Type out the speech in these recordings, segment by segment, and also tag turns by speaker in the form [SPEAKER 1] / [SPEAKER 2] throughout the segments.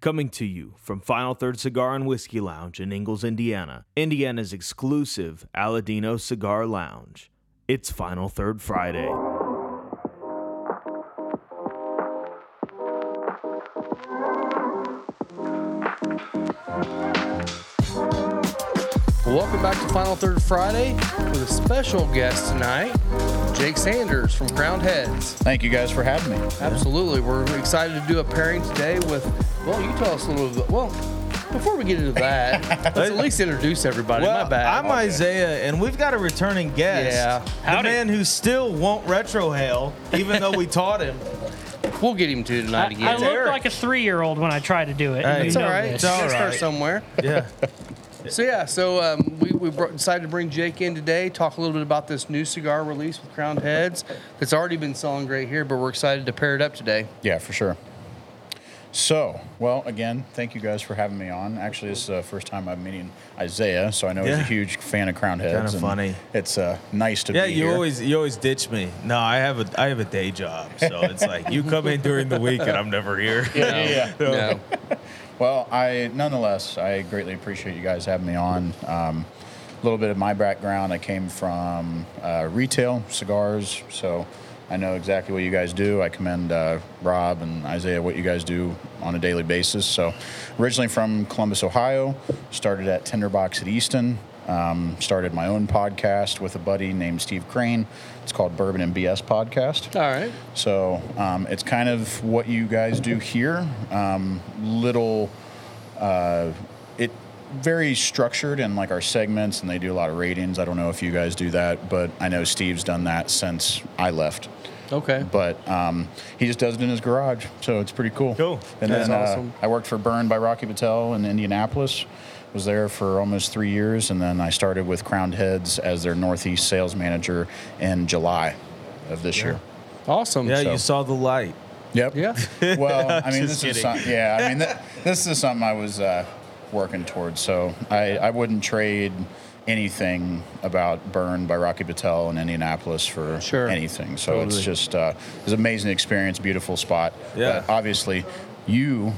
[SPEAKER 1] Coming to you from Final Third Cigar and Whiskey Lounge in Ingles, Indiana, Indiana's exclusive Aladino Cigar Lounge. It's Final Third Friday.
[SPEAKER 2] Welcome back to Final Third Friday with a special guest tonight, Jake Sanders from Crowned Heads.
[SPEAKER 3] Thank you guys for having me.
[SPEAKER 2] Absolutely, we're excited to do a pairing today with. Well, you tell us a little bit. Well, before we get into that, let's at least introduce everybody.
[SPEAKER 4] Well,
[SPEAKER 2] My bad.
[SPEAKER 4] I'm Isaiah, and we've got a returning guest.
[SPEAKER 2] Yeah.
[SPEAKER 4] The
[SPEAKER 5] Howdy.
[SPEAKER 4] man who still won't retrohale, even though we taught him.
[SPEAKER 2] we'll get him to tonight
[SPEAKER 5] I, I
[SPEAKER 2] again.
[SPEAKER 5] looked like a three-year-old when I tried to do it.
[SPEAKER 4] Hey,
[SPEAKER 5] You
[SPEAKER 2] it's
[SPEAKER 5] know
[SPEAKER 2] all right.
[SPEAKER 5] this.
[SPEAKER 2] It's all right.
[SPEAKER 4] All right.
[SPEAKER 2] somewhere.
[SPEAKER 4] Yeah.
[SPEAKER 2] So yeah, so um, we, we brought, decided to bring Jake in today, talk a little bit about this new cigar release with Crowned Heads that's already been selling great here, but we're excited to pair it up today.
[SPEAKER 3] Yeah, for sure. So, well, again, thank you guys for having me on. Actually, this is the first time I'm meeting Isaiah, so I know he's
[SPEAKER 4] Yeah.
[SPEAKER 3] a huge fan of Crown Heads.
[SPEAKER 4] Kinda
[SPEAKER 3] and
[SPEAKER 4] funny.
[SPEAKER 3] It's uh, nice to
[SPEAKER 4] Yeah,
[SPEAKER 3] be
[SPEAKER 4] you
[SPEAKER 3] here.
[SPEAKER 4] always you always ditch me. No, I have a I have a day job, so it's like you come in during the week and I'm never here.
[SPEAKER 3] Yeah, yeah, yeah.
[SPEAKER 4] So-
[SPEAKER 2] No.
[SPEAKER 3] Well, I nonetheless, I greatly appreciate you guys having me on. Um, a little bit of my background, I came from uh, retail cigars, so I know exactly what you guys do. I commend uh, Rob and Isaiah what you guys do on a daily basis. So, originally from Columbus, Ohio, started at Tinderbox at Easton. Um, started my own podcast with a buddy named Steve Crane. It's called Bourbon and BS Podcast.
[SPEAKER 2] All right.
[SPEAKER 3] So um, it's kind of what you guys do here. Um, little, uh, it very structured in like our segments, and they do a lot of ratings. I don't know if you guys do that, but I know Steve's done that since I left.
[SPEAKER 2] Okay.
[SPEAKER 3] But um, he just does it in his garage, so it's pretty cool.
[SPEAKER 4] Cool.
[SPEAKER 3] And
[SPEAKER 2] That's
[SPEAKER 3] then uh,
[SPEAKER 2] awesome.
[SPEAKER 3] I worked for Burn by Rocky Patel in Indianapolis. Was there for almost three years, and then I started with Crowned Heads as their Northeast sales manager in July of this year.
[SPEAKER 2] Awesome.
[SPEAKER 4] Yeah,
[SPEAKER 3] So-
[SPEAKER 4] you saw the light.
[SPEAKER 3] Yep.
[SPEAKER 2] Yeah.
[SPEAKER 3] Well, I mean,
[SPEAKER 4] Just
[SPEAKER 3] this is
[SPEAKER 4] kidding.
[SPEAKER 3] some, yeah. I mean, th- this is something I was uh, working towards. So I, I wouldn't trade anything about Burn by Rocky Patel in Indianapolis for
[SPEAKER 2] Sure.
[SPEAKER 3] anything. So
[SPEAKER 4] Totally.
[SPEAKER 3] it's just uh, it's an amazing experience, beautiful spot.
[SPEAKER 4] Yeah.
[SPEAKER 3] But obviously, you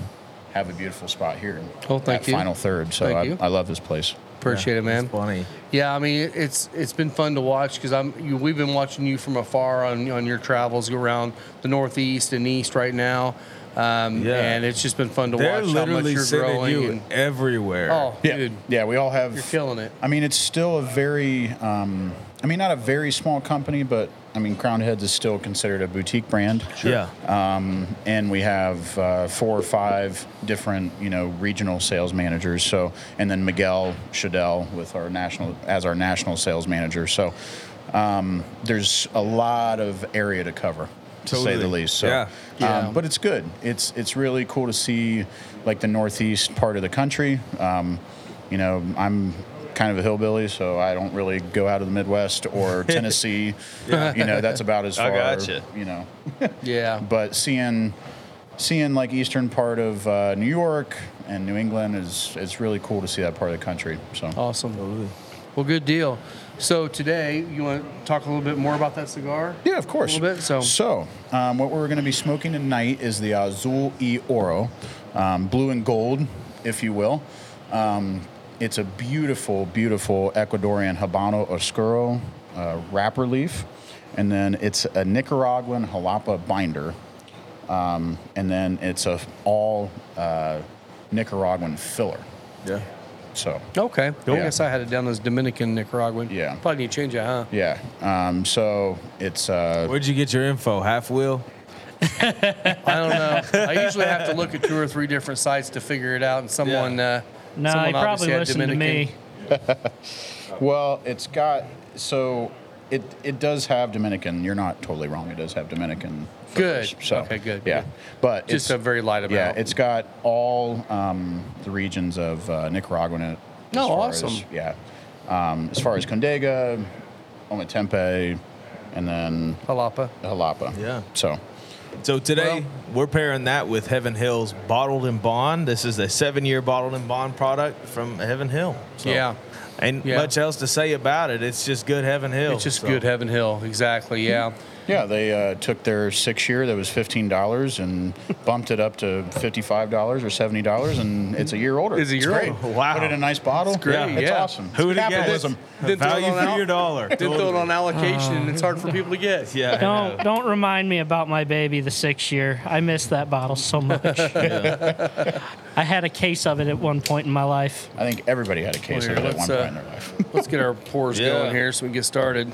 [SPEAKER 3] have a beautiful spot here.
[SPEAKER 2] Well, Oh, thank
[SPEAKER 3] at
[SPEAKER 2] you.
[SPEAKER 3] Final third. So
[SPEAKER 2] Thank
[SPEAKER 3] I,
[SPEAKER 2] you.
[SPEAKER 3] I love this place.
[SPEAKER 2] Appreciate it, man.
[SPEAKER 4] It's funny.
[SPEAKER 2] Yeah, I mean it's it's been fun to watch because I'm you, we've been watching you from afar on on your travels around the Northeast and East right now, um,
[SPEAKER 4] Yeah.
[SPEAKER 2] and it's just been fun to
[SPEAKER 4] They're
[SPEAKER 2] watch how much
[SPEAKER 4] literally
[SPEAKER 2] you're
[SPEAKER 4] sending
[SPEAKER 2] growing.
[SPEAKER 4] you
[SPEAKER 2] and,
[SPEAKER 4] everywhere.
[SPEAKER 2] oh,
[SPEAKER 3] Yeah.
[SPEAKER 2] dude,
[SPEAKER 3] Yeah, we all have.
[SPEAKER 2] you're killing it.
[SPEAKER 3] I mean, it's still a very, um, I mean, not a very small company, but I mean, Crown Heads is still considered a boutique brand.
[SPEAKER 4] Yeah.
[SPEAKER 3] Um, and we have uh, four or five different, you know, regional sales managers. So, and then Miguel Shadell with our national as our national sales manager. So, um, there's a lot of area to cover, to say the
[SPEAKER 4] Totally.
[SPEAKER 3] least. So,
[SPEAKER 4] Yeah.
[SPEAKER 2] Yeah.
[SPEAKER 3] Um, but it's good. It's it's really cool to see like the northeast part of the country. Um, you know, I'm kind of a hillbilly, so I don't really go out of the Midwest or Tennessee. You know, that's about as far.
[SPEAKER 4] I gotcha.
[SPEAKER 3] You know,
[SPEAKER 2] Yeah,
[SPEAKER 3] but seeing seeing like eastern part of uh, New York and New England is it's really cool to see that part of the country. So
[SPEAKER 2] awesome. Well, good deal. So today you want to talk a little bit more about that cigar?
[SPEAKER 3] yeah, of course.
[SPEAKER 2] A little bit, so-
[SPEAKER 3] um, what we're going to be smoking tonight is the Azul e Oro, um, blue and gold, if you will. Um, it's a beautiful, beautiful Ecuadorian Habano Oscuro uh, wrapper leaf, and then it's a Nicaraguan Jalapa binder. Um, and then it's a all uh, Nicaraguan filler.
[SPEAKER 4] Yeah.
[SPEAKER 3] So
[SPEAKER 2] Okay. I
[SPEAKER 3] Yeah.
[SPEAKER 2] guess I had it down as Dominican Nicaraguan.
[SPEAKER 3] Yeah.
[SPEAKER 2] Probably need to change it, huh?
[SPEAKER 3] yeah, um, so it's uh,
[SPEAKER 4] Where'd you get your info? Half wheel?
[SPEAKER 2] I don't know. I usually have to look at two or three different sites to figure it out, and someone. Uh,
[SPEAKER 5] No,
[SPEAKER 2] someone
[SPEAKER 5] he
[SPEAKER 2] obviously
[SPEAKER 5] probably
[SPEAKER 2] had
[SPEAKER 5] listened to
[SPEAKER 2] Dominican.
[SPEAKER 5] me.
[SPEAKER 3] Well, it's got so it it does have Dominican. You're not totally wrong. It does have Dominican.
[SPEAKER 2] Good.
[SPEAKER 3] flavors, So,
[SPEAKER 2] Okay, good,
[SPEAKER 3] Yeah,
[SPEAKER 2] good.
[SPEAKER 3] but
[SPEAKER 2] Just
[SPEAKER 3] it's,
[SPEAKER 2] a very light amount.
[SPEAKER 3] yeah. It's got all um, the regions of uh, Nicaraguan. in it,
[SPEAKER 2] No,
[SPEAKER 3] as far
[SPEAKER 2] Oh, awesome.
[SPEAKER 3] As, yeah, um, as far as Condega, Ometempe, and then
[SPEAKER 2] Jalapa.
[SPEAKER 3] Jalapa.
[SPEAKER 4] Yeah.
[SPEAKER 3] So
[SPEAKER 4] So today
[SPEAKER 2] Well-
[SPEAKER 4] we're pairing that with Heaven Hill's Bottled and Bond. This is a seven-year Bottled and Bond product from Heaven Hill. So,
[SPEAKER 2] Yeah.
[SPEAKER 4] ain't
[SPEAKER 2] Yeah.
[SPEAKER 4] much else to say about it. It's just good Heaven Hill.
[SPEAKER 2] It's just
[SPEAKER 4] so.
[SPEAKER 2] good Heaven Hill. Exactly. Yeah.
[SPEAKER 3] Yeah, they uh, took their six year that was fifteen dollars and bumped it up to fifty five dollars or seventy dollars, and it's a year older.
[SPEAKER 2] It's a year
[SPEAKER 3] great.
[SPEAKER 4] older. Wow.
[SPEAKER 3] Put it in a nice bottle. It's
[SPEAKER 2] great,
[SPEAKER 3] It's
[SPEAKER 2] yeah.
[SPEAKER 3] awesome.
[SPEAKER 4] Who
[SPEAKER 3] it's
[SPEAKER 4] would
[SPEAKER 3] capitalism?
[SPEAKER 2] Didn't throw
[SPEAKER 4] Value
[SPEAKER 2] it on
[SPEAKER 4] for
[SPEAKER 2] out-
[SPEAKER 4] your dollar.
[SPEAKER 2] Did throw it on allocation, and it's hard for people to get.
[SPEAKER 4] Yeah. I know.
[SPEAKER 5] Don't don't remind me about my baby, the six year. I miss that bottle so much. I had a case of it at one point in my life.
[SPEAKER 3] I think everybody had a case
[SPEAKER 2] Well,
[SPEAKER 3] of it
[SPEAKER 2] here,
[SPEAKER 3] at one
[SPEAKER 2] let's,
[SPEAKER 3] point
[SPEAKER 2] uh,
[SPEAKER 3] in their life.
[SPEAKER 2] Let's get our pours
[SPEAKER 4] Yeah.
[SPEAKER 2] going here so we can get started.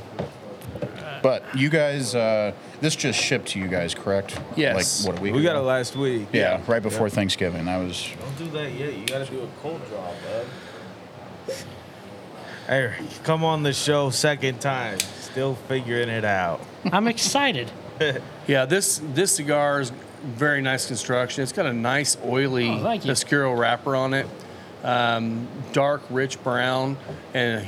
[SPEAKER 3] But you guys, uh, this just shipped to you guys, correct?
[SPEAKER 2] Yes.
[SPEAKER 3] Like what a week.
[SPEAKER 4] We got it
[SPEAKER 3] ago?
[SPEAKER 4] last week.
[SPEAKER 3] Yeah, right before Thanksgiving. I was.
[SPEAKER 4] Don't do that yet. You gotta do a cold draw, bud. Hey, come on the show second time. Still figuring it out.
[SPEAKER 5] I'm excited.
[SPEAKER 2] Yeah, this this cigar is very nice construction. It's got a nice oily
[SPEAKER 5] Oh, thank you.
[SPEAKER 2] Oscuro wrapper on it, um, dark rich brown, and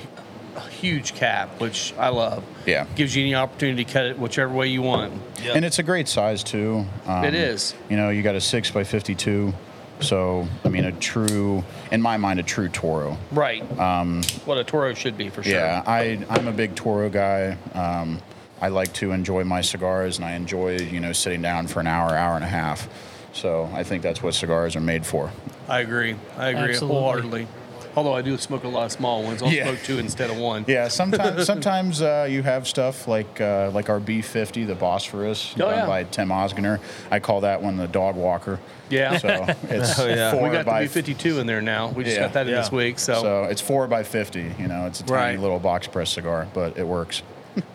[SPEAKER 2] a, a huge cap, which I love.
[SPEAKER 3] Yeah.
[SPEAKER 2] gives you any opportunity to cut it whichever way you want.
[SPEAKER 4] Yep.
[SPEAKER 3] And it's a great size too. Um,
[SPEAKER 2] It is.
[SPEAKER 3] You know, you got a six by fifty-two, so I mean, a true, in my mind, a true Toro.
[SPEAKER 2] Right. Um, what a Toro should be for sure.
[SPEAKER 3] Yeah, I I'm a big Toro guy. Um, I like to enjoy my cigars, and I enjoy you know sitting down for an hour, hour and a half. So I think that's what cigars are made for.
[SPEAKER 2] I agree. I agree
[SPEAKER 5] Absolutely.
[SPEAKER 2] wholeheartedly. Although I do smoke a lot of small ones. I'll
[SPEAKER 3] Yeah.
[SPEAKER 2] smoke two instead of one.
[SPEAKER 3] Yeah, sometimes sometimes uh, you have stuff like uh, like our B50, the Bosphorus,
[SPEAKER 2] Oh,
[SPEAKER 3] done
[SPEAKER 2] yeah.
[SPEAKER 3] by Tim Osgener. I call that one the dog walker.
[SPEAKER 2] Yeah.
[SPEAKER 3] So it's
[SPEAKER 4] Oh, yeah.
[SPEAKER 3] four
[SPEAKER 2] we got
[SPEAKER 3] by
[SPEAKER 2] the B52 in there now. We just
[SPEAKER 3] Yeah.
[SPEAKER 2] got that in
[SPEAKER 4] Yeah.
[SPEAKER 2] this week. So,
[SPEAKER 3] So it's four by fifty. You know, it's a tiny
[SPEAKER 2] Right.
[SPEAKER 3] little box press cigar, but it works.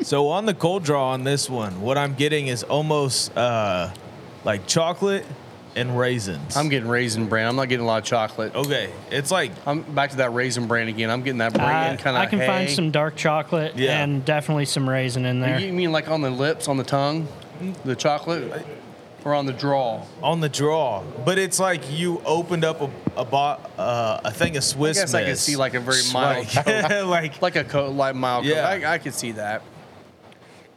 [SPEAKER 4] So on the cold draw on this one, what I'm getting is almost uh, like chocolate and raisins.
[SPEAKER 2] I'm getting raisin bran. I'm not getting a lot of chocolate.
[SPEAKER 3] Oh.
[SPEAKER 4] okay. It's like
[SPEAKER 2] I'm back to that raisin bran again. I'm getting that
[SPEAKER 5] I,
[SPEAKER 2] bran kind of.
[SPEAKER 5] I can find some dark chocolate
[SPEAKER 4] Yeah.
[SPEAKER 5] and definitely some raisin in there.
[SPEAKER 2] You mean like on the lips, on the tongue, the chocolate, or on the draw?
[SPEAKER 4] on the draw, but it's like you opened up a a, bo- uh, a thing of Swiss.
[SPEAKER 2] guess I could
[SPEAKER 4] miss.
[SPEAKER 2] see, like, a very mild
[SPEAKER 4] like, like
[SPEAKER 2] Like a co- like mild.
[SPEAKER 4] Yeah.
[SPEAKER 2] coat. I, I could see that.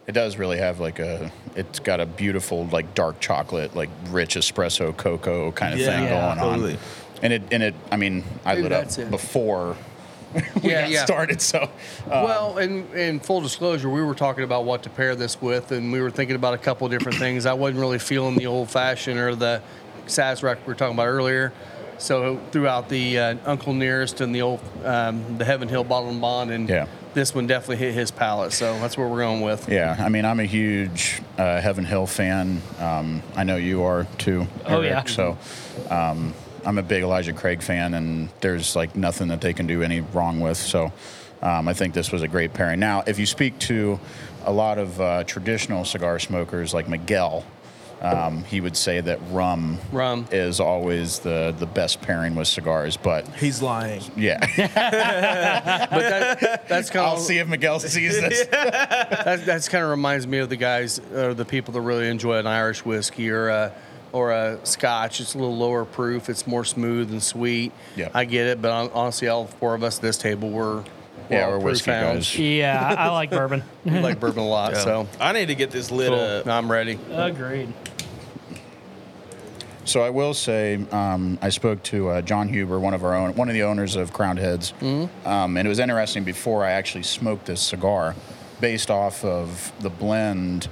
[SPEAKER 3] It does really have like a. It's got a beautiful like dark chocolate, like rich espresso cocoa kind of
[SPEAKER 4] Yeah,
[SPEAKER 3] thing
[SPEAKER 5] yeah,
[SPEAKER 3] going
[SPEAKER 4] totally.
[SPEAKER 3] on. And it and it. I mean, I
[SPEAKER 2] Maybe
[SPEAKER 3] lit up
[SPEAKER 2] that's it.
[SPEAKER 3] before we
[SPEAKER 2] Yeah,
[SPEAKER 3] got
[SPEAKER 2] yeah.
[SPEAKER 3] started. So uh,
[SPEAKER 2] Well, and in full disclosure, we were talking about what to pair this with, and we were thinking about a couple different things. I wasn't really feeling the old fashioned or the Sazerac we were talking about earlier. So throughout the uh, Uncle Nearest and the old um, the Heaven Hill Bottle and Bond, and
[SPEAKER 3] Yeah.
[SPEAKER 2] this one definitely hit his palate. So that's where we're going with.
[SPEAKER 3] yeah, I mean, I'm a huge uh, Heaven Hill fan. Um, I know you are too.
[SPEAKER 5] Oh, yeah.
[SPEAKER 3] So. Um, I'm a big Elijah Craig fan, and there's like nothing that they can do any wrong with. So um, I think this was a great pairing. Now, if you speak to a lot of uh, traditional cigar smokers like Miguel, um, he would say that rum,
[SPEAKER 2] Rum.
[SPEAKER 3] is always the, the best pairing with cigars. But
[SPEAKER 4] he's lying.
[SPEAKER 3] yeah,
[SPEAKER 2] But that, that's kind
[SPEAKER 3] I'll
[SPEAKER 2] of
[SPEAKER 3] see if Miguel sees this.
[SPEAKER 2] That that's kind of reminds me of the guys or the people that really enjoy an Irish whiskey or a or a Scotch. It's a little lower proof. It's more smooth and sweet.
[SPEAKER 3] Yeah.
[SPEAKER 2] I get it, but hon- honestly, all four of us at this table were
[SPEAKER 3] Yeah,
[SPEAKER 2] all
[SPEAKER 3] we're
[SPEAKER 2] proof
[SPEAKER 3] whiskey
[SPEAKER 2] hounds.
[SPEAKER 3] guys.
[SPEAKER 5] yeah, I, I like bourbon.
[SPEAKER 2] We like bourbon a lot, so
[SPEAKER 4] I need to get this lit
[SPEAKER 2] cool.
[SPEAKER 4] up.
[SPEAKER 2] I'm ready.
[SPEAKER 5] Agreed.
[SPEAKER 3] So I will say, um, I spoke to uh, John Huber, one of our own, one of the owners of Crowned Heads, um, and it was interesting. Before I actually smoked this cigar, based off of the blend,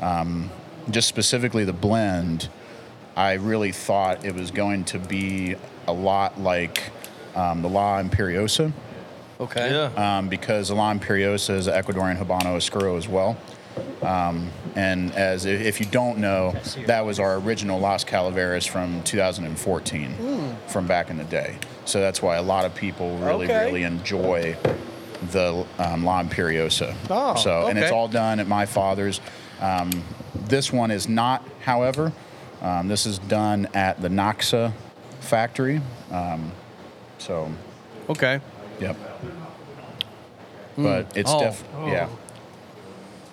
[SPEAKER 3] um, just specifically the blend, I really thought it was going to be a lot like um, the La Imperiosa,
[SPEAKER 2] Okay.
[SPEAKER 4] Yeah.
[SPEAKER 3] um, because the La Imperiosa is an Ecuadorian Habano Oscuro as well. Um, And as i- if you don't know, that was our original Las Calaveras from 2014, from back in the day. So that's why a lot of people really,
[SPEAKER 2] Hmm. Okay.
[SPEAKER 3] really enjoy the um, La Imperiosa.
[SPEAKER 2] Oh,
[SPEAKER 3] so and it's
[SPEAKER 2] okay.
[SPEAKER 3] all done at my father's. Um, this one is not, however, um, this is done at the Noxa factory. Um, so,
[SPEAKER 2] Uh, Okay.
[SPEAKER 3] yep. But it's
[SPEAKER 2] Oh.
[SPEAKER 3] def- yeah.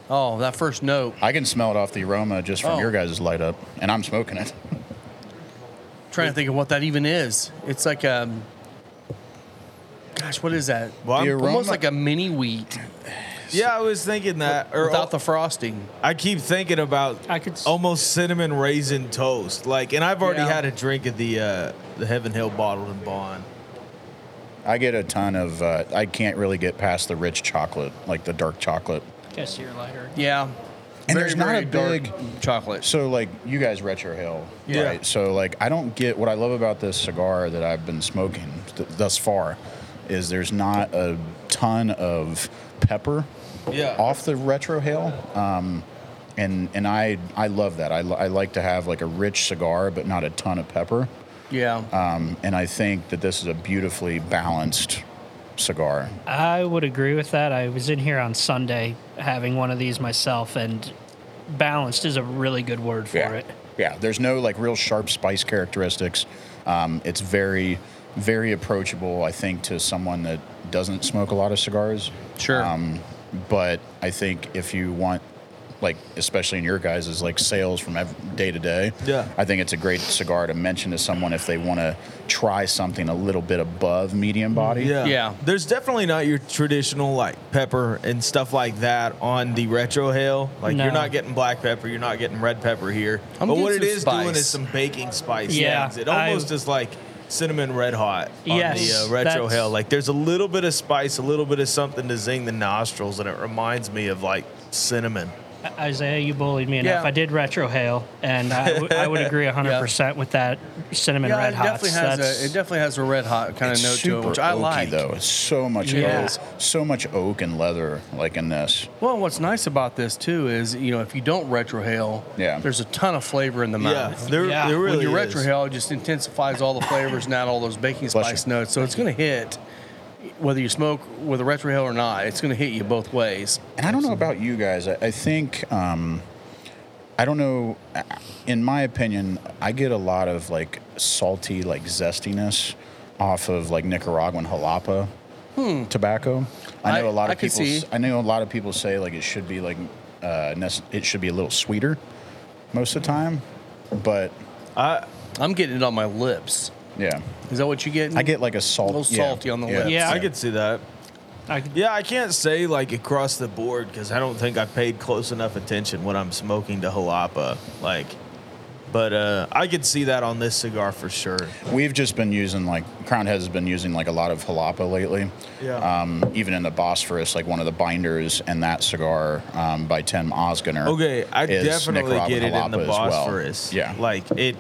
[SPEAKER 2] Oh, that first note.
[SPEAKER 3] I can smell it off the aroma just from
[SPEAKER 2] Oh.
[SPEAKER 3] your guys' light up, and I'm smoking it.
[SPEAKER 2] trying to think of what that even is. It's like um. Gosh, what is that?
[SPEAKER 4] Well, I'm-
[SPEAKER 3] The aroma-
[SPEAKER 2] Almost like a mini wheat.
[SPEAKER 4] Yeah, I was thinking that. Or
[SPEAKER 2] without the frosting.
[SPEAKER 4] I keep thinking about
[SPEAKER 5] I could s-
[SPEAKER 4] almost cinnamon raisin toast. Like, and I've already
[SPEAKER 2] Yeah.
[SPEAKER 4] had a drink of the uh, the Heaven Hill bottled and bond.
[SPEAKER 3] I get a ton of. Uh, I can't really get past the rich chocolate, like the dark chocolate.
[SPEAKER 5] Guess you're lighter.
[SPEAKER 2] Yeah.
[SPEAKER 3] And there's not a big-
[SPEAKER 2] chocolate.
[SPEAKER 3] So like you guys retro hill,
[SPEAKER 4] Yeah.
[SPEAKER 3] right? So like I don't get what I love about this cigar that I've been smoking th- thus far is there's not a ton of pepper
[SPEAKER 4] Yeah.
[SPEAKER 3] off the retro hill. Um, and and I I love that. I, li- I like to have like a rich cigar but not a ton of pepper.
[SPEAKER 2] Yeah.
[SPEAKER 3] Um, and I think that this is a beautifully balanced cigar.
[SPEAKER 5] I would agree with that. I was in here on Sunday having one of these myself, and balanced is a really good word for it.
[SPEAKER 3] Yeah, there's no like real sharp spice characteristics. Um, it's very, very approachable, I think, to someone that doesn't smoke a lot of cigars.
[SPEAKER 2] sure.
[SPEAKER 3] Um, but I think if you want, like, especially in your guys' like sales from ev- day to day,
[SPEAKER 4] Yeah.
[SPEAKER 3] I think it's a great cigar to mention to someone if they want to try something a little bit above medium body.
[SPEAKER 4] Yeah.
[SPEAKER 2] Yeah.
[SPEAKER 4] There's definitely not your traditional like pepper and stuff like that on the retro hail. Like
[SPEAKER 5] No.
[SPEAKER 4] you're not getting black pepper, you're not getting red pepper here.
[SPEAKER 2] I'm
[SPEAKER 4] but what it
[SPEAKER 2] getting
[SPEAKER 4] is
[SPEAKER 2] some
[SPEAKER 4] doing
[SPEAKER 2] spice.
[SPEAKER 4] is some baking spice.
[SPEAKER 5] Yeah,
[SPEAKER 4] things. It almost
[SPEAKER 5] I-
[SPEAKER 4] is like cinnamon red hot on
[SPEAKER 5] Yes,
[SPEAKER 4] the uh, retro
[SPEAKER 5] that's-
[SPEAKER 4] hail. Like there's a little bit of spice, a little bit of something to zing the nostrils, and it reminds me of like cinnamon.
[SPEAKER 5] Isaiah, you bullied me enough.
[SPEAKER 2] Yeah.
[SPEAKER 5] I did retrohale, and I, w- I would agree 100% with that cinnamon
[SPEAKER 2] yeah,
[SPEAKER 5] red
[SPEAKER 2] it
[SPEAKER 5] hots.
[SPEAKER 2] definitely has
[SPEAKER 5] That's-
[SPEAKER 2] a it definitely has a red hot kind of
[SPEAKER 3] It's
[SPEAKER 2] note to it,
[SPEAKER 3] super
[SPEAKER 2] which I
[SPEAKER 3] oaky,
[SPEAKER 2] like.
[SPEAKER 3] though. It's so much
[SPEAKER 2] Yeah.
[SPEAKER 3] oak, so much oak and leather, like in this.
[SPEAKER 2] Well, what's nice about this too is you know if you don't retrohale,
[SPEAKER 3] Yeah.
[SPEAKER 2] there's a ton of flavor in the
[SPEAKER 4] Yeah,
[SPEAKER 2] mouth.
[SPEAKER 4] there,
[SPEAKER 5] Yeah.
[SPEAKER 4] there
[SPEAKER 5] When
[SPEAKER 4] really
[SPEAKER 2] when you
[SPEAKER 4] is.
[SPEAKER 2] retrohale, it just intensifies all the flavors and add all those baking
[SPEAKER 3] Bless
[SPEAKER 2] spice
[SPEAKER 3] you.
[SPEAKER 2] notes. So it's going to hit whether you smoke with a retrohale or not. It's going to hit you both ways.
[SPEAKER 3] And I don't know about you guys. I, I think um, I don't know. uh, In my opinion, I get a lot of like salty, like zestiness off of like Nicaraguan jalapa tobacco. I know
[SPEAKER 2] Hmm. I-
[SPEAKER 3] a lot of
[SPEAKER 2] I can
[SPEAKER 3] people.
[SPEAKER 2] see.
[SPEAKER 3] I know a lot of people say like it should be like uh, nes- it should be a little sweeter most of the time, but
[SPEAKER 4] I,
[SPEAKER 2] I'm getting it on my lips.
[SPEAKER 3] yeah,
[SPEAKER 2] Is that what you get?
[SPEAKER 3] I get like a salt,
[SPEAKER 2] Hmm. A little salty on the lips.
[SPEAKER 5] Yeah.
[SPEAKER 4] I could see that.
[SPEAKER 5] I could-
[SPEAKER 4] Yeah, I can't say like across the board because I don't think I paid close enough attention when I'm smoking to jalapa. Like, but uh, I could see that on this cigar for sure.
[SPEAKER 3] We've just been using like Crown Heads has been using like a lot of jalapa lately.
[SPEAKER 4] Yeah.
[SPEAKER 3] Um, even in the Bosphorus, like one of the binders and that cigar um, by Tim Osgener.
[SPEAKER 4] Okay, I
[SPEAKER 3] is
[SPEAKER 4] definitely
[SPEAKER 3] Nicaraguan
[SPEAKER 4] get it in the
[SPEAKER 3] jalapa as well.
[SPEAKER 4] Bosphorus.
[SPEAKER 3] Yeah.
[SPEAKER 4] like it.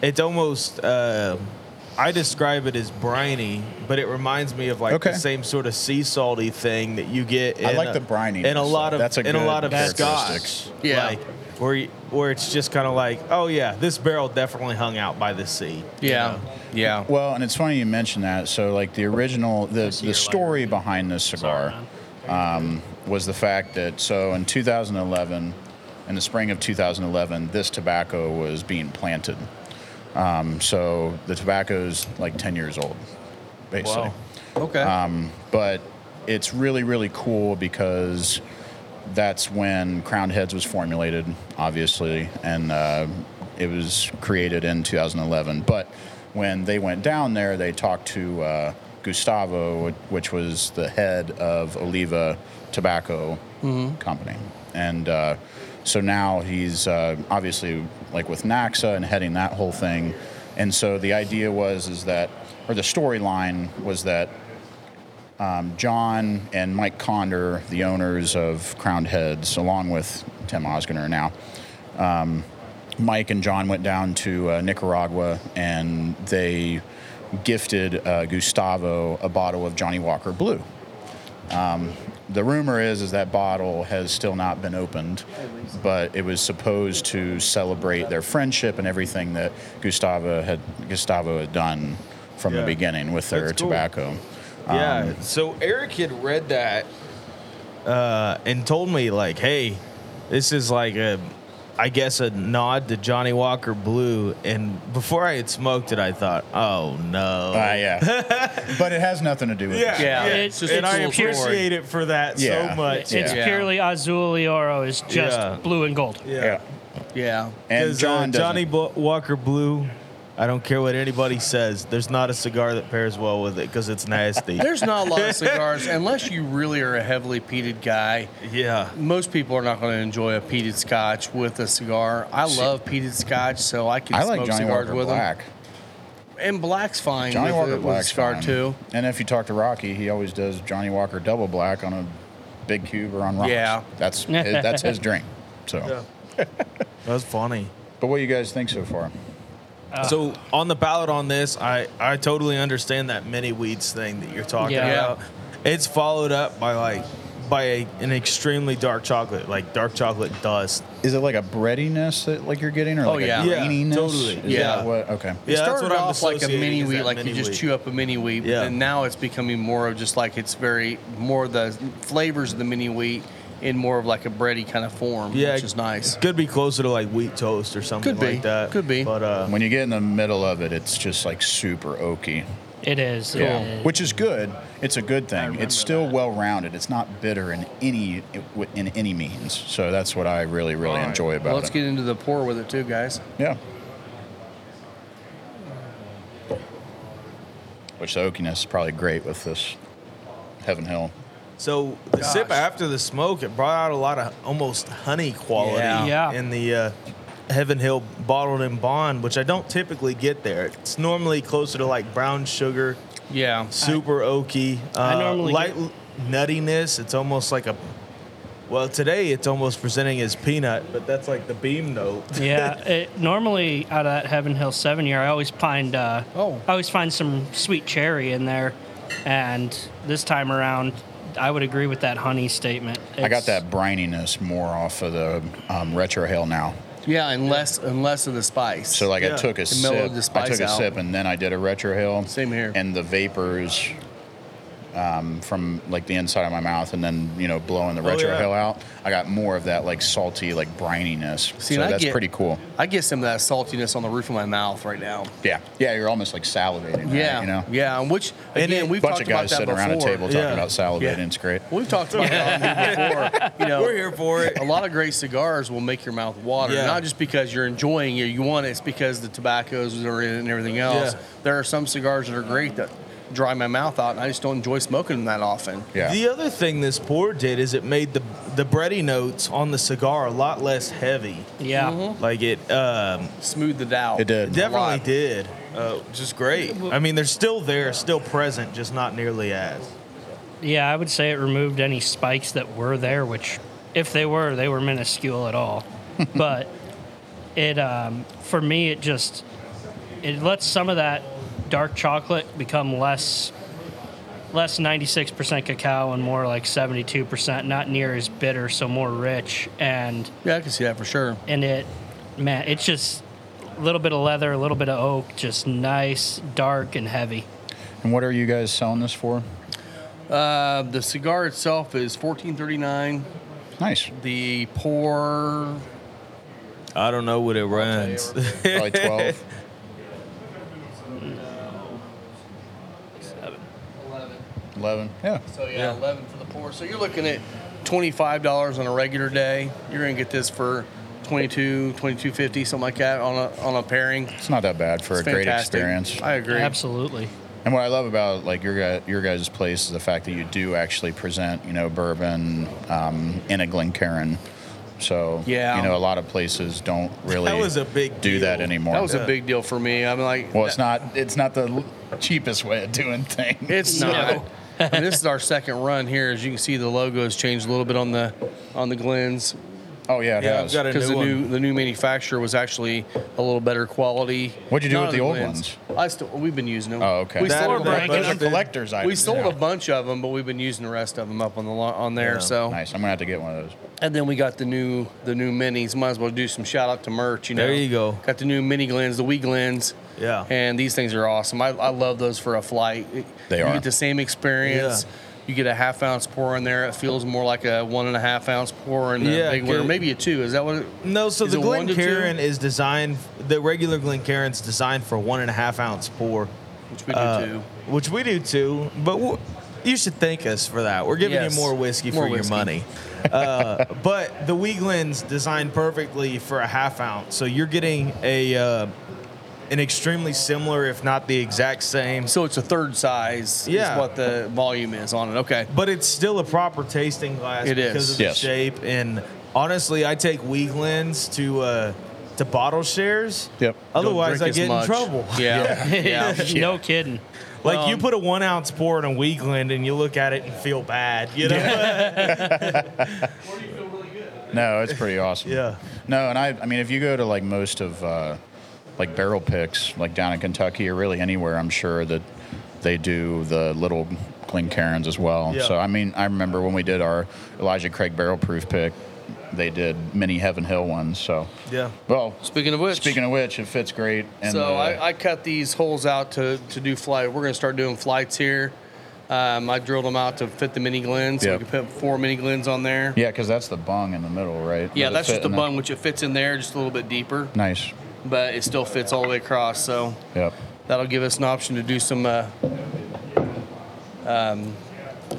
[SPEAKER 4] It's almost. Uh, I describe it as briny, but it reminds me of like
[SPEAKER 3] Okay.
[SPEAKER 4] the same sort of sea salty thing that you get. In
[SPEAKER 3] I like
[SPEAKER 4] a-
[SPEAKER 3] the briny.
[SPEAKER 4] in a lot of
[SPEAKER 3] That's a
[SPEAKER 4] in a
[SPEAKER 3] good
[SPEAKER 4] lot of
[SPEAKER 3] characteristic.
[SPEAKER 4] Scotch.
[SPEAKER 2] Yeah.
[SPEAKER 4] like, where you, where it's just kind of like, oh yeah, this barrel definitely hung out by the sea. you
[SPEAKER 2] Yeah.
[SPEAKER 4] know?
[SPEAKER 2] Yeah.
[SPEAKER 3] Well, and it's funny you mentioned that. So, like the original, the,
[SPEAKER 5] see your
[SPEAKER 3] the story behind this cigar um, was the fact that so in 2011, in the spring of 2011, this tobacco was being planted. Um, so the tobacco's like 10 years old, basically.
[SPEAKER 4] Wow.
[SPEAKER 2] Okay.
[SPEAKER 3] Um, but it's really really cool because that's when crown heads was formulated obviously and uh, it was created in 2011 but when they went down there they talked to uh, gustavo which was the head of oliva tobacco company and uh, so now he's uh, obviously like with naxa and heading that whole thing and so the idea was is that or the storyline was that John and Mike Conder, the owners of Crowned Heads, along with Tim Osgener now, um, Mike and John went down to uh, Nicaragua and they gifted uh, Gustavo a bottle of Johnny Walker Blue. Um, the rumor is is that bottle has still not been opened, but it was supposed to celebrate their friendship and everything that Gustavo had Gustavo had done from
[SPEAKER 4] Yeah.
[SPEAKER 3] the beginning with their
[SPEAKER 4] That's cool.
[SPEAKER 3] tobacco. Um,
[SPEAKER 4] Yeah. so Eric had read that uh, and told me like, "Hey, this is like a, I guess a nod to Johnny Walker Blue." And before I had smoked it, I thought, "Oh no."
[SPEAKER 3] Uh, yeah. but it has nothing to do with this.
[SPEAKER 2] Yeah.
[SPEAKER 5] It's just
[SPEAKER 4] and
[SPEAKER 5] a
[SPEAKER 4] I
[SPEAKER 5] cool
[SPEAKER 4] appreciate it for that
[SPEAKER 3] Yeah.
[SPEAKER 4] so much.
[SPEAKER 5] It's
[SPEAKER 3] Yeah.
[SPEAKER 5] purely Azul Oro is just
[SPEAKER 4] Yeah.
[SPEAKER 5] blue and gold.
[SPEAKER 3] Yeah.
[SPEAKER 2] yeah.
[SPEAKER 3] And
[SPEAKER 2] uh,
[SPEAKER 4] Because uh,
[SPEAKER 3] John
[SPEAKER 4] Johnny
[SPEAKER 3] doesn't-
[SPEAKER 4] Bl- Walker Blue I don't care what anybody says. There's not a cigar that pairs well with it because it's nasty.
[SPEAKER 2] There's not a lot of cigars unless you really are a heavily peated guy.
[SPEAKER 4] yeah.
[SPEAKER 2] Most people are not going to enjoy a peated scotch with a cigar. I love peated scotch, so I can
[SPEAKER 3] I
[SPEAKER 2] smoke
[SPEAKER 3] like Johnny
[SPEAKER 2] cigars
[SPEAKER 3] Walker
[SPEAKER 2] with
[SPEAKER 3] Black.
[SPEAKER 2] them. And black's fine
[SPEAKER 3] Johnny
[SPEAKER 2] with, a,
[SPEAKER 3] Walker
[SPEAKER 2] uh, with a
[SPEAKER 3] Black's
[SPEAKER 2] cigar
[SPEAKER 3] fine.
[SPEAKER 2] too.
[SPEAKER 3] And if you talk to Rocky, he always does Johnny Walker Double Black on a big cube or on rocks.
[SPEAKER 2] Yeah.
[SPEAKER 3] that's his, that's his drink. So,
[SPEAKER 4] That was funny.
[SPEAKER 3] but what do you guys think so far?
[SPEAKER 4] so on the ballot on this, I I totally understand that mini weeds thing that you're talking
[SPEAKER 5] Yeah.
[SPEAKER 2] Yeah.
[SPEAKER 4] about. It's followed up by like by a, an extremely dark chocolate, like dark chocolate dust.
[SPEAKER 3] Is it like a breadiness that like you're getting, or
[SPEAKER 2] Oh,
[SPEAKER 3] like
[SPEAKER 2] yeah.
[SPEAKER 3] a
[SPEAKER 2] Yeah,
[SPEAKER 3] graininess?
[SPEAKER 4] totally.
[SPEAKER 3] Is
[SPEAKER 2] Yeah.
[SPEAKER 3] that what? Okay.
[SPEAKER 2] It
[SPEAKER 4] Yeah, that's
[SPEAKER 2] started
[SPEAKER 4] what I'm
[SPEAKER 2] off like a
[SPEAKER 4] associating
[SPEAKER 2] mini
[SPEAKER 4] is
[SPEAKER 2] wheat,
[SPEAKER 4] that
[SPEAKER 2] like
[SPEAKER 4] mini
[SPEAKER 2] you just
[SPEAKER 4] wheat.
[SPEAKER 2] chew up a mini wheat.
[SPEAKER 4] Yeah.
[SPEAKER 2] And now it's becoming more of just like it's very more the flavors of the mini wheat in more of like a bready kind of form,
[SPEAKER 4] Yeah,
[SPEAKER 2] which is nice.
[SPEAKER 4] Could be closer to like wheat toast or something
[SPEAKER 2] Could be.
[SPEAKER 4] like that.
[SPEAKER 2] Could be.
[SPEAKER 4] But uh,
[SPEAKER 3] When you get in the middle of it, it's just like super oaky.
[SPEAKER 5] It is.
[SPEAKER 3] Yeah.
[SPEAKER 5] It-
[SPEAKER 3] Which is good. It's a good thing.
[SPEAKER 5] remember
[SPEAKER 3] It's still
[SPEAKER 5] that.
[SPEAKER 3] well rounded. It's not bitter in any in any means. So that's what I really really enjoy about
[SPEAKER 2] Well, let's
[SPEAKER 3] it.
[SPEAKER 2] get into the pour with it too, guys.
[SPEAKER 3] yeah. Which the oakiness is probably great with this Heaven Hill.
[SPEAKER 4] so the
[SPEAKER 2] Gosh.
[SPEAKER 4] sip after the smoke, it brought out a lot of almost honey quality
[SPEAKER 2] Yeah.
[SPEAKER 5] Yeah.
[SPEAKER 4] in the uh, Heaven Hill bottled in bond, which I don't typically get there. It's normally closer to like brown sugar.
[SPEAKER 2] Yeah.
[SPEAKER 4] super oaky. Uh,
[SPEAKER 5] I normally
[SPEAKER 4] light nuttiness. It's almost like a. Well, today it's almost presenting as peanut, but that's like the beam note.
[SPEAKER 5] yeah. It, normally out of that Heaven Hill seven year, I always find uh,
[SPEAKER 2] Oh.
[SPEAKER 5] I always find some sweet cherry in there, and this time around, I would agree with that honey statement.
[SPEAKER 3] I got
[SPEAKER 5] It's-
[SPEAKER 3] that brininess more off of the um, retro hill now.
[SPEAKER 2] Yeah, and less and less of the spice.
[SPEAKER 3] So like I
[SPEAKER 4] Yeah.
[SPEAKER 3] took a
[SPEAKER 2] It mellowed
[SPEAKER 3] sip,
[SPEAKER 2] the
[SPEAKER 3] I
[SPEAKER 2] spice
[SPEAKER 3] took a
[SPEAKER 2] out.
[SPEAKER 3] sip, and then I did a retro hill.
[SPEAKER 2] Same here.
[SPEAKER 3] And the vapors um, from like the inside of my mouth, and then you know blowing the
[SPEAKER 2] Oh,
[SPEAKER 3] retro
[SPEAKER 4] yeah.
[SPEAKER 3] hill out, I got more of that like salty, like brininess.
[SPEAKER 2] See,
[SPEAKER 3] so
[SPEAKER 2] and I
[SPEAKER 3] that's
[SPEAKER 2] get-
[SPEAKER 3] pretty cool.
[SPEAKER 2] I get some of that saltiness on the roof of my mouth right now.
[SPEAKER 3] Yeah, yeah, you're almost like salivating. right,
[SPEAKER 2] Yeah,
[SPEAKER 3] you know,
[SPEAKER 2] yeah. And which
[SPEAKER 4] And
[SPEAKER 2] again,
[SPEAKER 4] it-
[SPEAKER 2] we've
[SPEAKER 3] bunch
[SPEAKER 2] talked
[SPEAKER 3] of
[SPEAKER 2] about
[SPEAKER 3] guys
[SPEAKER 2] that
[SPEAKER 3] sitting
[SPEAKER 2] before.
[SPEAKER 3] around a table talking
[SPEAKER 4] Yeah.
[SPEAKER 3] about salivating.
[SPEAKER 2] Yeah.
[SPEAKER 3] It's great.
[SPEAKER 2] We've talked about that before. You know,
[SPEAKER 4] We're here for it.
[SPEAKER 2] a lot of great cigars will make your mouth water,
[SPEAKER 4] Yeah.
[SPEAKER 2] not just because you're enjoying it. You want it, it's because the tobaccos are in it and everything else.
[SPEAKER 4] Yeah.
[SPEAKER 2] There are some cigars that are great that dry my mouth out, and I just don't enjoy smoking them that often.
[SPEAKER 3] Yeah,
[SPEAKER 4] The other thing this pour did is it made the the bready notes on the cigar a lot less heavy.
[SPEAKER 5] Yeah.
[SPEAKER 2] Mm-hmm.
[SPEAKER 4] Like it um,
[SPEAKER 2] Smooth it out.
[SPEAKER 3] it did.
[SPEAKER 4] definitely
[SPEAKER 2] lot.
[SPEAKER 4] did. Uh, just great. I mean, they're still there, still present, just not nearly as.
[SPEAKER 5] Yeah, I would say it removed any spikes that were there, which, if they were, they were minuscule at all. but it, um, for me, it just it lets some of that dark chocolate become less less 96% cacao and more like 72%, not near as bitter, so more rich and
[SPEAKER 2] Yeah, I can see that for sure.
[SPEAKER 5] and it man, it's just a little bit of leather, a little bit of oak, just nice, dark and heavy.
[SPEAKER 3] And what are you guys selling this for?
[SPEAKER 2] Uh, the cigar itself is fourteen thirty nine.
[SPEAKER 3] Nice,
[SPEAKER 2] The pour
[SPEAKER 4] I don't know what it runs.
[SPEAKER 3] probably twelve.
[SPEAKER 2] 11.
[SPEAKER 3] Eleven. Yeah.
[SPEAKER 2] So yeah, eleven for the pour. So you're looking at twenty-five dollars on a regular day. You're gonna get this for 22 22.50 something like that on a on a pairing.
[SPEAKER 3] It's not that bad for
[SPEAKER 2] It's
[SPEAKER 3] a great
[SPEAKER 2] fantastic.
[SPEAKER 3] experience.
[SPEAKER 2] I agree.
[SPEAKER 5] Absolutely.
[SPEAKER 3] And what I love about like your guy, your guys' place is the fact that you do actually present, you know, bourbon um, in a Glencairn. So
[SPEAKER 2] Yeah. um,
[SPEAKER 3] you know, a lot of places don't really
[SPEAKER 4] That was a big
[SPEAKER 3] do that
[SPEAKER 4] deal.
[SPEAKER 3] anymore.
[SPEAKER 2] That was a big deal for me. I'm like,
[SPEAKER 3] well, it's not it's not the l- cheapest way of doing things.
[SPEAKER 2] It's
[SPEAKER 5] No.
[SPEAKER 2] not. I mean, this is our second run here. As you can see, the logo has changed a little bit on the on the Glens
[SPEAKER 3] oh yeah, it
[SPEAKER 4] Yeah, I've
[SPEAKER 3] has.
[SPEAKER 4] got a
[SPEAKER 2] because the
[SPEAKER 4] new one.
[SPEAKER 2] new the new manufacturer was actually a little better quality.
[SPEAKER 3] What'd you do
[SPEAKER 2] Not on
[SPEAKER 3] with the old
[SPEAKER 2] Glens.
[SPEAKER 3] ones?
[SPEAKER 2] I still we've been using them.
[SPEAKER 3] Oh, okay.
[SPEAKER 2] We
[SPEAKER 3] That-
[SPEAKER 2] sold
[SPEAKER 4] that-
[SPEAKER 2] them.
[SPEAKER 4] Breaking
[SPEAKER 3] Those are
[SPEAKER 4] them.
[SPEAKER 3] collectors
[SPEAKER 2] We
[SPEAKER 3] items,
[SPEAKER 2] sold
[SPEAKER 3] yeah.
[SPEAKER 2] a bunch of them, but we've been using the rest of them up on the lo- on there.
[SPEAKER 4] Yeah.
[SPEAKER 2] So
[SPEAKER 3] Nice. I'm gonna have to get one of those.
[SPEAKER 2] and then we got the new the new minis. Might as well do some shout out to merch. You know,
[SPEAKER 4] There you go.
[SPEAKER 2] Got the new mini glens, the wee glens.
[SPEAKER 4] Yeah.
[SPEAKER 2] And these things are awesome. I, I love those for a flight.
[SPEAKER 3] They
[SPEAKER 2] you
[SPEAKER 3] are.
[SPEAKER 2] get the same experience.
[SPEAKER 4] Yeah.
[SPEAKER 2] You get a half ounce pour in there. It feels more like a one and a half ounce pour in the
[SPEAKER 4] Yeah,
[SPEAKER 2] big one, or
[SPEAKER 4] good.
[SPEAKER 2] maybe a two. Is that what? It,
[SPEAKER 4] No, so
[SPEAKER 2] Is
[SPEAKER 4] the
[SPEAKER 2] it one to two?
[SPEAKER 4] Glencairn is designed. The regular Glencairn's designed for one and a half ounce pour,
[SPEAKER 2] which we do
[SPEAKER 4] uh,
[SPEAKER 2] too.
[SPEAKER 4] which we do too. But w- you should thank us for that. We're giving
[SPEAKER 2] Yes,
[SPEAKER 4] you more whiskey
[SPEAKER 2] more
[SPEAKER 4] for
[SPEAKER 2] whiskey.
[SPEAKER 4] your money. uh, but the Wee Glen's designed perfectly for a half ounce, so you're getting a. Uh, an extremely similar, if not the exact same.
[SPEAKER 2] So it's a third size.
[SPEAKER 4] Yeah.
[SPEAKER 2] Is what the volume is on it. Okay.
[SPEAKER 4] But it's still a proper tasting glass
[SPEAKER 2] It
[SPEAKER 4] because
[SPEAKER 2] is.
[SPEAKER 4] of the
[SPEAKER 3] Yes.
[SPEAKER 4] shape. And honestly, I take weak lens to uh, to bottle shares.
[SPEAKER 3] Yep.
[SPEAKER 2] Don't
[SPEAKER 4] Otherwise, I
[SPEAKER 2] drink as
[SPEAKER 4] get in
[SPEAKER 2] much.
[SPEAKER 4] trouble.
[SPEAKER 2] Yeah. yeah.
[SPEAKER 5] no kidding.
[SPEAKER 4] Like you
[SPEAKER 2] Um,
[SPEAKER 4] put a one ounce pour in a weak lens and you look at it and feel bad. You know.
[SPEAKER 3] No, it's pretty awesome.
[SPEAKER 4] Yeah.
[SPEAKER 3] No, and I, I mean, if you go to like most of uh, like barrel picks, like down in Kentucky or really anywhere, I'm sure that they do the little Glencairns as well.
[SPEAKER 4] Yeah.
[SPEAKER 3] So I mean, I remember when we did our Elijah Craig barrel proof pick, they did mini Heaven Hill ones. So
[SPEAKER 4] Yeah.
[SPEAKER 3] well,
[SPEAKER 2] Speaking of which.
[SPEAKER 3] speaking of which, it fits great. And uh,
[SPEAKER 2] so
[SPEAKER 3] the-
[SPEAKER 2] I, I cut these holes out to, to do flight. We're going to start doing flights here. Um, I drilled them out to fit the mini glens. So
[SPEAKER 3] Yep.
[SPEAKER 2] we can put four mini glens on there.
[SPEAKER 3] yeah, because that's the bung in the middle, right?
[SPEAKER 2] Yeah,
[SPEAKER 3] Does it
[SPEAKER 2] that's
[SPEAKER 3] fit
[SPEAKER 2] just the
[SPEAKER 3] in
[SPEAKER 2] bung, which it fits in there just a little bit deeper,
[SPEAKER 3] Nice.
[SPEAKER 2] but it still fits all the way across. So
[SPEAKER 3] Yep.
[SPEAKER 2] that'll give us an option to do some uh, um,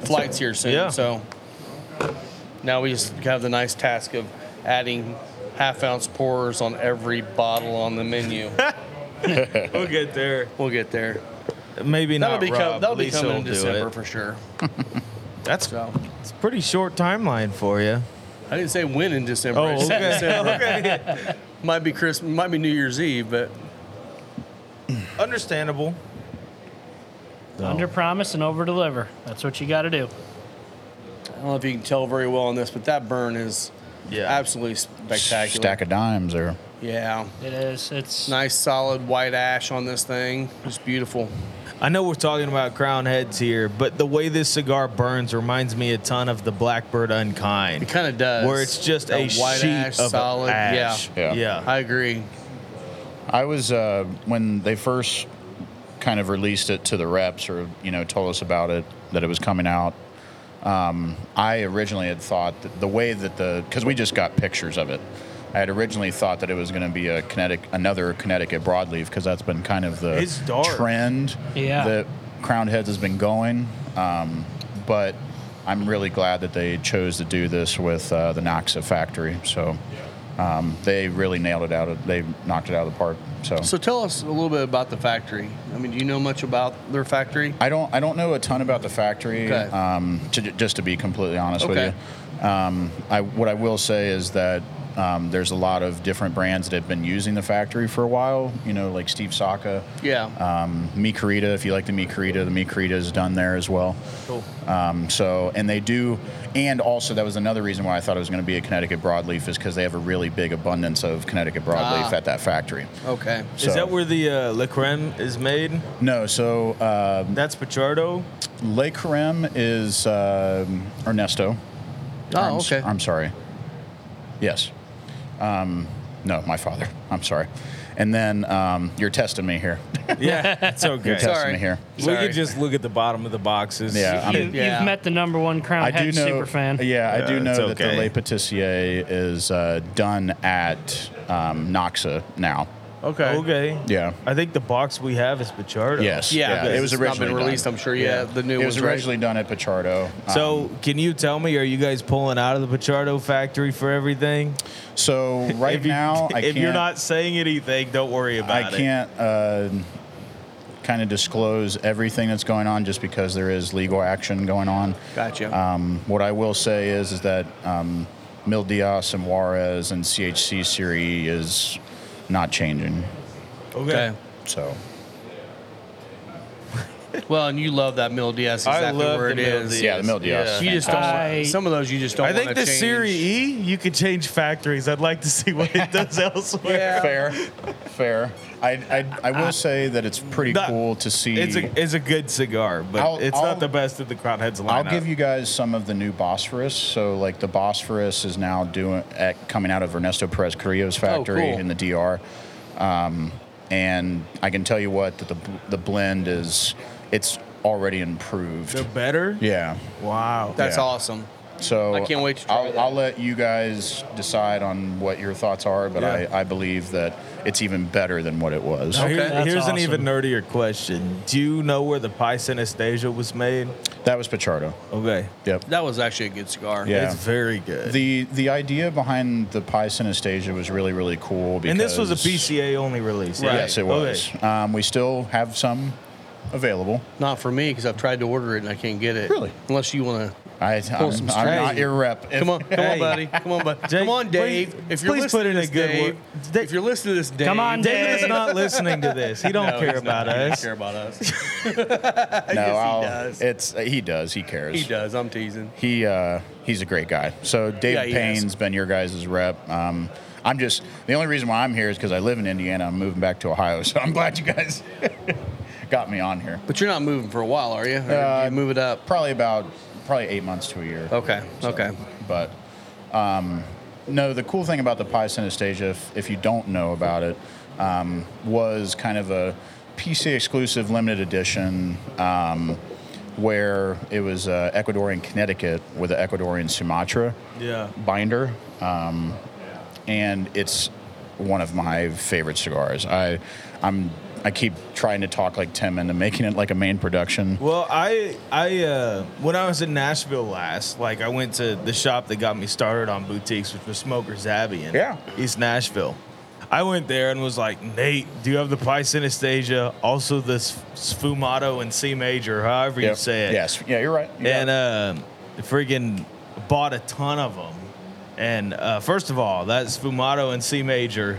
[SPEAKER 2] flights here soon.
[SPEAKER 4] Yeah.
[SPEAKER 2] So now we just have the nice task of adding half ounce pours on every bottle on the menu.
[SPEAKER 4] We'll get there.
[SPEAKER 2] we'll get there.
[SPEAKER 4] Maybe
[SPEAKER 2] That'll
[SPEAKER 4] not.
[SPEAKER 2] be,
[SPEAKER 4] Rob.
[SPEAKER 2] com- that'll be
[SPEAKER 4] Lisa
[SPEAKER 2] coming
[SPEAKER 4] will
[SPEAKER 2] in
[SPEAKER 4] do
[SPEAKER 2] December
[SPEAKER 4] it.
[SPEAKER 2] for sure.
[SPEAKER 4] That's
[SPEAKER 2] So
[SPEAKER 4] it's a pretty short timeline for you.
[SPEAKER 2] I didn't say when in December. I
[SPEAKER 4] Oh,
[SPEAKER 2] just said
[SPEAKER 4] okay.
[SPEAKER 2] December.
[SPEAKER 4] okay.
[SPEAKER 2] Might be Christmas, might be New Year's Eve, but
[SPEAKER 4] Understandable.
[SPEAKER 5] Under promise and over deliver. That's what you got to do.
[SPEAKER 2] I don't know if you can tell very well on this, but that burn is
[SPEAKER 4] Yeah.
[SPEAKER 2] absolutely spectacular.
[SPEAKER 3] Stack of dimes there.
[SPEAKER 2] Yeah.
[SPEAKER 5] It is. It's
[SPEAKER 2] Nice solid white ash on this thing. It's beautiful.
[SPEAKER 4] I know we're talking about crown heads here, but the way this cigar burns reminds me a ton of the Blackbird Unkind.
[SPEAKER 2] It kind of does.
[SPEAKER 4] where it's just
[SPEAKER 2] The
[SPEAKER 4] a sheet of solid ash.
[SPEAKER 2] Yeah.
[SPEAKER 3] Yeah.
[SPEAKER 2] I agree.
[SPEAKER 3] I was uh, when they first kind of released it to the reps, or you know, told us about it that it was coming out. Um, I originally had thought that the way that the because we just got pictures of it. I had originally thought that it was going to be a Connecticut, another Connecticut broadleaf because that's been kind of the
[SPEAKER 4] It's dark.
[SPEAKER 3] trend
[SPEAKER 5] Yeah.
[SPEAKER 3] that Crown Heads has been going. Um, but I'm really glad that they chose to do this with uh, the Noxa factory. So um, they really nailed it out. Of, they knocked it out of the park. So,
[SPEAKER 2] So tell us a little bit about the factory. I mean, do you know much about their factory?
[SPEAKER 3] I don't I don't know a ton about the factory.
[SPEAKER 2] Okay.
[SPEAKER 3] Um, to, just to be completely honest
[SPEAKER 2] Okay.
[SPEAKER 3] with you, um, I what I will say is that. Um, there's a lot of different brands that have been using the factory for a while, you know, like Steve Saka,
[SPEAKER 2] Yeah.
[SPEAKER 4] Uh,
[SPEAKER 3] um, Mi Carita. If you like the Mi Carita, the Mi Carita is done there as well.
[SPEAKER 2] cool.
[SPEAKER 3] Um, so, and they do, and also that was another reason why I thought it was going to be a Connecticut broadleaf is because they have a really big abundance of Connecticut broadleaf
[SPEAKER 2] Ah.
[SPEAKER 3] at that factory.
[SPEAKER 2] Okay.
[SPEAKER 3] So,
[SPEAKER 4] Is that where the uh, Le Creme is made?
[SPEAKER 3] No, so uh,
[SPEAKER 4] That's Pichardo.
[SPEAKER 3] Le Creme is um Ernesto. I'm
[SPEAKER 2] Oh,
[SPEAKER 3] s-
[SPEAKER 2] okay.
[SPEAKER 3] I'm sorry. Yes. Um, no, my father. I'm sorry. And then um, you're testing me here.
[SPEAKER 4] Yeah, it's okay.
[SPEAKER 3] You're testing
[SPEAKER 2] Sorry.
[SPEAKER 3] me here.
[SPEAKER 4] We
[SPEAKER 2] Sorry.
[SPEAKER 4] could just look at the bottom of the boxes.
[SPEAKER 3] Yeah, I'm-
[SPEAKER 5] you,
[SPEAKER 2] Yeah.
[SPEAKER 5] have met the number one crown
[SPEAKER 3] I
[SPEAKER 5] head
[SPEAKER 3] do know.
[SPEAKER 5] super fan.
[SPEAKER 3] Yeah, I do
[SPEAKER 4] Yeah,
[SPEAKER 3] know
[SPEAKER 4] it's
[SPEAKER 3] that the
[SPEAKER 4] okay.
[SPEAKER 3] Le Patissier is uh, done at um, Noxa now.
[SPEAKER 2] Okay.
[SPEAKER 4] Okay.
[SPEAKER 3] Yeah.
[SPEAKER 4] I think the box we have is Pichardo.
[SPEAKER 3] Yes.
[SPEAKER 2] Yeah,
[SPEAKER 3] Yeah, it
[SPEAKER 2] it
[SPEAKER 3] was
[SPEAKER 2] not been
[SPEAKER 3] originally
[SPEAKER 2] released.
[SPEAKER 3] done.
[SPEAKER 2] I'm sure. Yeah, the new
[SPEAKER 3] It was
[SPEAKER 2] one's right?
[SPEAKER 3] originally done at Pichardo. Um,
[SPEAKER 4] So, can you tell me, are you guys pulling out of the Pichardo factory for everything?
[SPEAKER 3] So right
[SPEAKER 4] If you-
[SPEAKER 3] now, I
[SPEAKER 4] if
[SPEAKER 3] can't,
[SPEAKER 4] you're not saying anything, don't worry about
[SPEAKER 3] I
[SPEAKER 4] it.
[SPEAKER 3] can't uh, kind of disclose everything that's going on just because there is legal action going on.
[SPEAKER 2] Gotcha.
[SPEAKER 3] Um, what I will say is, is that um, Mil Diaz and Juarez and CHC Serie E is not changing.
[SPEAKER 4] Okay.
[SPEAKER 2] okay.
[SPEAKER 3] So
[SPEAKER 2] Well, and you love that Mill DS
[SPEAKER 4] I
[SPEAKER 2] exactly
[SPEAKER 4] love
[SPEAKER 2] where
[SPEAKER 4] the
[SPEAKER 2] it
[SPEAKER 4] Mil
[SPEAKER 2] is.
[SPEAKER 4] Diaz.
[SPEAKER 3] yeah, the Mil Diaz.
[SPEAKER 2] You just don't.
[SPEAKER 5] I-
[SPEAKER 2] some of those you just don't.
[SPEAKER 4] I think
[SPEAKER 2] wanna
[SPEAKER 4] the
[SPEAKER 2] change.
[SPEAKER 4] Serie E, you could change factories. I'd like to see what it does elsewhere.
[SPEAKER 2] Yeah.
[SPEAKER 3] fair, fair. I, I, I will say that it's pretty
[SPEAKER 4] That-
[SPEAKER 3] cool to see.
[SPEAKER 4] It's a it's a good cigar, but
[SPEAKER 3] I'll-
[SPEAKER 4] it's
[SPEAKER 3] I'll-
[SPEAKER 4] not the best of the Crown Heads lineup.
[SPEAKER 3] I'll give you guys some of the new Bosphorus. So, like the Bosphorus is now doing at, coming out of Ernesto Perez
[SPEAKER 4] Oh,
[SPEAKER 3] Carrillo's factory
[SPEAKER 2] cool.
[SPEAKER 3] in the DR, um, and I can tell you what that the the blend is. It's already improved.
[SPEAKER 4] They're better.
[SPEAKER 3] yeah.
[SPEAKER 4] Wow.
[SPEAKER 2] That's
[SPEAKER 3] Yeah.
[SPEAKER 2] awesome.
[SPEAKER 3] So
[SPEAKER 2] I can't wait to try
[SPEAKER 3] I'll,
[SPEAKER 2] that.
[SPEAKER 3] I'll let you guys decide on what your thoughts are, but
[SPEAKER 4] Yeah.
[SPEAKER 3] I, I believe that it's even better than what it was.
[SPEAKER 4] Here-
[SPEAKER 2] Okay, that's
[SPEAKER 4] here's an
[SPEAKER 5] awesome.
[SPEAKER 4] even nerdier question. Do you know where the Pi Synesthesia was made?
[SPEAKER 3] That was Pachardo.
[SPEAKER 4] Okay.
[SPEAKER 3] Yep.
[SPEAKER 2] That was actually a good cigar.
[SPEAKER 3] Yeah.
[SPEAKER 4] It's very good.
[SPEAKER 3] The the idea behind the Pi Synesthesia was really really cool because
[SPEAKER 4] and this was a PCA only release.
[SPEAKER 2] Right.
[SPEAKER 3] Yes, it was. Um, we still have some available.
[SPEAKER 2] Not for me because I've tried to order it and I can't get it.
[SPEAKER 3] Really?
[SPEAKER 2] Unless you want to.
[SPEAKER 3] I, I'm, I'm
[SPEAKER 2] some
[SPEAKER 3] not
[SPEAKER 2] strategy.
[SPEAKER 3] your rep. If-
[SPEAKER 2] Come on, come
[SPEAKER 4] Hey.
[SPEAKER 2] on, buddy. Come on, buddy.
[SPEAKER 4] Jake,
[SPEAKER 2] come on, Dave.
[SPEAKER 4] please-
[SPEAKER 2] if you're
[SPEAKER 4] please
[SPEAKER 2] listening
[SPEAKER 4] put in
[SPEAKER 2] to
[SPEAKER 4] a
[SPEAKER 2] this,
[SPEAKER 4] good
[SPEAKER 2] Dave,
[SPEAKER 4] word. Da-
[SPEAKER 2] if you're listening to this, Dave,
[SPEAKER 5] Come on,
[SPEAKER 4] David is
[SPEAKER 5] Dave.
[SPEAKER 4] not listening to this. He don't
[SPEAKER 2] No,
[SPEAKER 4] care
[SPEAKER 2] he's
[SPEAKER 4] about
[SPEAKER 2] not. He doesn't
[SPEAKER 4] us.
[SPEAKER 2] Care about us.
[SPEAKER 3] no, I'll-
[SPEAKER 2] does.
[SPEAKER 3] It's he does. He cares.
[SPEAKER 2] He does. I'm teasing.
[SPEAKER 3] He uh, he's a great guy. So
[SPEAKER 2] Yeah,
[SPEAKER 3] David
[SPEAKER 2] he
[SPEAKER 3] Payne's
[SPEAKER 2] is.
[SPEAKER 3] been your guys' rep. Um, I'm just the only reason why I'm here is because I live in Indiana. I'm moving back to Ohio, so I'm glad you guys got me on here.
[SPEAKER 2] But you're not moving for a while, are you? Or do
[SPEAKER 3] Uh,
[SPEAKER 2] you move it up.
[SPEAKER 3] Probably about probably eight months to a year.
[SPEAKER 2] Okay. Okay.
[SPEAKER 3] But um, no, the cool thing about the Pi Synesthesia, if, if you don't know about it, um, was kind of a PC exclusive limited edition um, where it was uh, Ecuadorian Connecticut with an Ecuadorian Sumatra
[SPEAKER 4] Yeah.
[SPEAKER 3] binder, um, and it's one of my favorite cigars. I, I'm, I keep trying to talk like Tim into making it like a main production.
[SPEAKER 4] Well, I I uh, when I was in Nashville last, like I went to the shop that got me started on boutiques, which was Smoker's Abbey in
[SPEAKER 3] Yeah.
[SPEAKER 4] East Nashville. I went there and was like, Nate, do you have the Pi Synesthesia? Also the S- Sfumato in C major, however you
[SPEAKER 3] Yep.
[SPEAKER 4] say it.
[SPEAKER 3] Yes. Yeah, you're right. You're
[SPEAKER 4] and
[SPEAKER 3] right.
[SPEAKER 4] uh, friggin' bought a ton of them. And uh, first of all, that's Fumato in C major.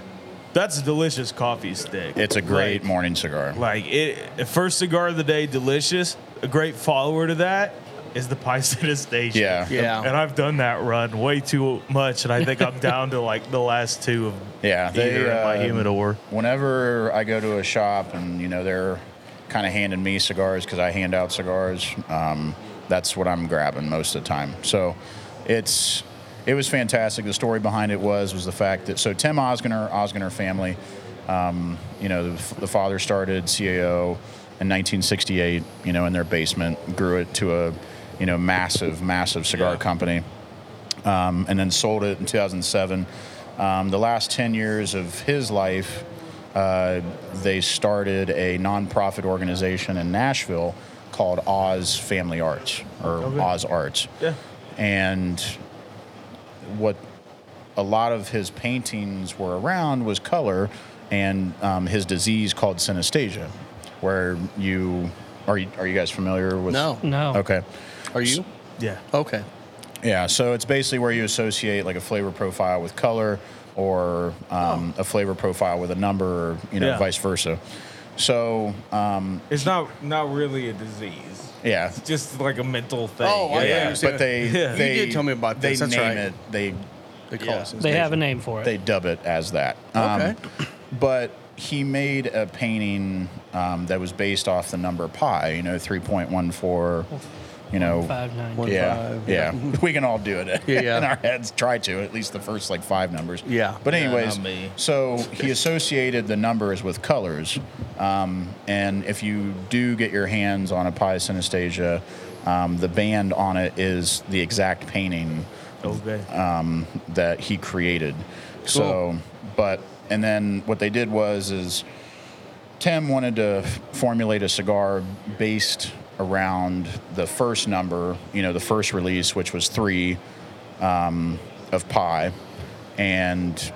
[SPEAKER 4] That's a delicious coffee stick.
[SPEAKER 3] it's a great
[SPEAKER 4] Like-
[SPEAKER 3] morning cigar.
[SPEAKER 4] Like it, the first cigar of the day, delicious. A great follower to that is the Pi Station.
[SPEAKER 3] Yeah.
[SPEAKER 2] Yeah.
[SPEAKER 4] And I've done that run way too much, and I think I'm down to like the last two of
[SPEAKER 3] Yeah,
[SPEAKER 4] either in my
[SPEAKER 3] uh,
[SPEAKER 4] humidor.
[SPEAKER 3] Whenever I go to a shop and you know they're kind of handing me cigars because I hand out cigars, um, that's what I'm grabbing most of the time. So it's it was fantastic. The story behind it was was the fact that so Tim Osgener, Osgener family, um, you know, the, the father started CAO in 1968, you know, in their basement, grew it to a you know massive, massive cigar
[SPEAKER 4] Yeah.
[SPEAKER 3] company um, and then sold it in 2007. Um, the last 10 years of his life, uh, they started a nonprofit organization in Nashville called Oz Family Arts or Oz Arts.
[SPEAKER 4] Yeah.
[SPEAKER 3] And what a lot of his paintings were around was color and um, his disease called synesthesia, where you are, you are you guys familiar with?
[SPEAKER 2] No.
[SPEAKER 5] No.
[SPEAKER 3] Okay.
[SPEAKER 2] Are you?
[SPEAKER 4] Yeah.
[SPEAKER 2] Okay.
[SPEAKER 3] Yeah, so it's basically where you associate like a flavor profile with color or um, a flavor profile with a number or, you know,
[SPEAKER 4] Yeah.
[SPEAKER 3] vice versa. So, um,
[SPEAKER 4] It's not not really a disease.
[SPEAKER 3] yeah.
[SPEAKER 4] It's just like a mental thing.
[SPEAKER 2] Oh, I
[SPEAKER 3] yeah,
[SPEAKER 2] understand.
[SPEAKER 3] but they,
[SPEAKER 4] Yeah. You
[SPEAKER 3] they
[SPEAKER 2] did tell me about
[SPEAKER 3] they
[SPEAKER 2] this, that's
[SPEAKER 3] name
[SPEAKER 2] right.
[SPEAKER 3] it they
[SPEAKER 2] They call
[SPEAKER 4] Yeah.
[SPEAKER 2] us.
[SPEAKER 5] They have a name for it.
[SPEAKER 3] they dub it as that. Um,
[SPEAKER 2] Okay.
[SPEAKER 3] But he made a painting um, that was based off the number pi, you know, three point one four, you know,
[SPEAKER 5] Five nine.
[SPEAKER 2] One-
[SPEAKER 3] Yeah,
[SPEAKER 2] five.
[SPEAKER 3] yeah. we can all do it
[SPEAKER 2] Yeah, yeah.
[SPEAKER 3] in our heads. Try to at least the first like five numbers.
[SPEAKER 2] Yeah.
[SPEAKER 3] But
[SPEAKER 4] Yeah,
[SPEAKER 3] anyways,
[SPEAKER 4] not me.
[SPEAKER 3] so he associated the numbers with colors, um, and if you do get your hands on a Pi Synesthesia, um, the band on it is the exact painting
[SPEAKER 4] Okay.
[SPEAKER 2] Uh.
[SPEAKER 3] um, that he created. So,
[SPEAKER 2] Cool.
[SPEAKER 3] but and then what they did was is Tim wanted to f- formulate a cigar based around the first number, you know, the first release, which was three um, of pi, and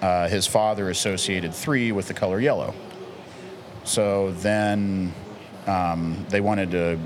[SPEAKER 3] uh, his father associated three with the color yellow. So then um, they wanted to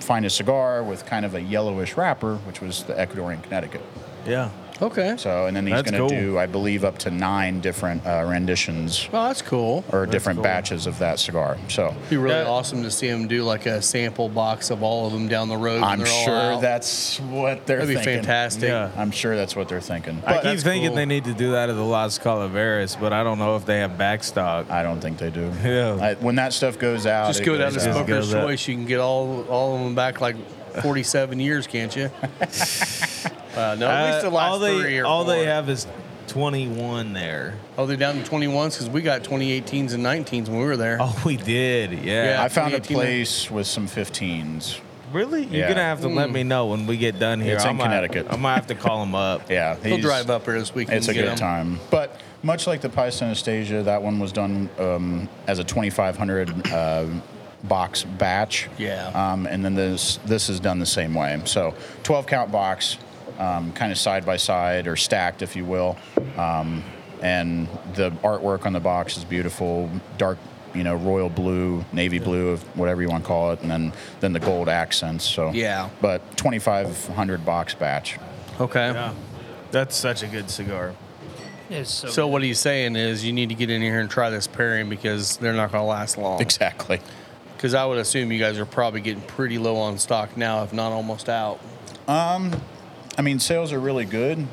[SPEAKER 3] find a cigar with kind of a yellowish wrapper, which was the Ecuadorian Connecticut.
[SPEAKER 4] yeah.
[SPEAKER 2] Okay.
[SPEAKER 3] So, and then he's
[SPEAKER 4] That's
[SPEAKER 3] going to
[SPEAKER 4] cool.
[SPEAKER 3] do, I believe, up to nine different uh, renditions
[SPEAKER 2] Well, that's cool.
[SPEAKER 3] or different
[SPEAKER 4] cool.
[SPEAKER 3] batches of that cigar. So,
[SPEAKER 2] It'd be really
[SPEAKER 4] Yeah.
[SPEAKER 2] awesome to see him do like a sample box of all of them down the road. when
[SPEAKER 3] I'm
[SPEAKER 2] they're all
[SPEAKER 3] sure
[SPEAKER 2] out.
[SPEAKER 3] that's what they're
[SPEAKER 2] that'd be
[SPEAKER 3] thinking.
[SPEAKER 2] fantastic.
[SPEAKER 4] Yeah.
[SPEAKER 3] I'm sure that's what they're thinking.
[SPEAKER 4] I
[SPEAKER 3] But
[SPEAKER 4] keep thinking
[SPEAKER 2] cool.
[SPEAKER 4] they need to do that at the Las Calaveras, but I don't know if they have backstock.
[SPEAKER 3] I don't think they do.
[SPEAKER 4] Yeah.
[SPEAKER 3] I, when that stuff goes out,
[SPEAKER 2] Just
[SPEAKER 3] it
[SPEAKER 2] go down
[SPEAKER 3] goes
[SPEAKER 2] to
[SPEAKER 3] out.
[SPEAKER 2] Smoker's
[SPEAKER 4] Go that-
[SPEAKER 2] Choice. You can get all all of them back like 47 years, can't you? Uh, no, at least the
[SPEAKER 4] Uh,
[SPEAKER 2] last
[SPEAKER 4] all they,
[SPEAKER 2] three or
[SPEAKER 4] all they
[SPEAKER 2] four.
[SPEAKER 4] have is 21 there.
[SPEAKER 2] Oh, they're down to 21s because we got 2018s and 19s when we were there.
[SPEAKER 4] Oh, we Oh, did. Yeah.
[SPEAKER 2] Yeah.
[SPEAKER 3] I found a
[SPEAKER 2] 2018
[SPEAKER 3] place with some 15s.
[SPEAKER 4] really? You're
[SPEAKER 3] Yeah.
[SPEAKER 4] gonna have to let me know when we get done here.
[SPEAKER 3] It's
[SPEAKER 4] I
[SPEAKER 3] in
[SPEAKER 4] might-
[SPEAKER 3] Connecticut.
[SPEAKER 4] I might have to call him up.
[SPEAKER 3] Yeah,
[SPEAKER 2] He'll
[SPEAKER 3] he's-
[SPEAKER 2] drive up here this weekend.
[SPEAKER 3] It's a
[SPEAKER 2] and get
[SPEAKER 3] good
[SPEAKER 2] 'em.
[SPEAKER 3] time, but much like the Pi Synesthesia, that one was done um, as a 2,500 uh, box batch.
[SPEAKER 2] Yeah.
[SPEAKER 3] Um, and then this this is done the same way. So 12 count box, um, kind of side by side or stacked, if you will. Um, and the artwork on the box is beautiful, dark, you know, royal blue, navy blue, whatever you want to call it, and then then the gold accents. So
[SPEAKER 2] Yeah.
[SPEAKER 3] But 2,500 box batch.
[SPEAKER 2] Okay.
[SPEAKER 4] Yeah. That's such a good cigar.
[SPEAKER 5] It's so,
[SPEAKER 2] So what he's saying is you need to get in here and try this pairing because they're not going to last long.
[SPEAKER 3] Exactly.
[SPEAKER 2] Because I would assume you guys are probably getting pretty low on stock now, if not almost out.
[SPEAKER 3] I mean, sales are really good,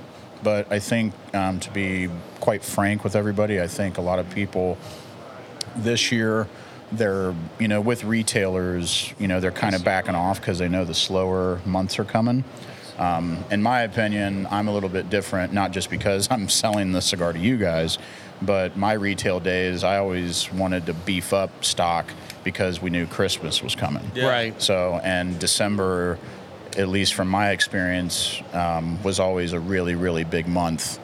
[SPEAKER 3] but I think, um, to be quite frank with everybody, I think a lot of people this year, they're, you know, with retailers, you know, they're kind of backing off because they know the slower months are coming. Um, in my opinion, I'm a little bit different, not just because I'm selling the cigar to you guys, but my retail days, I always wanted to beef up stock because we knew Christmas was coming.
[SPEAKER 2] Right.
[SPEAKER 3] So, and December, at least from my experience, um, was always a really, really big month.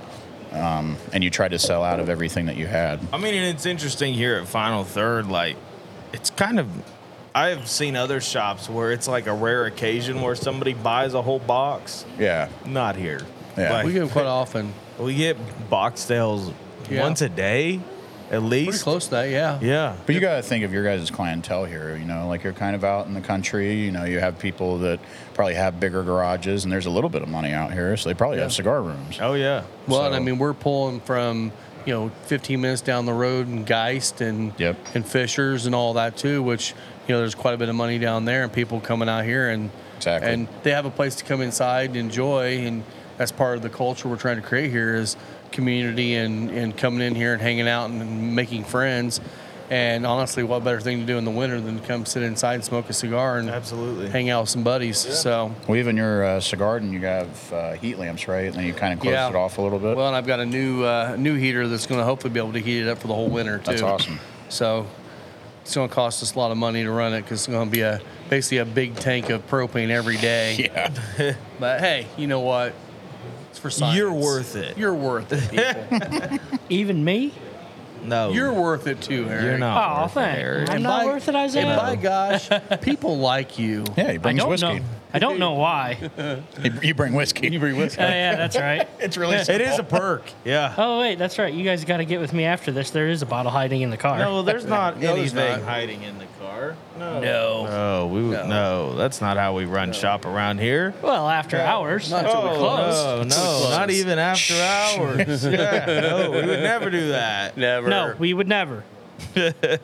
[SPEAKER 3] Um, and you tried to sell out of everything that you had.
[SPEAKER 4] I mean, and it's interesting here at Final Third. Like, it's kind of. I've seen other shops where it's like a rare occasion where somebody buys a whole box.
[SPEAKER 3] Yeah.
[SPEAKER 4] Not here.
[SPEAKER 3] Yeah.
[SPEAKER 4] Like,
[SPEAKER 2] We get 'em quite often.
[SPEAKER 4] we get box sales
[SPEAKER 2] Yeah.
[SPEAKER 4] once a day, at
[SPEAKER 2] Pretty
[SPEAKER 4] least.
[SPEAKER 2] close to that, yeah.
[SPEAKER 4] Yeah.
[SPEAKER 3] But you got to think of your guys' clientele here. You know, like you're kind of out in the country. You know, you have people that probably have bigger garages, and there's a little bit of money out here, so they probably have cigar rooms.
[SPEAKER 4] Oh yeah.
[SPEAKER 2] Well, and
[SPEAKER 3] So-
[SPEAKER 2] I mean, we're pulling from, you know, 15 minutes down the road in Geist and
[SPEAKER 3] Yep.
[SPEAKER 2] and Fishers and all that too, which, you know, there's quite a bit of money down there and people coming out here and
[SPEAKER 3] Exactly.
[SPEAKER 2] and they have a place to come inside and enjoy and that's part of the culture we're trying to create here is community and and coming in here and hanging out and making friends. And honestly, what better thing to do in the winter than to come sit inside and smoke a cigar and
[SPEAKER 4] Absolutely.
[SPEAKER 2] hang out with some buddies. So
[SPEAKER 3] Well, even your uh, cigar garden, you have uh, heat lamps, right? And then you kind of close
[SPEAKER 2] Yeah.
[SPEAKER 3] it off a little bit.
[SPEAKER 2] Well, and I've got a new uh, new heater that's going to hopefully be able to heat it up for the whole winter too.
[SPEAKER 3] That's awesome.
[SPEAKER 2] So it's going to cost us a lot of money to run it because it's going to be a basically a big tank of propane every day.
[SPEAKER 3] yeah.
[SPEAKER 2] But hey, you know what? It's for science.
[SPEAKER 4] You're worth it.
[SPEAKER 2] You're worth it. People.
[SPEAKER 5] even me?
[SPEAKER 4] No.
[SPEAKER 2] You're worth it too, Eric.
[SPEAKER 4] You're not.
[SPEAKER 5] Oh,
[SPEAKER 4] worth it,
[SPEAKER 5] thanks.
[SPEAKER 4] Eric.
[SPEAKER 5] I'm
[SPEAKER 2] And
[SPEAKER 5] not
[SPEAKER 2] by-
[SPEAKER 5] worth it, Isaiah.
[SPEAKER 2] And by gosh, people like you.
[SPEAKER 3] Yeah, he
[SPEAKER 5] I
[SPEAKER 3] brings
[SPEAKER 5] don't
[SPEAKER 3] whiskey.
[SPEAKER 5] know. I don't know why. Oh
[SPEAKER 3] You You bring whiskey. You bring whiskey.
[SPEAKER 5] yeah, that's right.
[SPEAKER 3] it's really
[SPEAKER 4] It is a perk. Yeah.
[SPEAKER 5] Oh wait, that's right. You guys got to get with me after this. There is a bottle hiding in the car.
[SPEAKER 4] No, there's not
[SPEAKER 2] No, there's
[SPEAKER 4] anything
[SPEAKER 2] not.
[SPEAKER 4] hiding in the car. No.
[SPEAKER 2] No.
[SPEAKER 4] No, Oh, we no. no, that's not how we run shop around here.
[SPEAKER 5] Well, after hours.
[SPEAKER 2] not till we're closed.
[SPEAKER 4] no,
[SPEAKER 2] Till we're
[SPEAKER 4] no,
[SPEAKER 2] closed.
[SPEAKER 4] not even after hours. yeah, no, we would never do that.
[SPEAKER 2] Never.
[SPEAKER 5] No, we would never.
[SPEAKER 4] I'll get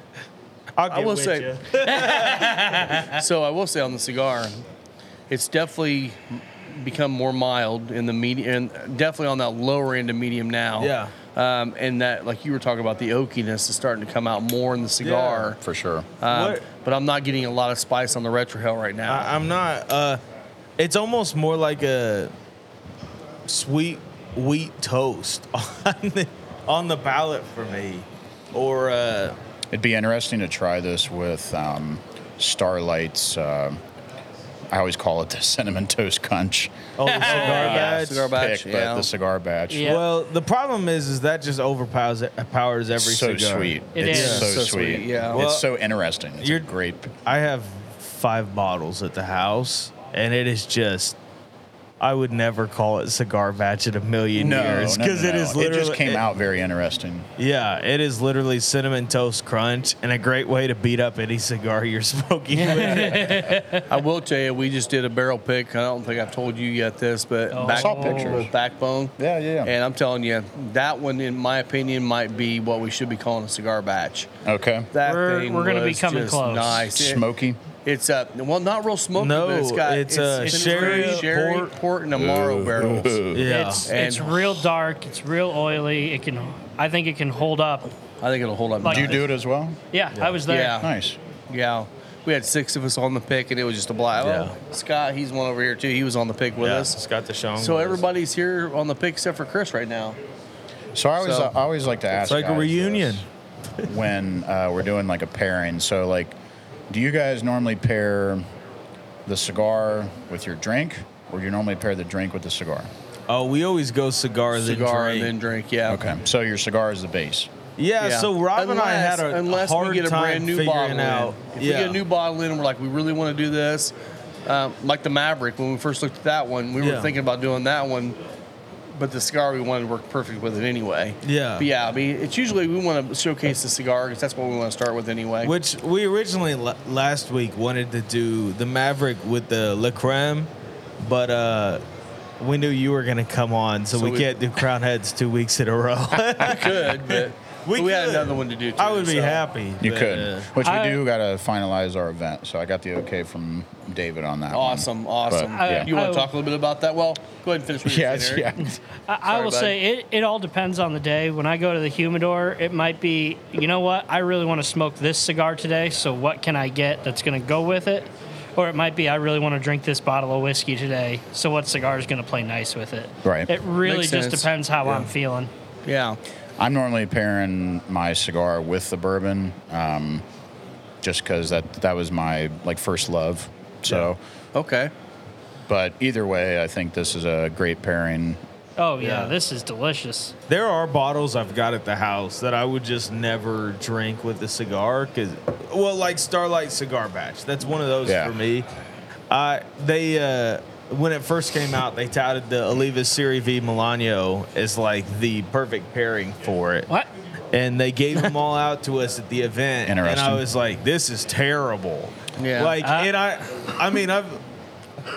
[SPEAKER 2] I will
[SPEAKER 4] with
[SPEAKER 2] say-
[SPEAKER 4] ya.
[SPEAKER 2] So I will say on the cigar, it's definitely become more mild in the medium, and definitely on that lower end of medium now.
[SPEAKER 4] Yeah.
[SPEAKER 2] Um, and that, like you were talking about, the oakiness is starting to come out more in the cigar.
[SPEAKER 3] for sure.
[SPEAKER 2] Um,
[SPEAKER 4] What-
[SPEAKER 2] But I'm not getting a lot of spice on the retrohale right now.
[SPEAKER 4] I, I'm not. Uh, it's almost more like a sweet wheat toast on the, on the palate for me, or uh,
[SPEAKER 3] It'd be interesting to try this with um, Starlight's. Uh, I always call it the cinnamon toast conch
[SPEAKER 4] oh, the cigar
[SPEAKER 2] Yeah,
[SPEAKER 4] badge.
[SPEAKER 2] cigar batch,
[SPEAKER 3] pick,
[SPEAKER 2] yeah.
[SPEAKER 3] but the cigar batch.
[SPEAKER 5] Yeah.
[SPEAKER 4] Well, the problem is, is that just overpowers powers every
[SPEAKER 3] It's so
[SPEAKER 4] cigar.
[SPEAKER 3] sweet.
[SPEAKER 5] It
[SPEAKER 3] it's
[SPEAKER 5] is.
[SPEAKER 3] so,
[SPEAKER 2] So
[SPEAKER 3] sweet.
[SPEAKER 2] sweet, yeah.
[SPEAKER 4] Well,
[SPEAKER 3] it's so interesting. It's a
[SPEAKER 4] you're-
[SPEAKER 3] great.
[SPEAKER 4] I have five bottles at the house, and it is just. I would never call it cigar batch in a million years because it is literally
[SPEAKER 3] It just came out very interesting.
[SPEAKER 4] Yeah, it is literally cinnamon toast crunch, and a great way to beat up any cigar you're smoking. with it.
[SPEAKER 2] I will tell you, we just did a barrel pick. I don't think I've told you yet this, but
[SPEAKER 4] Oh,
[SPEAKER 3] I saw pictures.
[SPEAKER 2] backbone.
[SPEAKER 3] Yeah, yeah.
[SPEAKER 2] And I'm telling you, that one, in my opinion, might be what we should be calling a cigar batch.
[SPEAKER 3] Okay.
[SPEAKER 2] That
[SPEAKER 5] We're-
[SPEAKER 2] thing
[SPEAKER 5] we're gonna be
[SPEAKER 2] was
[SPEAKER 5] coming
[SPEAKER 2] just
[SPEAKER 5] close.
[SPEAKER 2] Nice, It-
[SPEAKER 3] Smoky.
[SPEAKER 2] It's uh well not real smoky,
[SPEAKER 4] No,
[SPEAKER 2] but it's got
[SPEAKER 4] it's, uh, sherry,
[SPEAKER 2] sherry
[SPEAKER 4] port.
[SPEAKER 2] port, and amaro barrels.
[SPEAKER 4] Yeah.
[SPEAKER 5] It's
[SPEAKER 2] And-
[SPEAKER 5] it's real dark. It's real oily. It can. I think it can hold up.
[SPEAKER 2] I think it'll hold up.
[SPEAKER 5] Like-
[SPEAKER 3] Do you do it as well?
[SPEAKER 5] Yeah, I was there.
[SPEAKER 2] Yeah.
[SPEAKER 3] Nice.
[SPEAKER 2] Yeah, we had six of us on the pick, and it was just a blast.
[SPEAKER 4] Yeah.
[SPEAKER 2] Oh, Scott, he's one over here too. He was on the pick with
[SPEAKER 4] Yeah,
[SPEAKER 2] us.
[SPEAKER 4] Scott DeShong.
[SPEAKER 2] So
[SPEAKER 4] was-
[SPEAKER 2] everybody's here on the pick except for Chris right now.
[SPEAKER 3] So I always,
[SPEAKER 2] So-
[SPEAKER 3] I always like to ask.
[SPEAKER 4] like a
[SPEAKER 3] guys this
[SPEAKER 4] reunion.
[SPEAKER 3] when uh, we're doing like a pairing. So like, do you guys normally pair the cigar with your drink, or do you normally pair the drink with the cigar?
[SPEAKER 4] Oh, we always go cigar,
[SPEAKER 2] cigar
[SPEAKER 4] then
[SPEAKER 2] and
[SPEAKER 4] drink.
[SPEAKER 2] then drink. Yeah.
[SPEAKER 3] Okay, so your cigar is the base.
[SPEAKER 4] yeah, so Rob and I had a
[SPEAKER 2] unless
[SPEAKER 4] hard
[SPEAKER 2] we get a
[SPEAKER 4] time
[SPEAKER 2] brand new
[SPEAKER 4] figuring
[SPEAKER 2] bottle
[SPEAKER 4] out.
[SPEAKER 2] in. If
[SPEAKER 4] yeah.
[SPEAKER 2] we get a new bottle in, we're like, we really want to do this. Um, like the Maverick, when we first looked at that one, we were
[SPEAKER 4] Yeah.
[SPEAKER 2] thinking about doing that one, but the cigar we wanted worked perfect with it anyway.
[SPEAKER 4] Yeah.
[SPEAKER 2] But yeah, I mean, it's usually we want to showcase the cigar because that's what we want to start with anyway.
[SPEAKER 4] Which we originally la- last week wanted to do the Maverick with the Le Creme, but uh, we knew you were going to come on, so,
[SPEAKER 2] So
[SPEAKER 4] we,
[SPEAKER 2] we-
[SPEAKER 4] can't do Crown Heads two weeks in a row.
[SPEAKER 2] we could, but
[SPEAKER 4] We
[SPEAKER 2] we, had
[SPEAKER 4] could.
[SPEAKER 2] another one to do too.
[SPEAKER 4] I would be
[SPEAKER 2] so.
[SPEAKER 4] happy.
[SPEAKER 3] You
[SPEAKER 4] but,
[SPEAKER 3] could,
[SPEAKER 4] uh,
[SPEAKER 3] which we
[SPEAKER 5] I-
[SPEAKER 3] do got to finalize our event. So I got the okay from David on that. one.
[SPEAKER 2] Awesome, awesome.
[SPEAKER 3] But, yeah.
[SPEAKER 2] You want
[SPEAKER 5] I-
[SPEAKER 2] to talk a little bit about that? Well, go ahead and finish what you're
[SPEAKER 3] Yeah,
[SPEAKER 2] saying,
[SPEAKER 3] yeah.
[SPEAKER 2] Eric.
[SPEAKER 5] I, I
[SPEAKER 2] Sorry,
[SPEAKER 5] will
[SPEAKER 2] bud.
[SPEAKER 5] say it, it all depends on the day. When I go to the humidor, it might be, you know what, I really want to smoke this cigar today, so what can I get that's going to go with it? Or it might be, I really want to drink this bottle of whiskey today, so what cigar is going to play nice with it?
[SPEAKER 3] Right.
[SPEAKER 5] It really
[SPEAKER 2] Makes
[SPEAKER 5] just
[SPEAKER 2] sense.
[SPEAKER 5] depends how I'm feeling.
[SPEAKER 2] Yeah.
[SPEAKER 3] I'm normally pairing my cigar with the bourbon, um, just because that that was my like first love. So,
[SPEAKER 2] Okay.
[SPEAKER 3] but either way, I think this is a great pairing.
[SPEAKER 5] Oh, yeah,
[SPEAKER 4] Yeah.
[SPEAKER 5] this is delicious.
[SPEAKER 4] There are bottles I've got at the house that I would just never drink with a cigar because, well, like Starlight Cigar Batch. That's one of those
[SPEAKER 3] Yeah.
[SPEAKER 4] for me. I they uh, when it first came out, they touted the Oliva Siri V Milano as like the perfect pairing for it.
[SPEAKER 5] What?
[SPEAKER 4] And they gave them all out to us at the event, and I
[SPEAKER 3] Interesting.
[SPEAKER 4] was like, "This is terrible."
[SPEAKER 2] Yeah.
[SPEAKER 4] Like,
[SPEAKER 5] Uh,
[SPEAKER 4] and I, I mean, I've,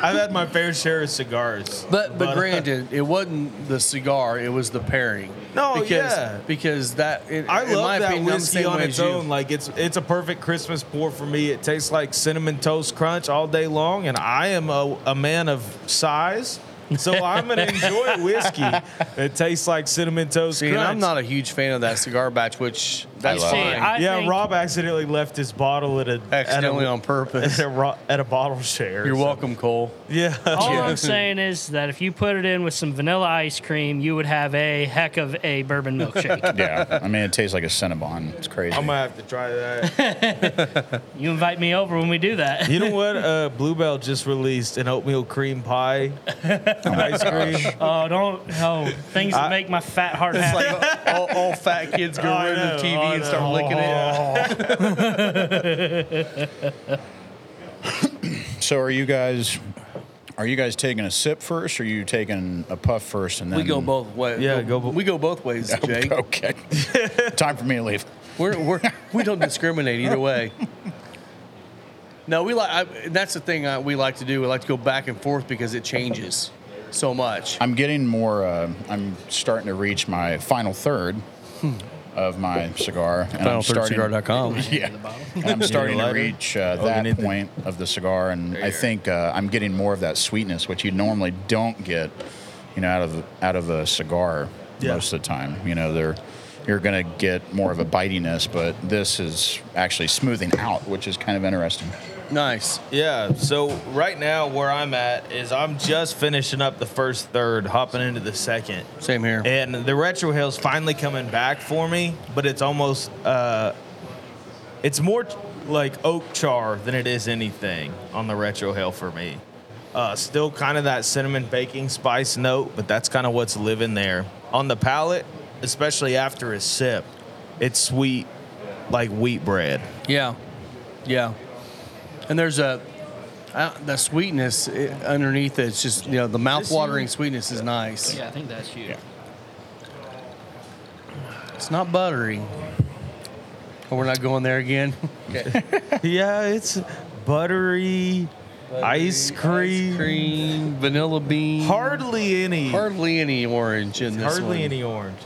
[SPEAKER 4] I've had my fair share of cigars,
[SPEAKER 2] But but
[SPEAKER 4] uh,
[SPEAKER 2] granted, it wasn't the cigar; it was the pairing.
[SPEAKER 4] No,
[SPEAKER 2] because,
[SPEAKER 4] yeah.
[SPEAKER 2] because that. in-
[SPEAKER 4] I
[SPEAKER 2] in my
[SPEAKER 4] love that
[SPEAKER 2] opinion, I'm the
[SPEAKER 4] whiskey
[SPEAKER 2] same
[SPEAKER 4] on
[SPEAKER 2] way
[SPEAKER 4] its
[SPEAKER 2] as you.
[SPEAKER 4] own. Like it's it's a perfect Christmas pour for me. It tastes like cinnamon toast crunch all day long, and I am a, a man of size. So I'm gonna enjoy whiskey that tastes like cinnamon toast
[SPEAKER 2] See, and
[SPEAKER 4] crunch.
[SPEAKER 2] I'm not a huge fan of that cigar batch, which that's
[SPEAKER 3] love
[SPEAKER 5] See,
[SPEAKER 2] fine.
[SPEAKER 5] I
[SPEAKER 4] yeah,
[SPEAKER 5] think-
[SPEAKER 4] Rob accidentally left his bottle at a
[SPEAKER 2] accidentally
[SPEAKER 4] at a,
[SPEAKER 2] on purpose.
[SPEAKER 4] at a, ro- at a bottle share.
[SPEAKER 2] You're Oh,
[SPEAKER 4] so-
[SPEAKER 2] welcome, Cole.
[SPEAKER 4] Yeah.
[SPEAKER 5] All
[SPEAKER 2] Yeah.
[SPEAKER 5] I'm saying is that if you put it in with some vanilla ice cream, you would have a heck of a bourbon milkshake.
[SPEAKER 3] Yeah, I mean it tastes like a Cinnabon. It's crazy.
[SPEAKER 4] I'm gonna have to try that.
[SPEAKER 5] you invite me over when we do that.
[SPEAKER 4] You know what? Uh, Bluebell just released an oatmeal cream pie ice cream.
[SPEAKER 5] Oh, don't. Oh, things that make my fat heart
[SPEAKER 2] It's
[SPEAKER 5] happy.
[SPEAKER 2] like all, all fat kids go
[SPEAKER 4] Oh, I
[SPEAKER 2] rid
[SPEAKER 4] know,
[SPEAKER 2] of
[SPEAKER 4] Oh.
[SPEAKER 2] TV
[SPEAKER 4] I
[SPEAKER 2] and start
[SPEAKER 4] know.
[SPEAKER 2] licking it.
[SPEAKER 3] So are you guys? Are you guys taking a sip first, or are you taking a puff first, and then
[SPEAKER 2] We go both ways.
[SPEAKER 4] Yeah, go bo-
[SPEAKER 2] we go both ways, Jake.
[SPEAKER 3] Okay. Time for me to leave.
[SPEAKER 2] We're, we're we don't discriminate either way. No, we like. I, that's the thing I, we like to do. We like to go back and forth because it changes so much.
[SPEAKER 3] I'm getting more. Uh, I'm starting to reach my final third
[SPEAKER 2] Hmm.
[SPEAKER 3] of my cigar, and
[SPEAKER 4] Um,
[SPEAKER 3] I'm starting. Yeah, and I'm starting to
[SPEAKER 4] lighter?
[SPEAKER 3] reach uh,
[SPEAKER 4] Oh, you need
[SPEAKER 3] that
[SPEAKER 4] the-
[SPEAKER 3] point of the cigar, and I think uh, I'm getting more of that sweetness, which you normally don't get, you know, out of out of a cigar
[SPEAKER 4] Yeah.
[SPEAKER 3] most of the time. You know, they're you're gonna get more of a bitiness, but this is actually smoothing out, which is kind of interesting.
[SPEAKER 2] Nice.
[SPEAKER 4] Yeah. So right now, where I'm at is I'm just finishing up the first third, hopping into the second,
[SPEAKER 2] Same here.
[SPEAKER 4] and the retro hill's finally coming back for me. But it's almost, uh, it's more like oak char than it is anything on the retro hill for me. Uh, still kind of that cinnamon baking spice note, but that's kind of what's living there on the palate, especially after a sip. It's sweet, like wheat bread.
[SPEAKER 2] Yeah, yeah. And there's a uh, the sweetness i- underneath it. It's just you know the mouth-watering sweetness is nice.
[SPEAKER 5] Yeah, I think that's you.
[SPEAKER 2] It's not buttery. Oh, we're not going there again.
[SPEAKER 4] Yeah, it's buttery, ice, cream,
[SPEAKER 2] Ice cream, vanilla bean.
[SPEAKER 4] hardly any,
[SPEAKER 2] Hardly any orange in this
[SPEAKER 4] hardly
[SPEAKER 2] one.
[SPEAKER 4] any orange.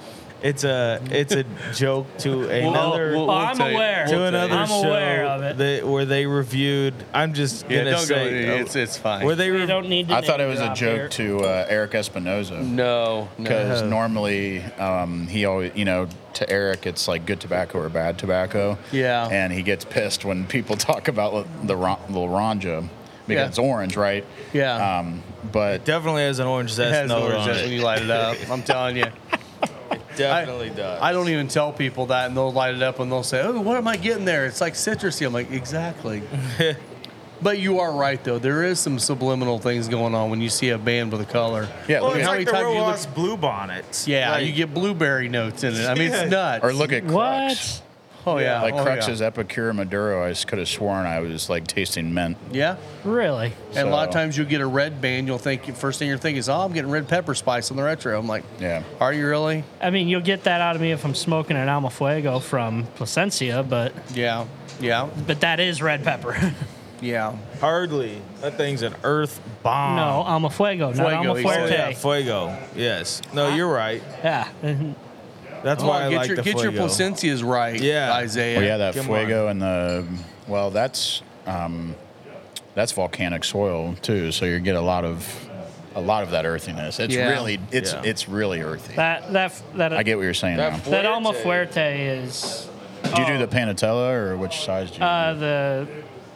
[SPEAKER 4] It's a it's a joke to another
[SPEAKER 5] we'll- Oh, I'm
[SPEAKER 2] tell you-
[SPEAKER 5] aware.
[SPEAKER 4] to
[SPEAKER 5] we'll
[SPEAKER 4] another
[SPEAKER 5] I'm
[SPEAKER 4] show
[SPEAKER 5] aware of it.
[SPEAKER 4] That, where they reviewed. I'm just
[SPEAKER 2] Yeah,
[SPEAKER 4] gonna
[SPEAKER 2] don't go.
[SPEAKER 4] say uh,
[SPEAKER 2] It's it's fine.
[SPEAKER 4] where they
[SPEAKER 5] We
[SPEAKER 4] re-
[SPEAKER 5] don't need. To
[SPEAKER 3] I thought it
[SPEAKER 5] name
[SPEAKER 3] was a
[SPEAKER 5] drop
[SPEAKER 3] joke
[SPEAKER 5] here.
[SPEAKER 3] to uh, Eric Espinoza.
[SPEAKER 2] no, no.
[SPEAKER 3] because normally um, he always, you know, to Eric, it's like good tobacco or bad tobacco.
[SPEAKER 2] Yeah.
[SPEAKER 3] And he gets pissed when people talk about the Ron- little Ronja because
[SPEAKER 2] Yeah.
[SPEAKER 3] it's orange, right?
[SPEAKER 2] Yeah.
[SPEAKER 3] Um, but
[SPEAKER 4] definitely has an orange
[SPEAKER 2] It
[SPEAKER 4] zest
[SPEAKER 2] has
[SPEAKER 4] note
[SPEAKER 2] orange
[SPEAKER 4] on
[SPEAKER 2] zest when
[SPEAKER 4] it.
[SPEAKER 2] you light it up. I'm telling you.
[SPEAKER 4] Definitely does.
[SPEAKER 2] I don't even tell people that, and they'll light it up and they'll say, "Oh, what am I getting there?" It's like citrusy. I'm like, exactly. But you are right though. There is some subliminal things going on when you see a band with a color.
[SPEAKER 3] Yeah,
[SPEAKER 4] Well,
[SPEAKER 3] look
[SPEAKER 4] it's
[SPEAKER 3] at
[SPEAKER 2] how
[SPEAKER 4] like the
[SPEAKER 2] many times you
[SPEAKER 4] Rojas Blue Bonnets.
[SPEAKER 2] Yeah,
[SPEAKER 4] Like,
[SPEAKER 2] you get blueberry notes in it. I mean,
[SPEAKER 4] Yeah.
[SPEAKER 2] it's nuts.
[SPEAKER 3] or look at Crux.
[SPEAKER 5] What?
[SPEAKER 2] oh yeah,
[SPEAKER 3] Like
[SPEAKER 2] oh,
[SPEAKER 3] Crux's
[SPEAKER 2] yeah.
[SPEAKER 3] Epicure Maduro, I could have sworn I was like tasting mint.
[SPEAKER 2] yeah.
[SPEAKER 5] Really?
[SPEAKER 2] And a lot of
[SPEAKER 3] So-
[SPEAKER 2] times you'll get a red band. You'll think first thing you're thinking is, oh, I'm getting red pepper spice on the retro. I'm like,
[SPEAKER 3] Yeah.
[SPEAKER 2] Are you really?
[SPEAKER 5] I mean, you'll get that out of me if I'm smoking an Almafuego from Placencia, but
[SPEAKER 2] Yeah, yeah,
[SPEAKER 5] but that is red pepper.
[SPEAKER 2] yeah.
[SPEAKER 4] hardly. That thing's an earth bomb.
[SPEAKER 5] no, Almafuego, not
[SPEAKER 2] Fuego, he
[SPEAKER 4] Oh,
[SPEAKER 2] said.
[SPEAKER 4] yeah,
[SPEAKER 5] Almafuerte.
[SPEAKER 4] fuego. Yes. No, you're right.
[SPEAKER 5] Yeah.
[SPEAKER 4] That's
[SPEAKER 2] Come
[SPEAKER 4] why
[SPEAKER 2] on,
[SPEAKER 4] I
[SPEAKER 2] get
[SPEAKER 4] like
[SPEAKER 2] your
[SPEAKER 4] the
[SPEAKER 2] get
[SPEAKER 4] fuego.
[SPEAKER 2] your placencias right.
[SPEAKER 4] Yeah.
[SPEAKER 2] Isaiah.
[SPEAKER 3] Well, Oh, yeah, that
[SPEAKER 4] Come
[SPEAKER 3] fuego and the well, that's um, that's volcanic soil too, so you get a lot of a lot of that earthiness. It's
[SPEAKER 2] Yeah.
[SPEAKER 3] really it's
[SPEAKER 4] Yeah.
[SPEAKER 3] it's really earthy.
[SPEAKER 5] That that that
[SPEAKER 3] I get what you're saying.
[SPEAKER 4] That
[SPEAKER 3] now.
[SPEAKER 4] fl-
[SPEAKER 5] that
[SPEAKER 4] Fuerte.
[SPEAKER 5] Almafuerte is
[SPEAKER 3] do you
[SPEAKER 4] Oh.
[SPEAKER 3] do the panatella or which size do you?
[SPEAKER 5] uh, the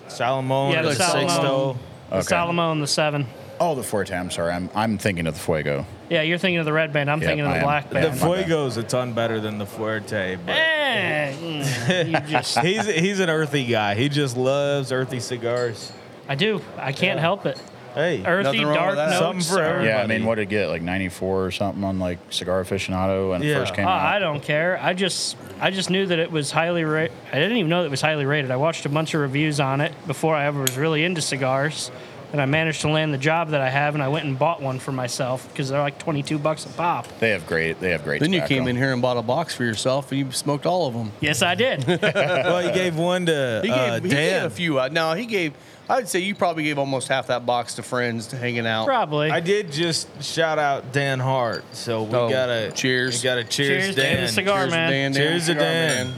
[SPEAKER 4] Salomon
[SPEAKER 5] yeah
[SPEAKER 4] or
[SPEAKER 5] the
[SPEAKER 2] like
[SPEAKER 5] Salomon,
[SPEAKER 4] Sexto.
[SPEAKER 5] the
[SPEAKER 3] Okay.
[SPEAKER 5] Salomon the seven.
[SPEAKER 3] oh, the forte. I'm sorry. I'm I'm thinking of the fuego.
[SPEAKER 5] Yeah, you're thinking of the red band. I'm
[SPEAKER 3] Yep,
[SPEAKER 5] thinking of
[SPEAKER 3] I
[SPEAKER 5] the
[SPEAKER 3] am.
[SPEAKER 5] black
[SPEAKER 3] Yeah,
[SPEAKER 4] The
[SPEAKER 5] band.
[SPEAKER 3] fu- my bad.
[SPEAKER 4] fuego's a ton better than the fuerte, but
[SPEAKER 5] Eh, mm, you just,
[SPEAKER 4] he's he's an earthy guy. He just loves earthy cigars.
[SPEAKER 5] I do. I can't help it.
[SPEAKER 4] Hey,
[SPEAKER 5] Earthy,
[SPEAKER 2] Nothing wrong
[SPEAKER 5] dark
[SPEAKER 2] with that.
[SPEAKER 5] notes.
[SPEAKER 4] Something for
[SPEAKER 5] are-
[SPEAKER 4] everybody.
[SPEAKER 3] Yeah, I
[SPEAKER 4] Everybody.
[SPEAKER 3] mean, what did it get? Like 94 or something on like Cigar Aficionado when
[SPEAKER 4] Yeah. Uh,
[SPEAKER 3] it first came
[SPEAKER 5] Oh,
[SPEAKER 3] out.
[SPEAKER 5] I don't care. I just I just knew that it was highly rated. I didn't even know that it was highly rated. I watched a bunch of reviews on it before I ever was really into cigars, and I managed to land the job that I have. And I went and bought one for myself because they're like twenty two bucks a pop.
[SPEAKER 3] They have great. They have great.
[SPEAKER 2] Then you came
[SPEAKER 3] tobacco.
[SPEAKER 2] in here and bought a box for yourself, and you smoked all of them.
[SPEAKER 5] Yes, I did.
[SPEAKER 4] well, he gave one to
[SPEAKER 2] He gave,
[SPEAKER 4] uh,
[SPEAKER 2] he
[SPEAKER 4] Dan.
[SPEAKER 2] gave a few. out. No, he gave. I'd say you probably gave almost half that box to friends to hanging out.
[SPEAKER 5] Probably.
[SPEAKER 4] I did just shout out Dan Hart, so we
[SPEAKER 2] Oh,
[SPEAKER 4] gotta
[SPEAKER 2] cheers.
[SPEAKER 4] We gotta cheers,
[SPEAKER 5] Cheers to
[SPEAKER 4] Dan.
[SPEAKER 5] the cigar
[SPEAKER 2] Cheers to
[SPEAKER 5] man.
[SPEAKER 2] Dan, Dan,
[SPEAKER 4] Cheers to
[SPEAKER 2] cigar
[SPEAKER 4] Dan.
[SPEAKER 2] man.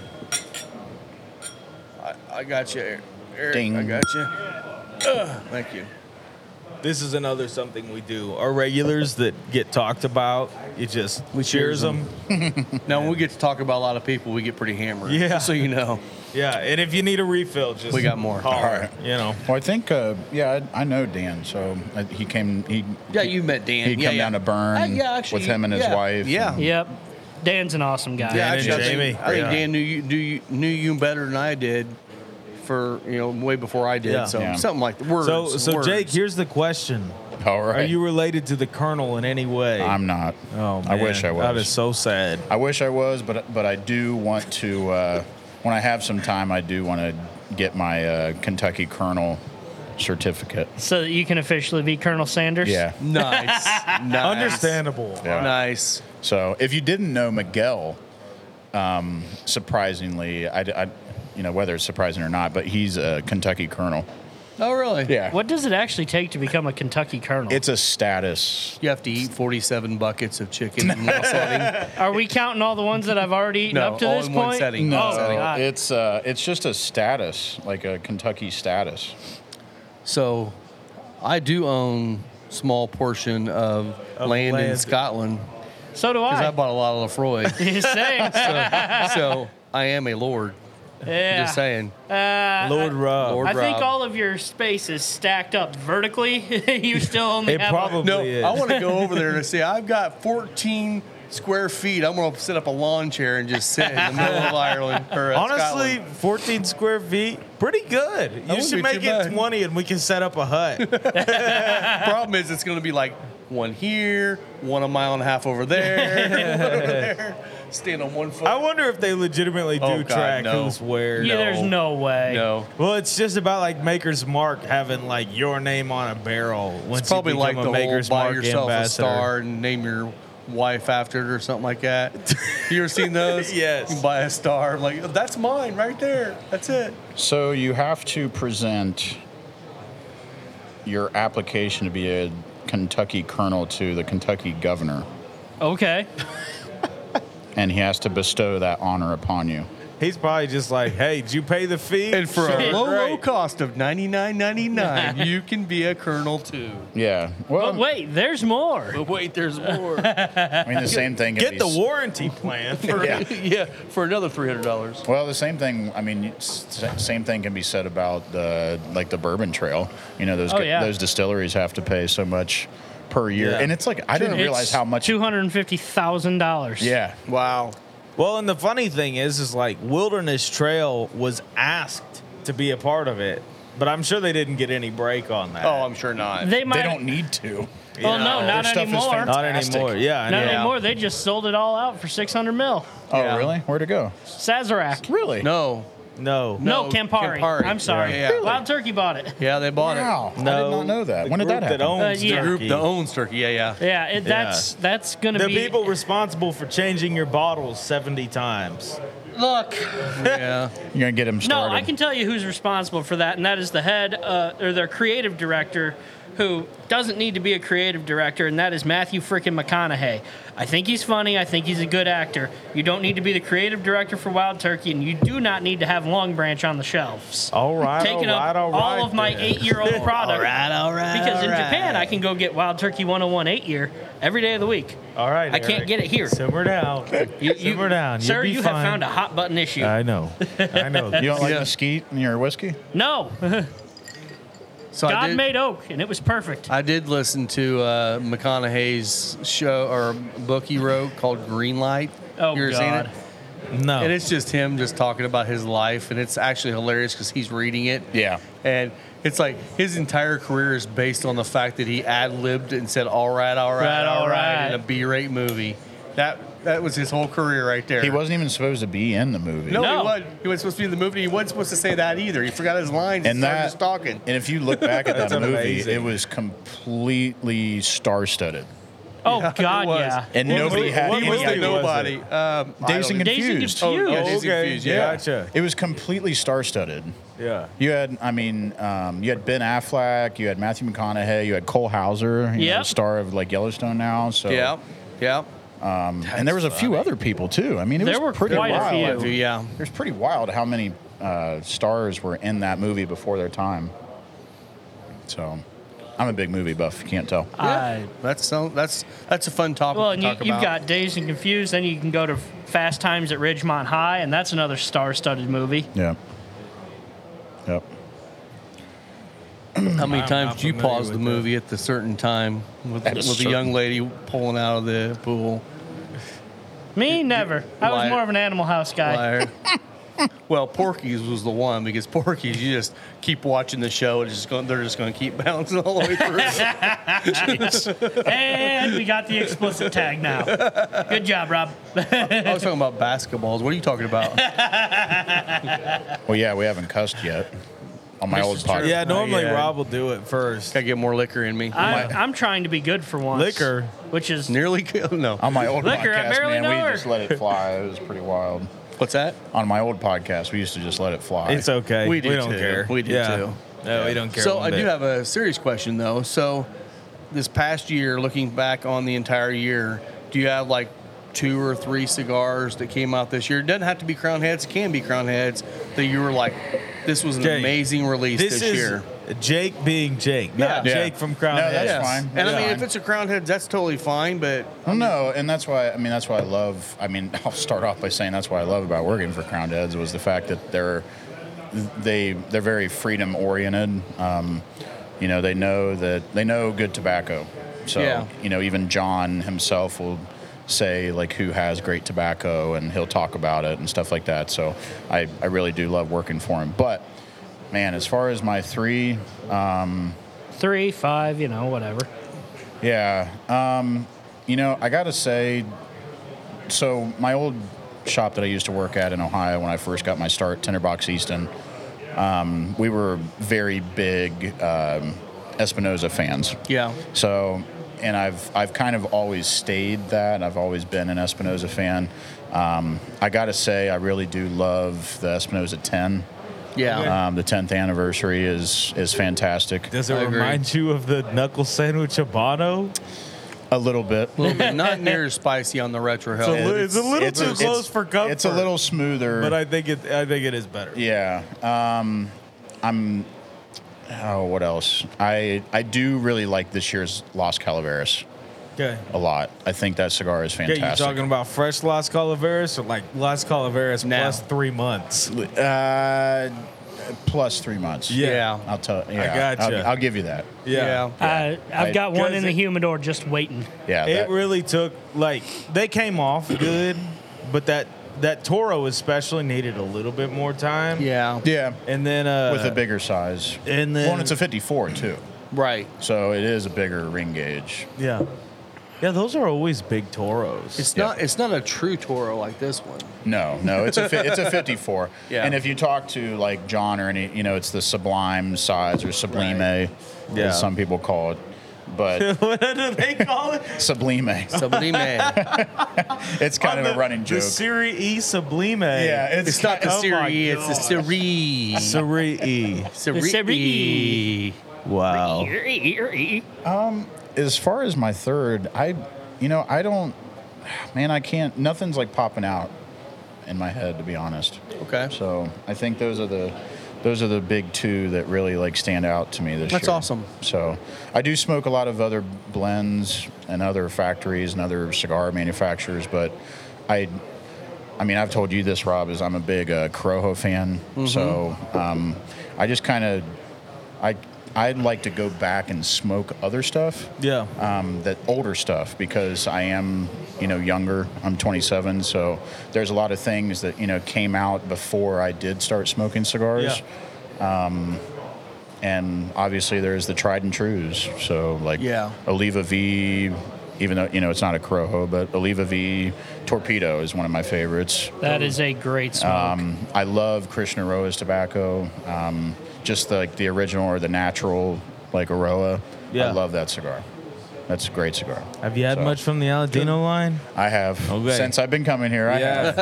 [SPEAKER 2] I, I got you, Eric. Eric,
[SPEAKER 3] Ding.
[SPEAKER 2] I got you. Ugh, thank you.
[SPEAKER 4] This is another something we do. Our regulars that get talked about, you just
[SPEAKER 2] We
[SPEAKER 4] cheers
[SPEAKER 2] cheers
[SPEAKER 4] them.
[SPEAKER 2] Now, when we get to talk about a lot of people, we get pretty hammered.
[SPEAKER 4] Yeah.
[SPEAKER 2] So you know.
[SPEAKER 4] Yeah, and if you need a refill, just
[SPEAKER 2] We got more.
[SPEAKER 4] Holler,
[SPEAKER 3] All right.
[SPEAKER 4] You know,
[SPEAKER 3] Well, I think, uh, yeah, I, I know Dan. So uh, he came. He
[SPEAKER 2] Yeah, you met Dan.
[SPEAKER 3] He'd
[SPEAKER 2] yeah,
[SPEAKER 3] come
[SPEAKER 2] yeah.
[SPEAKER 3] down to Burn
[SPEAKER 2] Uh, yeah, actually,
[SPEAKER 3] with him and his
[SPEAKER 2] yeah,
[SPEAKER 3] wife.
[SPEAKER 2] Yeah.
[SPEAKER 3] and-
[SPEAKER 5] yep. Dan's an awesome guy.
[SPEAKER 2] Yeah,
[SPEAKER 4] Dan
[SPEAKER 2] actually,
[SPEAKER 4] and
[SPEAKER 2] I think,
[SPEAKER 4] Jamie.
[SPEAKER 2] I think
[SPEAKER 4] Yeah.
[SPEAKER 2] Dan knew you, knew you knew you better than I did, for you know way before I did.
[SPEAKER 4] Yeah.
[SPEAKER 2] So
[SPEAKER 3] Yeah.
[SPEAKER 2] something like that. words.
[SPEAKER 4] so so
[SPEAKER 2] words.
[SPEAKER 4] Jake, here's the question:
[SPEAKER 3] All right.
[SPEAKER 4] Are you related to the Colonel in any way?
[SPEAKER 3] I'm not.
[SPEAKER 4] Oh man,
[SPEAKER 3] I wish I was.
[SPEAKER 4] That is so sad.
[SPEAKER 3] I wish I was, but but I do want to. Uh, when I have some time, I do want to get my uh, Kentucky Colonel certificate.
[SPEAKER 5] So that you can officially be Colonel Sanders.
[SPEAKER 3] Yeah.
[SPEAKER 2] nice, nice,
[SPEAKER 4] Understandable.
[SPEAKER 3] Yeah.
[SPEAKER 2] nice.
[SPEAKER 3] So if you didn't know Miguel, um, surprisingly, I, I- you know whether it's surprising or not, but he's a Kentucky Colonel.
[SPEAKER 2] Oh really?
[SPEAKER 3] Yeah.
[SPEAKER 5] What does it actually take to become a Kentucky Colonel?
[SPEAKER 3] It's a status.
[SPEAKER 2] You have to eat forty-seven buckets of chicken in one setting.
[SPEAKER 5] Are we counting all the ones that I've already eaten
[SPEAKER 2] No,
[SPEAKER 5] up to
[SPEAKER 2] all
[SPEAKER 5] this
[SPEAKER 2] in one
[SPEAKER 5] point?
[SPEAKER 2] setting.
[SPEAKER 5] No,
[SPEAKER 2] No,
[SPEAKER 5] oh, God.
[SPEAKER 3] it's uh, it's just a status, like a Kentucky status.
[SPEAKER 2] So, I do own small portion of, land, in
[SPEAKER 4] land.
[SPEAKER 2] Scotland
[SPEAKER 5] so do
[SPEAKER 2] because I
[SPEAKER 5] I.
[SPEAKER 2] bought a lot of Lefroy.
[SPEAKER 5] Same.
[SPEAKER 2] so I am a lord.
[SPEAKER 5] yeah.
[SPEAKER 2] Just saying.
[SPEAKER 5] Uh,
[SPEAKER 4] Lord
[SPEAKER 5] I-
[SPEAKER 4] Rob.
[SPEAKER 2] Lord-
[SPEAKER 5] I think
[SPEAKER 2] Rob.
[SPEAKER 5] all of your space is stacked up vertically. you still only
[SPEAKER 4] It
[SPEAKER 5] have a-
[SPEAKER 4] probably
[SPEAKER 2] No,
[SPEAKER 4] is.
[SPEAKER 2] I want to go over there and say I've got 14 square feet. I'm going to set up a lawn chair and just sit in the middle of Ireland. Or uh,
[SPEAKER 4] Honestly,
[SPEAKER 2] Scotland.
[SPEAKER 4] 14 square feet, pretty good. You
[SPEAKER 2] wouldn't
[SPEAKER 4] should
[SPEAKER 2] be
[SPEAKER 4] make
[SPEAKER 2] too
[SPEAKER 4] it
[SPEAKER 2] bad.
[SPEAKER 4] 20 and we can set up a hut.
[SPEAKER 2] the problem is it's going to be like one here, one a mile and a half over there, one over there. Stand on one foot.
[SPEAKER 4] I wonder if they legitimately do
[SPEAKER 2] Oh, God,
[SPEAKER 4] track
[SPEAKER 2] no.
[SPEAKER 4] who's where.
[SPEAKER 5] Yeah, there's no way.
[SPEAKER 2] no.
[SPEAKER 4] Well, it's just about like Maker's Mark having like your name on a barrel. Once
[SPEAKER 2] It's probably
[SPEAKER 4] you become
[SPEAKER 2] like the
[SPEAKER 4] a
[SPEAKER 2] whole
[SPEAKER 4] Maker's
[SPEAKER 2] buy
[SPEAKER 4] Mark
[SPEAKER 2] yourself
[SPEAKER 4] ambassador.
[SPEAKER 2] a star and name your wife after it or something like that. you ever seen those?
[SPEAKER 4] Yes.
[SPEAKER 2] You buy a star. Like, that's mine right there. That's it.
[SPEAKER 3] So you have to present your application to be a Kentucky colonel to the Kentucky governor,
[SPEAKER 5] Okay.
[SPEAKER 3] and he has to bestow that honor upon you.
[SPEAKER 4] He's probably just like, hey, did you pay the fee?
[SPEAKER 2] And for a
[SPEAKER 5] Sure.
[SPEAKER 2] low, low
[SPEAKER 4] Right.
[SPEAKER 2] cost of ninety nine ninety nine, you can be a colonel too.
[SPEAKER 3] Yeah. Well,
[SPEAKER 5] But Oh, wait, there's more.
[SPEAKER 2] But wait, there's more.
[SPEAKER 3] I mean, the same thing. can
[SPEAKER 4] get
[SPEAKER 3] be
[SPEAKER 4] the
[SPEAKER 3] s-
[SPEAKER 4] warranty plan. For,
[SPEAKER 3] Yeah.
[SPEAKER 2] yeah, for another three hundred dollars.
[SPEAKER 3] Well, the same thing. I mean, s- s- same thing can be said about the like the Bourbon Trail. You know, those
[SPEAKER 5] Oh,
[SPEAKER 3] gu-
[SPEAKER 5] yeah.
[SPEAKER 3] those distilleries have to pay so much per year,
[SPEAKER 4] Yeah.
[SPEAKER 3] and it's like I didn't realize how much.
[SPEAKER 5] Two hundred and fifty thousand dollars.
[SPEAKER 3] Yeah.
[SPEAKER 2] Wow.
[SPEAKER 4] well, and the funny thing is, is like Wilderness Trail was asked to be a part of it. But I'm sure they didn't get any break on that.
[SPEAKER 2] Oh, I'm sure not.
[SPEAKER 5] They might.
[SPEAKER 3] They don't need to.
[SPEAKER 5] Well, no,
[SPEAKER 4] Yeah.
[SPEAKER 5] not
[SPEAKER 3] Their stuff is
[SPEAKER 5] anymore.
[SPEAKER 3] fantastic.
[SPEAKER 5] Not
[SPEAKER 4] not anymore.
[SPEAKER 3] fantastic.
[SPEAKER 4] Yeah, I know.
[SPEAKER 5] anymore. They just sold it all out for 600 mil.
[SPEAKER 3] Oh,
[SPEAKER 2] Yeah.
[SPEAKER 3] really? Where'd it go?
[SPEAKER 5] Sazerac.
[SPEAKER 3] Really?
[SPEAKER 2] no.
[SPEAKER 4] No,
[SPEAKER 5] No,
[SPEAKER 2] No,
[SPEAKER 5] Campari.
[SPEAKER 2] Campari.
[SPEAKER 5] I'm sorry.
[SPEAKER 2] Yeah, yeah. Really?
[SPEAKER 5] Wild Turkey bought it.
[SPEAKER 2] Yeah, they bought
[SPEAKER 3] Wow.
[SPEAKER 2] it.
[SPEAKER 3] I did
[SPEAKER 4] no.
[SPEAKER 3] not know that.
[SPEAKER 4] The
[SPEAKER 3] When did
[SPEAKER 4] group
[SPEAKER 3] that happen?
[SPEAKER 4] owns
[SPEAKER 5] Uh, yeah.
[SPEAKER 2] The group
[SPEAKER 4] Turkey.
[SPEAKER 2] that owns turkey. Yeah, yeah.
[SPEAKER 5] Yeah, it, that's that's gonna
[SPEAKER 4] the
[SPEAKER 5] be
[SPEAKER 4] people responsible for changing your bottles 70 times.
[SPEAKER 5] Look,
[SPEAKER 2] Yeah.
[SPEAKER 3] You're gonna get him
[SPEAKER 5] no,
[SPEAKER 3] started.
[SPEAKER 5] I can tell you who's responsible for that, and that is the head uh, or their creative director, who doesn't need to be a creative director, and that is Matthew frickin' McConaughey. I think he's funny. I think he's a good actor. You don't need to be the creative director for Wild Turkey, and you do not need to have Long Branch on the shelves.
[SPEAKER 4] All right.
[SPEAKER 5] Taking
[SPEAKER 4] all right,
[SPEAKER 5] up
[SPEAKER 4] all, right,
[SPEAKER 5] all of my
[SPEAKER 4] then.
[SPEAKER 5] eight-year-old product.
[SPEAKER 4] all right.
[SPEAKER 5] Because in Japan, I can go get Wild Turkey 101 eight year every day of the week.
[SPEAKER 4] All right.
[SPEAKER 5] I can't
[SPEAKER 4] Eric.
[SPEAKER 5] get it here.
[SPEAKER 4] Simmer down.
[SPEAKER 5] You, you-
[SPEAKER 4] Simmer down. You'll
[SPEAKER 5] Sir,
[SPEAKER 4] be
[SPEAKER 5] you
[SPEAKER 4] fine.
[SPEAKER 5] have found a hot button issue.
[SPEAKER 4] I know. I know.
[SPEAKER 3] You don't like
[SPEAKER 2] Yeah.
[SPEAKER 3] mesquite in your whiskey?
[SPEAKER 5] no,
[SPEAKER 2] So I
[SPEAKER 5] God
[SPEAKER 2] did,
[SPEAKER 5] made oak, and it was perfect.
[SPEAKER 2] I did listen to uh, McConaughey's show or book he wrote called Green Light.
[SPEAKER 5] Oh,
[SPEAKER 2] you ever seen
[SPEAKER 5] God.
[SPEAKER 2] it?
[SPEAKER 4] No.
[SPEAKER 2] And it's just him just talking about his life, and it's actually hilarious because he's reading it.
[SPEAKER 3] Yeah.
[SPEAKER 2] And it's like his entire career is based on the fact that he ad libbed and said, all right, all right,
[SPEAKER 5] Right, all
[SPEAKER 2] all right,
[SPEAKER 5] right.
[SPEAKER 2] in a B rate movie. That that was his whole career right there.
[SPEAKER 3] He wasn't even supposed to be in the movie.
[SPEAKER 2] No,
[SPEAKER 5] No.
[SPEAKER 2] he wasn't. He wasn't supposed to be in the movie. He wasn't supposed to say that either. He forgot his lines.
[SPEAKER 3] And
[SPEAKER 2] And
[SPEAKER 3] that-
[SPEAKER 2] that, just talking.
[SPEAKER 3] And if you look back at
[SPEAKER 4] That's
[SPEAKER 3] that movie,
[SPEAKER 4] amazing.
[SPEAKER 3] it was completely star-studded.
[SPEAKER 5] oh,
[SPEAKER 2] it
[SPEAKER 5] God,
[SPEAKER 2] was.
[SPEAKER 5] yeah.
[SPEAKER 3] And nobody
[SPEAKER 4] movie-
[SPEAKER 3] had
[SPEAKER 4] what
[SPEAKER 3] any
[SPEAKER 2] He was
[SPEAKER 4] movie
[SPEAKER 2] the
[SPEAKER 3] idea.
[SPEAKER 4] was
[SPEAKER 2] nobody. Um, I
[SPEAKER 3] Days
[SPEAKER 2] don't even-
[SPEAKER 3] and
[SPEAKER 5] Days and
[SPEAKER 3] Confused.
[SPEAKER 5] Confused.
[SPEAKER 2] Oh, yeah,
[SPEAKER 5] Huge.
[SPEAKER 2] Days and
[SPEAKER 4] Okay.
[SPEAKER 2] Confused. Yeah.
[SPEAKER 4] Gotcha.
[SPEAKER 3] It was completely star-studded.
[SPEAKER 4] Yeah.
[SPEAKER 3] You had, I mean, um, you had Ben Affleck, you had Matthew McConaughey, you had Cole Hauser, you know,
[SPEAKER 5] Yep.
[SPEAKER 3] star of like Yellowstone now. So
[SPEAKER 2] Yeah. Yeah.
[SPEAKER 3] and there was a few other people too. I mean, it
[SPEAKER 5] There
[SPEAKER 3] was
[SPEAKER 5] were
[SPEAKER 3] pretty
[SPEAKER 5] quite a
[SPEAKER 3] wild.
[SPEAKER 5] few.
[SPEAKER 2] Dude, yeah.
[SPEAKER 3] There's pretty wild how many uh, stars were in that movie before their time. So, I'm a big movie buff. You can't tell.
[SPEAKER 5] Uh,
[SPEAKER 2] That's so. That's that's a fun topic
[SPEAKER 5] well,
[SPEAKER 2] to
[SPEAKER 5] and you,
[SPEAKER 2] talk
[SPEAKER 5] you've
[SPEAKER 2] about.
[SPEAKER 5] got Dazed and Confused, then you can go to Fast Times at Ridgemont High, and that's another star studded movie.
[SPEAKER 3] Yeah. Yep.
[SPEAKER 2] How many
[SPEAKER 4] I'm
[SPEAKER 2] times
[SPEAKER 4] not
[SPEAKER 2] did you
[SPEAKER 4] familiar
[SPEAKER 2] pause the
[SPEAKER 4] with
[SPEAKER 2] movie at the certain time with,
[SPEAKER 3] At a
[SPEAKER 2] with
[SPEAKER 3] certain-
[SPEAKER 2] the young lady pulling out of the pool?
[SPEAKER 5] Me, never. I was
[SPEAKER 2] liar.
[SPEAKER 5] more of an Animal House guy.
[SPEAKER 2] Liar. well, Porky's was the one because Porky's you just keep watching the show and it's just going, they're just going to keep bouncing all the way through.
[SPEAKER 5] and we got the explicit tag now. Good job, Rob.
[SPEAKER 2] I was talking about basketballs. What are you talking about?
[SPEAKER 3] Well, yeah, we haven't cussed yet on my
[SPEAKER 2] This
[SPEAKER 3] old
[SPEAKER 2] is true.
[SPEAKER 3] podcast.
[SPEAKER 4] Yeah. Normally
[SPEAKER 2] yeah.
[SPEAKER 4] Rob will do it first.
[SPEAKER 2] Got to get more liquor in me.
[SPEAKER 5] I'm, I'm trying to be good for once.
[SPEAKER 4] Liquor.
[SPEAKER 5] Which is
[SPEAKER 2] Nearly killed. No.
[SPEAKER 3] On my old
[SPEAKER 5] Liquor, I
[SPEAKER 3] podcast,
[SPEAKER 5] barely
[SPEAKER 3] man,
[SPEAKER 5] know
[SPEAKER 3] we
[SPEAKER 5] her.
[SPEAKER 3] just let it fly. It was pretty wild.
[SPEAKER 2] What's that?
[SPEAKER 3] On my old podcast, we used to just let it fly.
[SPEAKER 4] It's okay.
[SPEAKER 2] We do
[SPEAKER 4] not
[SPEAKER 2] too.
[SPEAKER 4] care.
[SPEAKER 2] We do
[SPEAKER 4] Yeah.
[SPEAKER 2] too.
[SPEAKER 4] No, we don't care.
[SPEAKER 2] So
[SPEAKER 4] one
[SPEAKER 2] I do
[SPEAKER 4] bit.
[SPEAKER 2] have a serious question though. So this past year, looking back on the entire year, do you have like two or three cigars that came out this year? It doesn't have to be Crown Heads. It can be Crown Heads that you were like, this was an
[SPEAKER 4] Jake,
[SPEAKER 2] amazing release this,
[SPEAKER 4] This is
[SPEAKER 2] year.
[SPEAKER 4] Jake being Jake, not
[SPEAKER 2] Yeah.
[SPEAKER 4] Jake from Crown
[SPEAKER 3] No,
[SPEAKER 4] Head.
[SPEAKER 3] that's fine.
[SPEAKER 2] And I
[SPEAKER 3] Yeah.
[SPEAKER 2] mean, if it's a Crown Heads, that's totally fine. But
[SPEAKER 3] Well, no, and that's why I mean that's why I love. I mean, I'll start off by saying that's why I love about working for Crown Heads was the fact that they're they they're very freedom oriented. Um, you know, they know that they know good tobacco. So
[SPEAKER 2] Yeah.
[SPEAKER 3] you know, even John himself will say like who has great tobacco, and he'll talk about it and stuff like that. So I I really do love working for him, but. Man, as far as my three
[SPEAKER 5] three, five, you know, whatever.
[SPEAKER 3] Yeah. Um, you know, I got to say, so my old shop that I used to work at in Ohio when I first got my start, Tinderbox Easton, um, we were very big um, Espinosa fans.
[SPEAKER 2] yeah,
[SPEAKER 3] So, and I've I've kind of always stayed that. I've always been an Espinosa fan. Um, I got to say, I really do love the Espinosa 10.
[SPEAKER 2] yeah.
[SPEAKER 3] Um, the 10th anniversary is is fantastic.
[SPEAKER 4] Does it
[SPEAKER 2] I agree.
[SPEAKER 4] remind you of the knuckle sandwich Habano?
[SPEAKER 3] A little bit.
[SPEAKER 2] A little bit, not near as spicy on the retro
[SPEAKER 4] a
[SPEAKER 2] hill.
[SPEAKER 4] little- It's little too
[SPEAKER 3] it's-
[SPEAKER 4] close for comfort.
[SPEAKER 3] It's a little smoother.
[SPEAKER 4] But I think it. I think it is better.
[SPEAKER 3] Yeah. Um, I'm. Oh, what else? I I do really like this year's Los Calaveras
[SPEAKER 4] Okay.
[SPEAKER 3] a lot. I think that cigar is
[SPEAKER 4] Okay, you
[SPEAKER 3] fantastic.
[SPEAKER 4] talking about fresh Las Calaveras or like Las Calaveras
[SPEAKER 2] Now.
[SPEAKER 4] plus three months?
[SPEAKER 3] uh, plus three months.
[SPEAKER 4] Yeah.
[SPEAKER 2] Yeah.
[SPEAKER 3] I'll tell. Yeah,
[SPEAKER 4] gotcha.
[SPEAKER 3] I'll, I'll give you that.
[SPEAKER 2] Yeah.
[SPEAKER 5] Uh, I've
[SPEAKER 3] I-
[SPEAKER 5] got one in the
[SPEAKER 4] it-
[SPEAKER 5] humidor just waiting.
[SPEAKER 3] Yeah.
[SPEAKER 4] It
[SPEAKER 3] that-
[SPEAKER 4] really took like they came off good, but that that Toro especially needed a little bit more time.
[SPEAKER 2] Yeah.
[SPEAKER 3] Yeah,
[SPEAKER 4] And then uh,
[SPEAKER 3] with a bigger size.
[SPEAKER 4] and then
[SPEAKER 3] well, and it's a 54 too,
[SPEAKER 2] Right.
[SPEAKER 3] so it is a bigger ring gauge.
[SPEAKER 4] yeah, yeah. Those are always big Toros.
[SPEAKER 2] It's not. It's not a true Toro like this one.
[SPEAKER 3] No, no, it's a fi- it's a 54.
[SPEAKER 2] Yeah.
[SPEAKER 3] And if you talk to like John or any, you know, it's the sublime size or sublime,
[SPEAKER 4] Yeah.
[SPEAKER 3] as some people call it. But
[SPEAKER 4] what do they call it?
[SPEAKER 3] sublime,
[SPEAKER 2] Sublime.
[SPEAKER 3] it's kind of
[SPEAKER 4] The-
[SPEAKER 3] a running
[SPEAKER 4] The
[SPEAKER 3] joke.
[SPEAKER 4] Siri E Sublime.
[SPEAKER 3] yeah, it's,
[SPEAKER 2] it's not the
[SPEAKER 4] Oh my
[SPEAKER 2] Siri. It's the
[SPEAKER 4] gosh.
[SPEAKER 2] Siri.
[SPEAKER 4] Siri E.
[SPEAKER 5] Siri.
[SPEAKER 2] Siri. Oh.
[SPEAKER 4] Wow.
[SPEAKER 3] as far as my third, I, you know, I don't, man, I can't. Nothing's like popping out in my head to be honest.
[SPEAKER 2] Okay.
[SPEAKER 3] So I think those are the those are the big two that really like stand out to me this year.
[SPEAKER 2] That's awesome.
[SPEAKER 3] So I do smoke a lot of other blends and other factories and other cigar manufacturers, but I I mean I've told you this, Rob, is I'm a big uh, Corojo fan.
[SPEAKER 2] Mm-hmm.
[SPEAKER 3] So um, I just kind of I I'd like to go back and smoke other stuff
[SPEAKER 4] Yeah.
[SPEAKER 3] um, that older stuff because I am, you know, younger. I'm 27, so there's a lot of things that you know came out before I did start smoking cigars. Um,
[SPEAKER 4] Yeah.
[SPEAKER 3] And obviously, there's the tried and trues. So like
[SPEAKER 2] Yeah.
[SPEAKER 3] Oliva V, even though you know it's not a Corojo, but Oliva V Torpedo is one of my favorites.
[SPEAKER 5] That is a great smoke.
[SPEAKER 2] Ah,
[SPEAKER 3] Um, I love Krishna Roa's tobacco. Um, just like the original or the natural, like Aroa.
[SPEAKER 4] Yeah.
[SPEAKER 3] I love that cigar. That's a great cigar.
[SPEAKER 4] Have you had
[SPEAKER 3] So-
[SPEAKER 4] much from the Aladino line?
[SPEAKER 3] I have.
[SPEAKER 4] Okay.
[SPEAKER 3] Since I've been coming here, I have.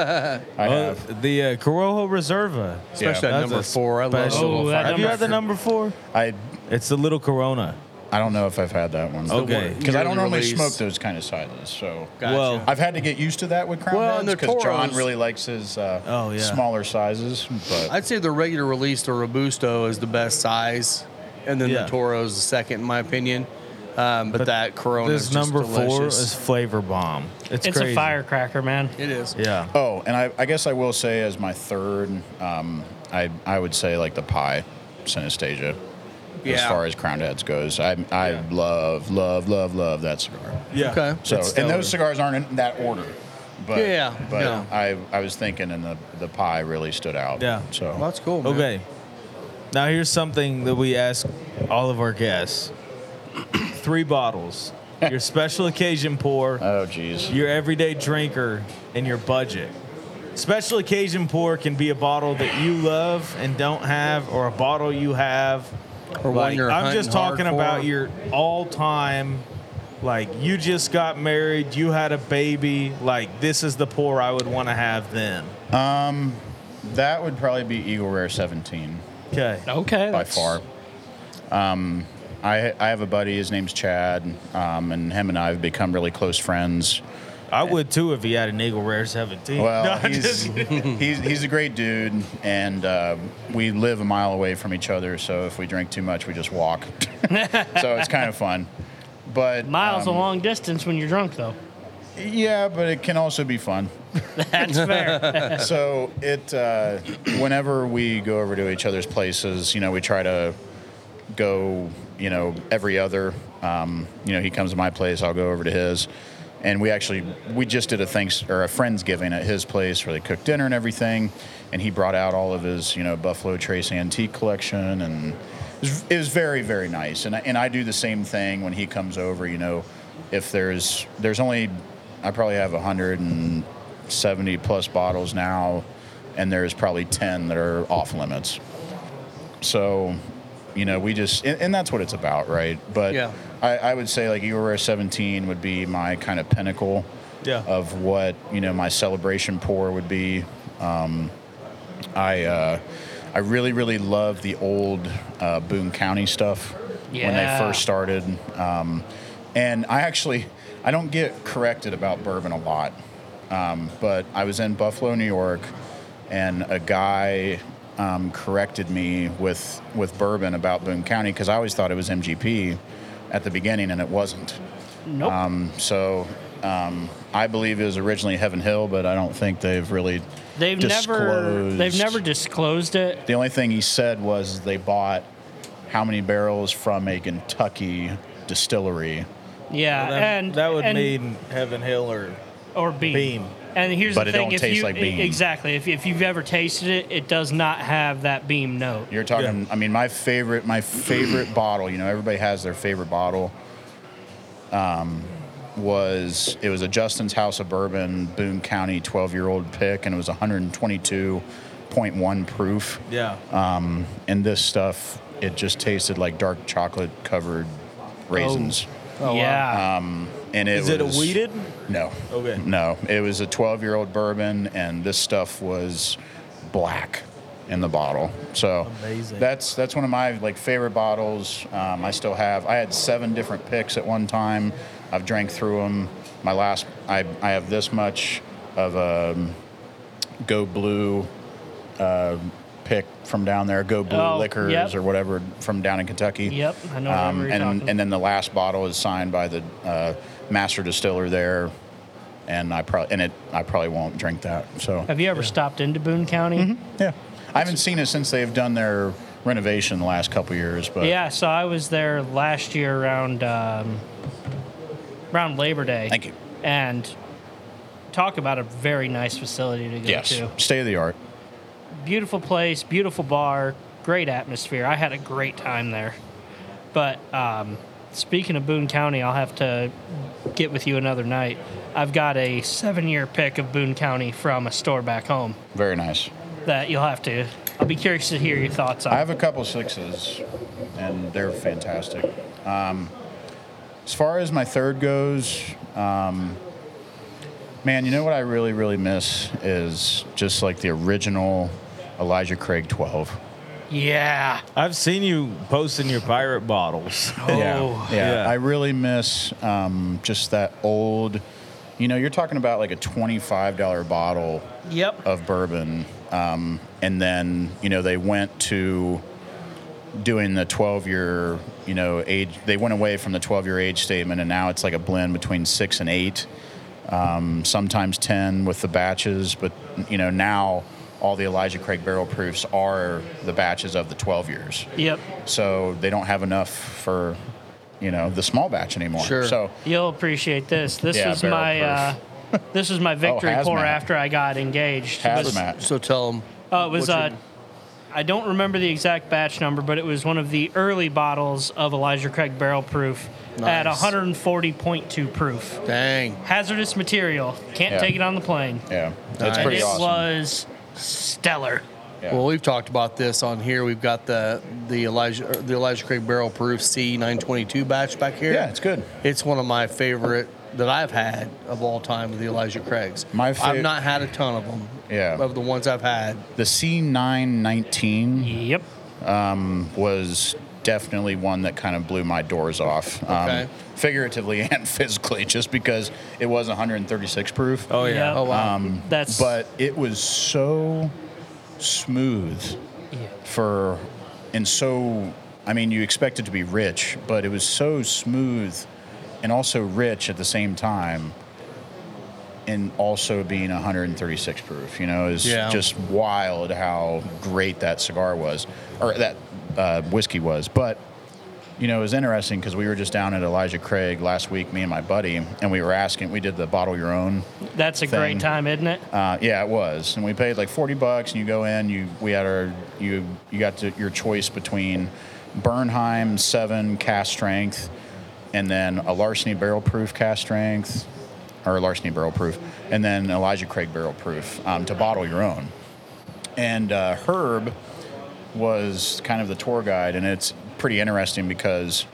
[SPEAKER 3] I
[SPEAKER 4] Uh,
[SPEAKER 3] have.
[SPEAKER 4] the uh, Corojo Reserva.
[SPEAKER 2] Especially
[SPEAKER 4] That's
[SPEAKER 2] that number
[SPEAKER 4] a
[SPEAKER 2] four. I love
[SPEAKER 4] special-
[SPEAKER 5] Oh, that
[SPEAKER 4] Have you
[SPEAKER 5] number
[SPEAKER 4] had the
[SPEAKER 5] four.
[SPEAKER 4] number four?
[SPEAKER 3] I
[SPEAKER 4] It's the little Corona.
[SPEAKER 3] I don't know if I've had that one.
[SPEAKER 4] Okay.
[SPEAKER 3] Because I don't
[SPEAKER 2] Yearly
[SPEAKER 3] normally
[SPEAKER 2] release.
[SPEAKER 3] smoke those kind of sideless, so
[SPEAKER 2] Gotcha.
[SPEAKER 4] Well,
[SPEAKER 3] I've had to get used to that with crown
[SPEAKER 2] Well, and they're
[SPEAKER 3] because John
[SPEAKER 2] Toros.
[SPEAKER 3] really likes his uh,
[SPEAKER 4] Oh, yeah.
[SPEAKER 3] smaller sizes. But
[SPEAKER 2] I'd say the regular release, the Robusto, is the best size, and then
[SPEAKER 4] Yeah.
[SPEAKER 2] the Toro is the second, in my opinion. Um, but, that Corona
[SPEAKER 4] this
[SPEAKER 2] is just
[SPEAKER 4] number four
[SPEAKER 2] delicious.
[SPEAKER 4] is flavor bomb. It's,
[SPEAKER 5] it's
[SPEAKER 4] crazy.
[SPEAKER 5] a firecracker, man.
[SPEAKER 2] It is.
[SPEAKER 4] Yeah.
[SPEAKER 3] oh, and I, I guess I will say as my third, um, I I would say like the pie, Synesthesia. As
[SPEAKER 2] Yeah.
[SPEAKER 3] far as crown heads goes, I I
[SPEAKER 4] Yeah.
[SPEAKER 3] love love love love that cigar.
[SPEAKER 4] Yeah.
[SPEAKER 2] Okay.
[SPEAKER 3] So
[SPEAKER 4] It's
[SPEAKER 3] and
[SPEAKER 4] stellar.
[SPEAKER 3] those cigars aren't in that order. But,
[SPEAKER 2] Yeah, yeah,
[SPEAKER 3] but
[SPEAKER 2] no.
[SPEAKER 3] I, I was thinking, and the, the pie really stood out.
[SPEAKER 4] Yeah.
[SPEAKER 3] So
[SPEAKER 2] Well, that's cool. man.
[SPEAKER 4] Okay. Now here's something that we ask all of our guests: three bottles, your special occasion pour,
[SPEAKER 2] Uh,
[SPEAKER 3] oh geez,
[SPEAKER 4] your everyday drinker, and your budget. Special occasion pour can be a bottle that you love and don't have, or a bottle you have.
[SPEAKER 2] Or one
[SPEAKER 4] Like,
[SPEAKER 2] you're
[SPEAKER 4] I'm
[SPEAKER 2] hunting
[SPEAKER 4] just talking
[SPEAKER 2] hard for.
[SPEAKER 4] about your all-time. Like you just got married, you had a baby. Like this is the pour I would want to have then.
[SPEAKER 3] that would probably be Eagle Rare 17
[SPEAKER 4] Okay.
[SPEAKER 5] Okay.
[SPEAKER 3] by
[SPEAKER 5] that's-
[SPEAKER 3] far. Um, I I have a buddy. His name's Chad, um, and him and I have become really close friends.
[SPEAKER 4] I would too if he had an Eagle Rare 17. No,
[SPEAKER 3] Well,
[SPEAKER 4] I'm
[SPEAKER 3] he's,
[SPEAKER 4] just-
[SPEAKER 3] he's he's a great dude, and uh, we live a mile away from each other. So if we drink too much, we just walk. so it's kind of fun. But
[SPEAKER 5] Miles
[SPEAKER 3] um,
[SPEAKER 5] a long distance when you're drunk, though.
[SPEAKER 3] yeah, but it can also be fun.
[SPEAKER 5] That's fair.
[SPEAKER 3] so it uh, whenever we go over to each other's places you know we try to go you know every other um, you know he comes to my place i'll go over to his and we actually we just did a thanks or a friendsgiving at his place where they cooked dinner and everything and he brought out all of his you know buffalo trace antique collection and it was, it was very very nice and I, and I do the same thing when he comes over you know if there's there's only i probably have 170 plus bottles now and there's probably 10 that are off limits so, you know, we just, and, and that's what it's about, right? But
[SPEAKER 2] Yeah.
[SPEAKER 3] I, I would say like Euro 17 would be my kind of pinnacle
[SPEAKER 4] Yeah.
[SPEAKER 3] of what, you know, my celebration pour would be. Um, I, uh, I really, really love the old uh, Boone County stuff when they
[SPEAKER 5] Yeah.
[SPEAKER 3] first started. Um, and I actually, I don't get corrected about bourbon a lot, um, but I was in Buffalo, New York, and a guy um, corrected me with with bourbon about Boone County because I always thought it was MGP at the beginning, and it wasn't.
[SPEAKER 5] Nope.
[SPEAKER 3] So um, I believe it was originally Heaven Hill, but I don't think they've really
[SPEAKER 5] they've never they've
[SPEAKER 3] disclosed.
[SPEAKER 5] never disclosed it.
[SPEAKER 3] The only thing he said was they bought how many barrels from a Kentucky distillery.
[SPEAKER 5] Yeah,
[SPEAKER 4] that,
[SPEAKER 5] and
[SPEAKER 4] that would
[SPEAKER 5] and,
[SPEAKER 4] mean Heaven Hill or
[SPEAKER 5] or beam.
[SPEAKER 4] Beam.
[SPEAKER 5] And here's
[SPEAKER 3] But
[SPEAKER 5] the
[SPEAKER 3] it
[SPEAKER 5] thing:
[SPEAKER 3] don't
[SPEAKER 5] if
[SPEAKER 3] taste
[SPEAKER 5] you
[SPEAKER 3] like bean.
[SPEAKER 5] exactly, if, if you've ever tasted it, it does not have that beam note.
[SPEAKER 3] You're talking. I mean, my favorite, my favorite bottle. You know, everybody has their favorite bottle. Um, was it was a Justin's House of Bourbon Boone County 12 year old pick, and it was 122.1 proof.
[SPEAKER 4] Yeah.
[SPEAKER 3] Um, and this stuff, it just tasted like dark chocolate covered raisins. Um,
[SPEAKER 5] yeah,
[SPEAKER 3] And it
[SPEAKER 4] Oh. Is it a
[SPEAKER 3] was-
[SPEAKER 4] weeded?
[SPEAKER 3] No.
[SPEAKER 4] Okay.
[SPEAKER 3] No, it was a 12 year old bourbon, and this stuff was black in the bottle. So
[SPEAKER 4] Amazing.
[SPEAKER 3] that's that's one of my like favorite bottles. Um, I still have. I had seven different picks at one time. I've drank through them. My last, I I have this much of a Go Blue. Uh, pick from down there go blue
[SPEAKER 5] Oh,
[SPEAKER 3] liquors
[SPEAKER 5] yep.
[SPEAKER 3] or whatever from down in kentucky
[SPEAKER 5] Yep, I know whatever you're
[SPEAKER 3] Um, and
[SPEAKER 5] talking.
[SPEAKER 3] and then the last bottle is signed by the uh, master distiller there and I probably and it I probably won't drink that. So
[SPEAKER 5] have you ever stopped into Boone County?
[SPEAKER 3] yeah, I haven't seen it since they've done their renovation the last couple years. But
[SPEAKER 5] Yeah, so I was there last year around um, around Labor Day.
[SPEAKER 3] Thank you.
[SPEAKER 5] And talk about a very nice facility to go
[SPEAKER 3] yes,
[SPEAKER 5] to.
[SPEAKER 3] state of the art.
[SPEAKER 5] Beautiful place, beautiful bar, great atmosphere. I had a great time there. But um, speaking of Boone County, I'll have to get with you another night. I've got a seven-year pick of Boone County from a store back home
[SPEAKER 3] Very nice.
[SPEAKER 5] that you'll have to. I'll be curious to hear your thoughts on.
[SPEAKER 3] I have a couple sixes, and they're fantastic. Um, as far as my third goes, um, man, you know what I really, really miss is just like the original Elijah Craig 12.
[SPEAKER 5] yeah.
[SPEAKER 4] I've seen you posting your pirate bottles.
[SPEAKER 5] Oh.
[SPEAKER 3] Yeah, yeah.
[SPEAKER 4] Yeah.
[SPEAKER 3] I really miss um, just that old. You know, you're talking about like a twenty-five dollar bottle
[SPEAKER 5] Yep.
[SPEAKER 3] of bourbon, um, and then you know they went to doing the twelve-year, you know, age. They went away from the twelve-year age statement, and now it's like a blend between six and eight, um, sometimes ten with the batches. But you know now. All the Elijah Craig barrel proofs are the batches of the 12 years
[SPEAKER 5] Yep.
[SPEAKER 3] so they don't have enough for you know the small batch anymore.
[SPEAKER 2] Sure.
[SPEAKER 3] So
[SPEAKER 5] You'll appreciate this. This
[SPEAKER 3] Yeah,
[SPEAKER 5] was
[SPEAKER 3] barrel Oh,
[SPEAKER 5] my uh, this was my victory pour
[SPEAKER 3] hazmat.
[SPEAKER 5] after I got engaged. It was,
[SPEAKER 3] hazmat.
[SPEAKER 2] So tell them.
[SPEAKER 5] uh, it was uh, I don't remember the exact batch number, but it was one of the early bottles of Elijah Craig Barrel Proof at
[SPEAKER 2] Nice.
[SPEAKER 5] 140.2 proof.
[SPEAKER 2] dang.
[SPEAKER 5] Hazardous material. Can't
[SPEAKER 3] Yeah.
[SPEAKER 5] take it on the plane.
[SPEAKER 3] Yeah, that's
[SPEAKER 2] Nice.
[SPEAKER 5] And
[SPEAKER 3] pretty
[SPEAKER 5] it
[SPEAKER 3] awesome.
[SPEAKER 5] was stellar.
[SPEAKER 3] Yeah.
[SPEAKER 2] Well, we've talked about this on here. We've got the the Elijah or the Elijah Craig Barrel Proof C922 batch back here.
[SPEAKER 3] yeah, it's good.
[SPEAKER 2] It's one of my favorite that I've had of all time with the Elijah Craigs.
[SPEAKER 3] My fa-
[SPEAKER 2] I've not had a ton of them.
[SPEAKER 3] Yeah.
[SPEAKER 2] Of the ones I've had.
[SPEAKER 3] The C919
[SPEAKER 5] Yep.
[SPEAKER 3] was definitely one that kind of blew my doors off,
[SPEAKER 2] Okay.
[SPEAKER 3] um, figuratively and physically, just because it was 136 proof.
[SPEAKER 4] Oh yeah.
[SPEAKER 5] Yep.
[SPEAKER 2] Oh wow.
[SPEAKER 3] Um,
[SPEAKER 5] That's
[SPEAKER 3] but it was so smooth for and so i mean you expect it to be rich but it was so smooth and also rich at the same time and also being 136 proof you know is
[SPEAKER 2] Yeah.
[SPEAKER 3] just wild how great that cigar was or that uh, whiskey was but you know, it was interesting because we were just down at Elijah Craig last week, me and my buddy, and we were asking. We did the bottle your own
[SPEAKER 5] that's a
[SPEAKER 3] thing.
[SPEAKER 5] great time, isn't it?
[SPEAKER 3] uh, yeah, it was, and we paid like forty bucks. And you go in, you we had our you you got to, your choice between Bernheim seven cast strength, and then a larceny barrel proof cast strength, or larceny barrel proof, and then Elijah Craig barrel proof um, to bottle your own. And uh, Herb was kind of the tour guide, and it's pretty interesting because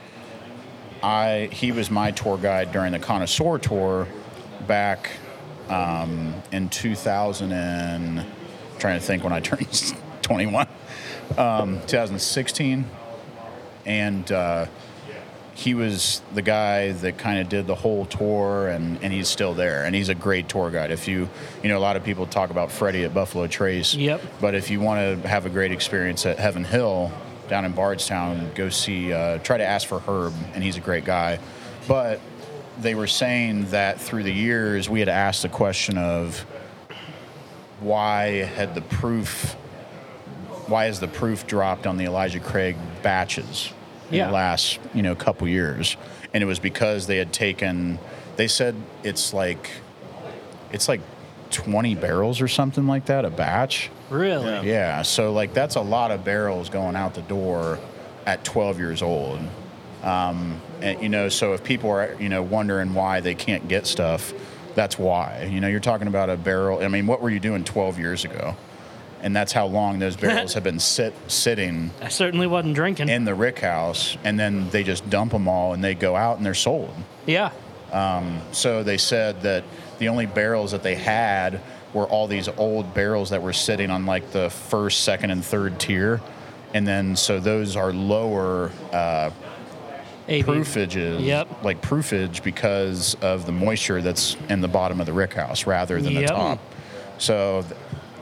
[SPEAKER 3] I he was my tour guide during the connoisseur tour back um, in 2000 and trying to think when I turned 21, um, 2016, and uh, he was the guy that kind of did the whole tour, and, and he's still there, and he's a great tour guide. If you you know a lot of people talk about Freddie at Buffalo Trace,
[SPEAKER 5] Yep.
[SPEAKER 3] but if you want to have a great experience at Heaven Hill down in Bardstown, go see, uh, try to ask for Herb, and he's a great guy. But they were saying that through the years, we had asked the question of why had the proof, why has the proof dropped on the Elijah Craig batches in
[SPEAKER 5] Yeah.
[SPEAKER 3] the last, you know, couple years? And it was because they had taken, they said it's like, it's like 20 barrels or something like that a batch.
[SPEAKER 5] Really?
[SPEAKER 3] Yeah, so like that's a lot of barrels going out the door at 12 years old. Um, and you know, so if people are you know wondering why they can't get stuff, that's why. You know, you're talking about a barrel. I mean, what were you doing 12 years ago? And that's how long those barrels have been sit sitting
[SPEAKER 5] I certainly wasn't drinking.
[SPEAKER 3] in the rick house, and then they just dump them all and they go out and they're sold.
[SPEAKER 5] yeah.
[SPEAKER 3] So they said that the only barrels that they had were all these old barrels that were sitting on like the first, second, and third tier. And then so those are lower uh,
[SPEAKER 5] AB.
[SPEAKER 3] proofages,
[SPEAKER 5] Yep.
[SPEAKER 3] like proofage because of the moisture that's in the bottom of the rick house rather than
[SPEAKER 5] Yep.
[SPEAKER 3] the top. So, th-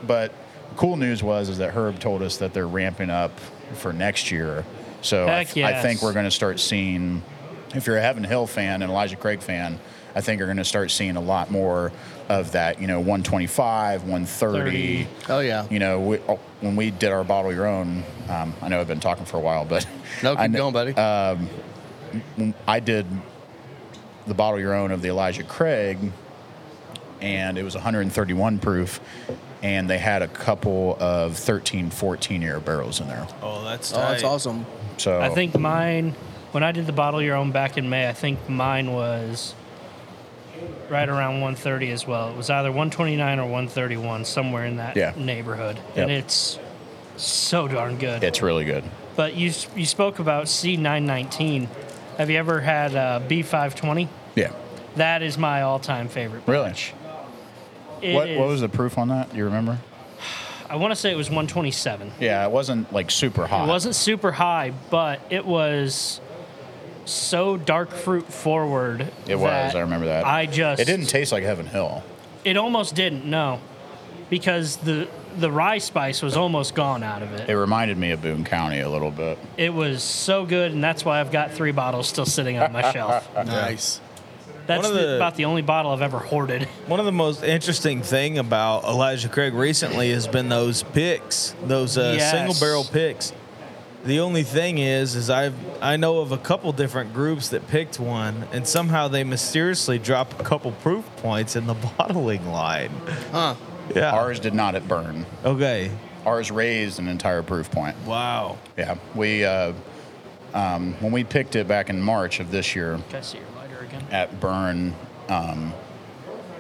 [SPEAKER 3] but cool news was is that Herb told us that they're ramping up for next year. So I,
[SPEAKER 5] Heck
[SPEAKER 3] th- I think
[SPEAKER 5] yes.
[SPEAKER 3] we're going to start seeing, if you're a Heaven Hill fan and Elijah Craig fan, I think you're going to start seeing a lot more of that. You know, 125, 130.
[SPEAKER 2] Oh yeah.
[SPEAKER 3] You know, we, oh, when we did our bottle your own, um, I know I've been talking for a while, but
[SPEAKER 2] No, keep
[SPEAKER 3] I kn- uh,
[SPEAKER 2] going, buddy.
[SPEAKER 3] I did the bottle your own of the Elijah Craig, and it was 131 proof, and they had a couple of 13, 14 year barrels in there.
[SPEAKER 4] Oh, that's
[SPEAKER 2] oh, that's
[SPEAKER 4] tight.
[SPEAKER 2] awesome.
[SPEAKER 3] So
[SPEAKER 5] I think mine, when I did the bottle your own back in May, I think mine was right around 130 as well. It was either 129 or 131, somewhere in that
[SPEAKER 3] Yeah.
[SPEAKER 5] neighborhood. And
[SPEAKER 3] Yep.
[SPEAKER 5] it's so darn good.
[SPEAKER 3] it's really good.
[SPEAKER 5] But you s- you spoke about C919. Have you ever had uh, B520?
[SPEAKER 3] Yeah,
[SPEAKER 5] That is my all time favorite.
[SPEAKER 3] really.
[SPEAKER 5] It
[SPEAKER 3] What, what
[SPEAKER 5] is-
[SPEAKER 3] was the proof on that? Do you remember?
[SPEAKER 5] I want to say it was 127.
[SPEAKER 3] Yeah, it wasn't like super hot.
[SPEAKER 5] It wasn't super high, but it was so dark fruit forward.
[SPEAKER 3] It was. I remember that.
[SPEAKER 5] I just
[SPEAKER 3] It didn't taste like Heaven Hill.
[SPEAKER 5] It almost didn't. No, because the the rye spice was almost gone out of
[SPEAKER 3] It
[SPEAKER 5] it.
[SPEAKER 3] reminded me of Boone County a little bit.
[SPEAKER 5] It was so good, and that's why I've got three bottles still sitting on my shelf.
[SPEAKER 3] Uh,
[SPEAKER 2] Nice.
[SPEAKER 5] That's
[SPEAKER 4] of
[SPEAKER 5] the-
[SPEAKER 4] the-
[SPEAKER 5] about the only bottle I've ever hoarded.
[SPEAKER 4] One of the most interesting thing about Elijah Craig recently has been those picks, those uh,
[SPEAKER 5] Yes.
[SPEAKER 4] single barrel picks. The only thing is, is I've I know of a couple different groups that picked one, and somehow they mysteriously drop a couple proof points in the bottling line.
[SPEAKER 2] Huh.
[SPEAKER 4] Yeah.
[SPEAKER 3] Ours did not at Burn.
[SPEAKER 4] okay.
[SPEAKER 3] Ours raised an entire proof point.
[SPEAKER 4] Wow.
[SPEAKER 3] Yeah, we uh, um, when we picked it back in March of this year
[SPEAKER 5] Can I see your lighter again?
[SPEAKER 3] at Burn, um,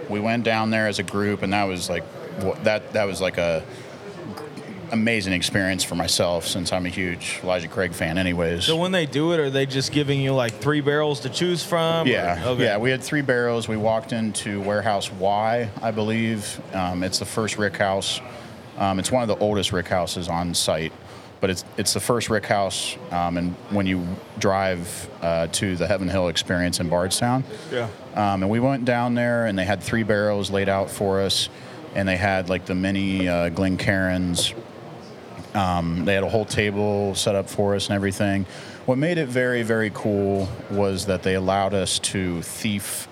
[SPEAKER 3] we went down there as a group, and that was like wha- that that was like a amazing experience for myself since I'm a huge Elijah Craig fan, anyways.
[SPEAKER 4] So when they do it, are they just giving you like three barrels to choose from? or-
[SPEAKER 3] Yeah.
[SPEAKER 4] Um, Okay.
[SPEAKER 3] Yeah. We had three barrels. We walked into warehouse Y, I believe. Um, it's the first rick house. Um, it's one of the oldest rick houses on site, but it's it's the first rick house. Um, and when you drive uh, to the Heaven Hill Experience in Bardstown,
[SPEAKER 4] yeah.
[SPEAKER 3] um, and we went down there, and they had three barrels laid out for us, and they had like the mini uh, Glencairns. Um, they had a whole table set up for us and everything. What made it very, very cool was that they allowed us to thief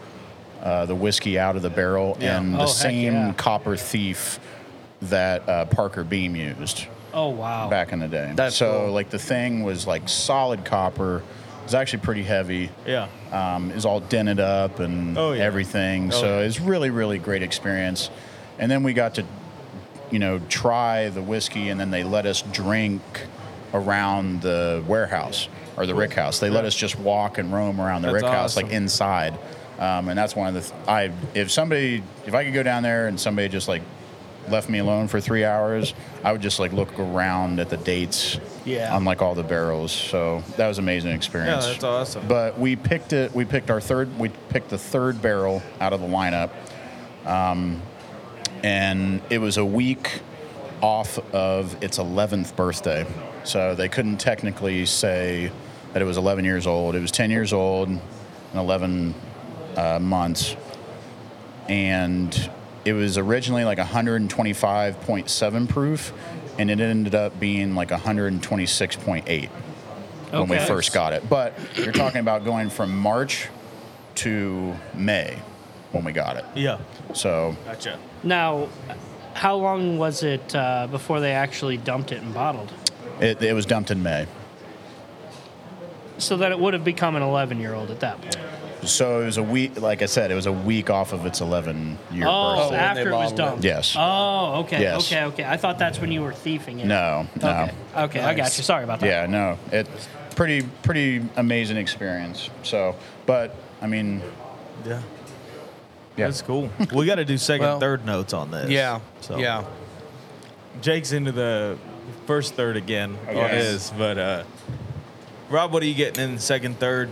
[SPEAKER 3] uh, the whiskey out of the barrel,
[SPEAKER 4] Yeah.
[SPEAKER 3] and
[SPEAKER 5] Oh,
[SPEAKER 3] the
[SPEAKER 5] heck
[SPEAKER 3] same
[SPEAKER 5] yeah.
[SPEAKER 3] copper thief that uh, Parker Beam used
[SPEAKER 5] Oh wow!
[SPEAKER 3] back in the day.
[SPEAKER 2] That's
[SPEAKER 3] so,
[SPEAKER 2] cool.
[SPEAKER 3] like the thing was like solid copper. It was actually pretty heavy
[SPEAKER 4] Yeah.
[SPEAKER 3] um, is all dented up and
[SPEAKER 4] Oh, yeah.
[SPEAKER 3] everything.
[SPEAKER 4] Oh,
[SPEAKER 3] so
[SPEAKER 4] yeah.
[SPEAKER 3] it's really, really great experience. And then we got to, you know, try the whiskey, and then they let us drink around the warehouse or the rick house. They let us just walk and roam around the
[SPEAKER 4] That's
[SPEAKER 3] rick house, like
[SPEAKER 4] awesome.
[SPEAKER 3] inside. Um, and that's one of the th- I if somebody if I could go down there and somebody just like left me alone for three hours, I would just like look around at the dates
[SPEAKER 2] Yeah.
[SPEAKER 3] on like all the barrels. So that was an amazing experience.
[SPEAKER 4] that's awesome.
[SPEAKER 3] But we picked it. We picked our third. We picked the third barrel out of the lineup, um, and it was a week off of its 11th birthday. So they couldn't technically say that it was 11 years old. It was 10 years old and 11 uh, months, and it was originally like 125.7 proof, and it ended up being like 126.8 when we
[SPEAKER 5] Okay.
[SPEAKER 3] first got it. But you're talking about going from March to May when we got it.
[SPEAKER 4] Yeah.
[SPEAKER 3] So
[SPEAKER 4] Gotcha.
[SPEAKER 5] Now, how long was it uh, before they actually dumped it and bottled?
[SPEAKER 3] it, it was dumped in May.
[SPEAKER 5] So that it would have become an 11 year old at that point.
[SPEAKER 3] So it was a week, like I said, it was a week off of its 11 year
[SPEAKER 5] Oh,
[SPEAKER 3] birthday.
[SPEAKER 5] after it was
[SPEAKER 2] bottled it.
[SPEAKER 5] done.
[SPEAKER 3] Yes.
[SPEAKER 5] Oh, okay,
[SPEAKER 3] Yes.
[SPEAKER 5] okay, okay. I thought that's when you were thieving it.
[SPEAKER 3] No, no.
[SPEAKER 5] Okay, okay, I got
[SPEAKER 2] Nice.
[SPEAKER 5] you. Sorry about that.
[SPEAKER 3] Yeah, no, it's pretty pretty amazing experience. So, but I mean,
[SPEAKER 4] Yeah.
[SPEAKER 3] yeah,
[SPEAKER 4] That's cool. we got to do second,
[SPEAKER 2] Well,
[SPEAKER 4] third notes on this.
[SPEAKER 2] Yeah.
[SPEAKER 4] So
[SPEAKER 2] Yeah.
[SPEAKER 4] Jake's into the first third again on
[SPEAKER 3] yes.
[SPEAKER 4] his, but uh, Rob, what are you getting in the second third?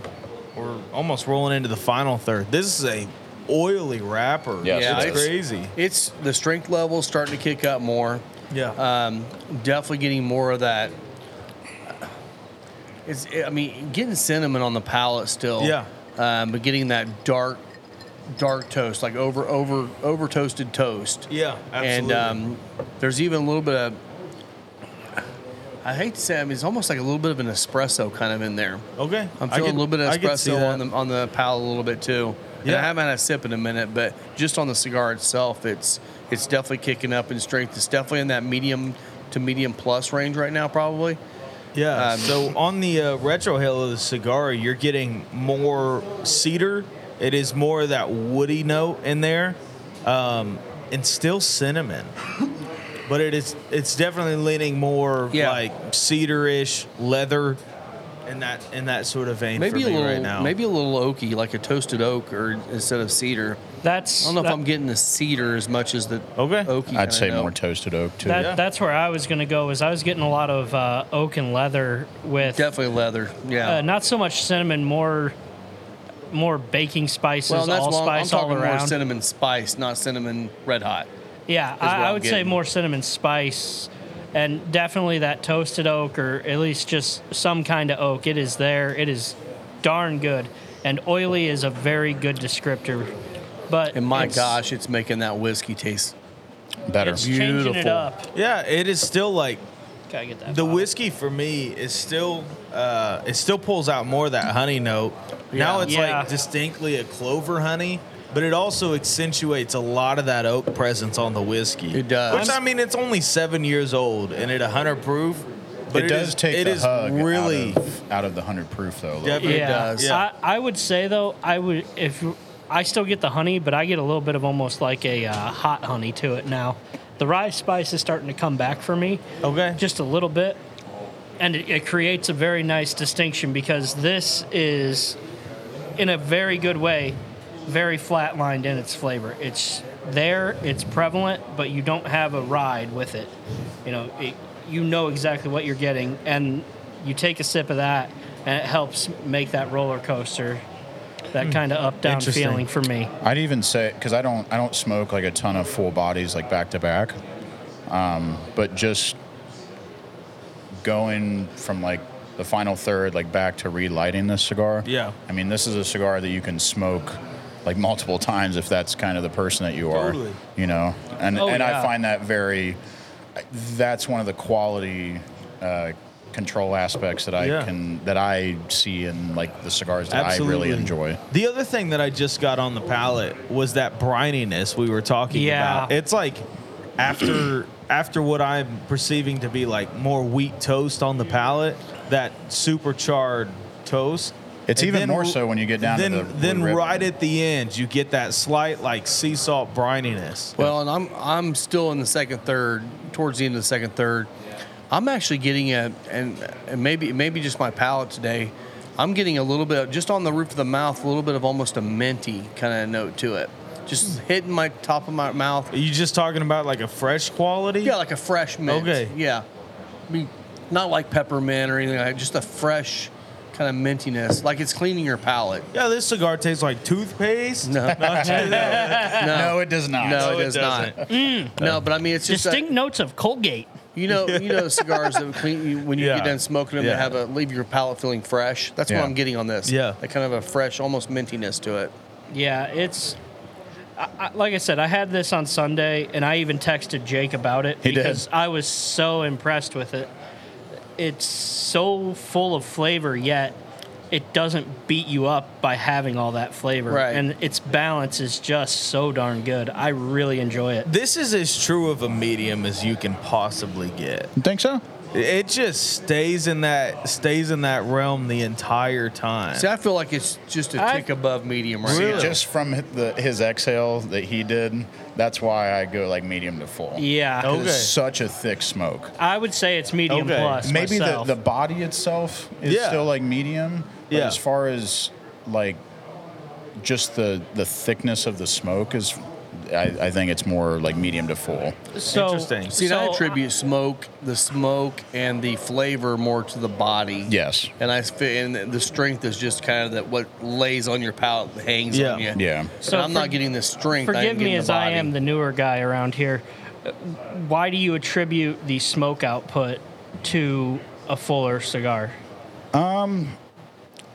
[SPEAKER 4] We're almost rolling into the final third. This is a oily wrapper.
[SPEAKER 3] Yes,
[SPEAKER 2] Yeah,
[SPEAKER 4] it's,
[SPEAKER 2] it is.
[SPEAKER 4] crazy.
[SPEAKER 2] It's the strength level starting to kick up more.
[SPEAKER 4] Yeah.
[SPEAKER 2] Um, definitely getting more of that. It's, I mean, getting cinnamon on the palate still.
[SPEAKER 4] Yeah.
[SPEAKER 2] Um, but getting that dark, dark toast, like over, over, over toasted toast.
[SPEAKER 4] yeah. Absolutely.
[SPEAKER 2] And um, there's even a little bit of, I hate to say, I mean, it's almost like a little bit of an espresso kind of in there.
[SPEAKER 4] okay.
[SPEAKER 2] I'm
[SPEAKER 4] I
[SPEAKER 2] feeling
[SPEAKER 4] can-
[SPEAKER 2] a little bit of
[SPEAKER 4] I can see
[SPEAKER 2] espresso on
[SPEAKER 4] that.
[SPEAKER 2] the on the palate a little bit too. And
[SPEAKER 4] Yeah.
[SPEAKER 2] I haven't had a sip in a minute, but just on the cigar itself, it's it's definitely kicking up in strength. It's definitely in that medium to medium plus range right now, probably.
[SPEAKER 4] Yeah.
[SPEAKER 2] Um,
[SPEAKER 4] so on the uh, retro hill of the cigar, you're getting more cedar. It is more of that woody note in there, um, and still cinnamon. But it is it's definitely leaning more
[SPEAKER 2] Yeah.
[SPEAKER 4] like cedar-ish, leather, in that in that sort of vein
[SPEAKER 2] Maybe
[SPEAKER 4] for
[SPEAKER 2] a
[SPEAKER 4] me
[SPEAKER 2] little,
[SPEAKER 4] right now.
[SPEAKER 2] maybe a little oaky, like a toasted oak, or instead of cedar.
[SPEAKER 5] That's.
[SPEAKER 2] I don't know
[SPEAKER 5] that-
[SPEAKER 2] if I'm getting the cedar as much as the
[SPEAKER 4] Okay.
[SPEAKER 2] oaky.
[SPEAKER 3] I'd
[SPEAKER 2] kinda
[SPEAKER 3] say
[SPEAKER 2] note.
[SPEAKER 3] more toasted oak too.
[SPEAKER 5] That,
[SPEAKER 4] Yeah.
[SPEAKER 5] That's where I was going to go. Is I was getting a lot of uh, oak and leather with
[SPEAKER 2] Definitely leather. Yeah.
[SPEAKER 5] uh, not so much cinnamon, more more baking spices,
[SPEAKER 2] well, that's long, I'm
[SPEAKER 5] allspice all
[SPEAKER 2] talking more
[SPEAKER 5] around.
[SPEAKER 2] cinnamon spice, not cinnamon red hot.
[SPEAKER 5] yeah, I,
[SPEAKER 2] what
[SPEAKER 5] I
[SPEAKER 2] I'm
[SPEAKER 5] would say
[SPEAKER 2] getting.
[SPEAKER 5] more cinnamon spice, and definitely that toasted oak, or at least just some kind of oak. It is there. It is darn good, and oily is a very good descriptor. But
[SPEAKER 2] And my
[SPEAKER 5] it's-
[SPEAKER 2] gosh, it's making that whiskey taste
[SPEAKER 3] Better.
[SPEAKER 5] it's changing it
[SPEAKER 2] beautiful.
[SPEAKER 5] up.
[SPEAKER 4] yeah, it is still like
[SPEAKER 5] Gotta get that.
[SPEAKER 4] the
[SPEAKER 5] bottle.
[SPEAKER 4] whiskey for me is still uh, it still pulls out more of that honey note. Now
[SPEAKER 2] Yeah.
[SPEAKER 4] it's
[SPEAKER 5] Yeah.
[SPEAKER 4] like distinctly a clover honey, but it also accentuates a lot of that oak presence on the whiskey.
[SPEAKER 2] It does.
[SPEAKER 4] Which I mean, it's only seven years old and at hundred proof, but
[SPEAKER 3] it, does
[SPEAKER 4] is-
[SPEAKER 3] take
[SPEAKER 4] it
[SPEAKER 3] the
[SPEAKER 4] is
[SPEAKER 3] hug
[SPEAKER 4] really
[SPEAKER 3] out, of, out of the hundred proof though. a little
[SPEAKER 4] Yeah.
[SPEAKER 3] bit.
[SPEAKER 5] Yeah,
[SPEAKER 4] It does. Yeah.
[SPEAKER 5] I, I would say though, I would if I still get the honey, but I get a little bit of almost like a uh, hot honey to it now. The rye spice is starting to come back for me,
[SPEAKER 4] okay.
[SPEAKER 5] just a little bit, and it, it creates a very nice distinction because this is, in a very good way, very flatlined in its flavor. It's there, it's prevalent, but you don't have a ride with it. You know, it, you know exactly what you're getting, and you take a sip of that, and it helps make that roller coaster, that kind of up down
[SPEAKER 4] Interesting.
[SPEAKER 5] feeling for me.
[SPEAKER 3] I'd even say because I don't I don't smoke like a ton of full bodies like back to back, Um, but just going from like the final third like back to relighting this cigar.
[SPEAKER 4] Yeah.
[SPEAKER 3] I mean this is a cigar that you can smoke like multiple times if that's kind of the person that you are.
[SPEAKER 4] Totally.
[SPEAKER 3] You know, and
[SPEAKER 5] Oh,
[SPEAKER 3] and
[SPEAKER 5] yeah.
[SPEAKER 3] I find that very. That's one of the quality. Uh, control aspects that I
[SPEAKER 4] Yeah.
[SPEAKER 3] can that I see in like the cigars that I really enjoy.
[SPEAKER 4] The other thing that I just got on the palate was that brininess we were talking
[SPEAKER 5] Yeah.
[SPEAKER 4] about. It's like after after what I'm perceiving to be like more wheat toast on the palate, that supercharred toast.
[SPEAKER 3] It's even more so when you get down to
[SPEAKER 4] then,
[SPEAKER 3] the Blue
[SPEAKER 4] then
[SPEAKER 3] Ribbon.
[SPEAKER 4] right at the end you get that slight like sea salt brininess.
[SPEAKER 2] Well, and I'm I'm still in the second third, towards the end of the second third. I'm actually getting a and, and maybe maybe just my palate today. I'm getting a little bit just on the roof of the mouth, a little bit of almost a minty kind of note to it, just hitting my top of my mouth.
[SPEAKER 4] Are you just talking about like a fresh quality?
[SPEAKER 2] Yeah, like a fresh mint.
[SPEAKER 4] Okay.
[SPEAKER 2] Yeah, I mean, not like peppermint or anything like that, just a fresh kind of mintiness, like it's cleaning your palate.
[SPEAKER 4] Yeah, this cigar tastes like toothpaste.
[SPEAKER 2] No,
[SPEAKER 3] No, it does not.
[SPEAKER 2] no,
[SPEAKER 4] No,
[SPEAKER 2] it
[SPEAKER 4] it
[SPEAKER 2] is not. No, but I mean, it's just uh, a-
[SPEAKER 5] Distinct notes of Colgate.
[SPEAKER 2] You know, you know the cigars that clean you when you
[SPEAKER 4] Yeah.
[SPEAKER 2] get done smoking them,
[SPEAKER 4] Yeah.
[SPEAKER 2] they have a leave your palate feeling fresh. That's
[SPEAKER 3] Yeah.
[SPEAKER 2] what I'm getting on this.
[SPEAKER 4] Yeah.
[SPEAKER 2] that kind of a fresh, almost mintiness to it.
[SPEAKER 5] Yeah, it's I, I, like I said. I had this on Sunday, and I even texted Jake about it
[SPEAKER 3] He did.
[SPEAKER 5] because I was so impressed with it. It's so full of flavor, yet it doesn't beat you up by having all that flavor,
[SPEAKER 2] Right.
[SPEAKER 5] and its balance is just so darn good. I really enjoy it.
[SPEAKER 4] This is as true of a medium as you can possibly get.
[SPEAKER 3] Think so?
[SPEAKER 4] It just stays in that stays in that realm the entire time.
[SPEAKER 2] See, I feel like it's just a
[SPEAKER 5] I-
[SPEAKER 2] tick above medium right
[SPEAKER 4] Really?
[SPEAKER 2] now.
[SPEAKER 3] Just from hi- the, his exhale that he did, that's why I go like medium to full.
[SPEAKER 5] Yeah.
[SPEAKER 4] Nope.
[SPEAKER 3] It's
[SPEAKER 4] Okay.
[SPEAKER 3] such a thick smoke.
[SPEAKER 5] I would say it's medium
[SPEAKER 4] Okay.
[SPEAKER 5] plus.
[SPEAKER 3] Maybe the,
[SPEAKER 5] myself.
[SPEAKER 3] the body itself is
[SPEAKER 4] Yeah.
[SPEAKER 3] still like medium, but
[SPEAKER 4] Yeah.
[SPEAKER 3] as far as like just the the thickness of the smoke is, I, I think it's more like medium to full.
[SPEAKER 5] so,
[SPEAKER 4] Interesting.
[SPEAKER 2] See, and I
[SPEAKER 5] so uh,
[SPEAKER 2] attribute smoke, the smoke, and the flavor more to the body.
[SPEAKER 3] Yes.
[SPEAKER 2] And I fit and the strength is just kind of that what lays on your palate hangs on
[SPEAKER 4] Yeah.
[SPEAKER 2] you.
[SPEAKER 3] Yeah.
[SPEAKER 2] So
[SPEAKER 5] So
[SPEAKER 2] I'm
[SPEAKER 5] for-
[SPEAKER 2] not getting the strength. I am
[SPEAKER 5] Forgive
[SPEAKER 2] getting
[SPEAKER 5] me
[SPEAKER 2] the
[SPEAKER 5] as I
[SPEAKER 2] body.
[SPEAKER 5] am the newer guy around here. Uh, Why do you attribute the smoke output to a fuller cigar?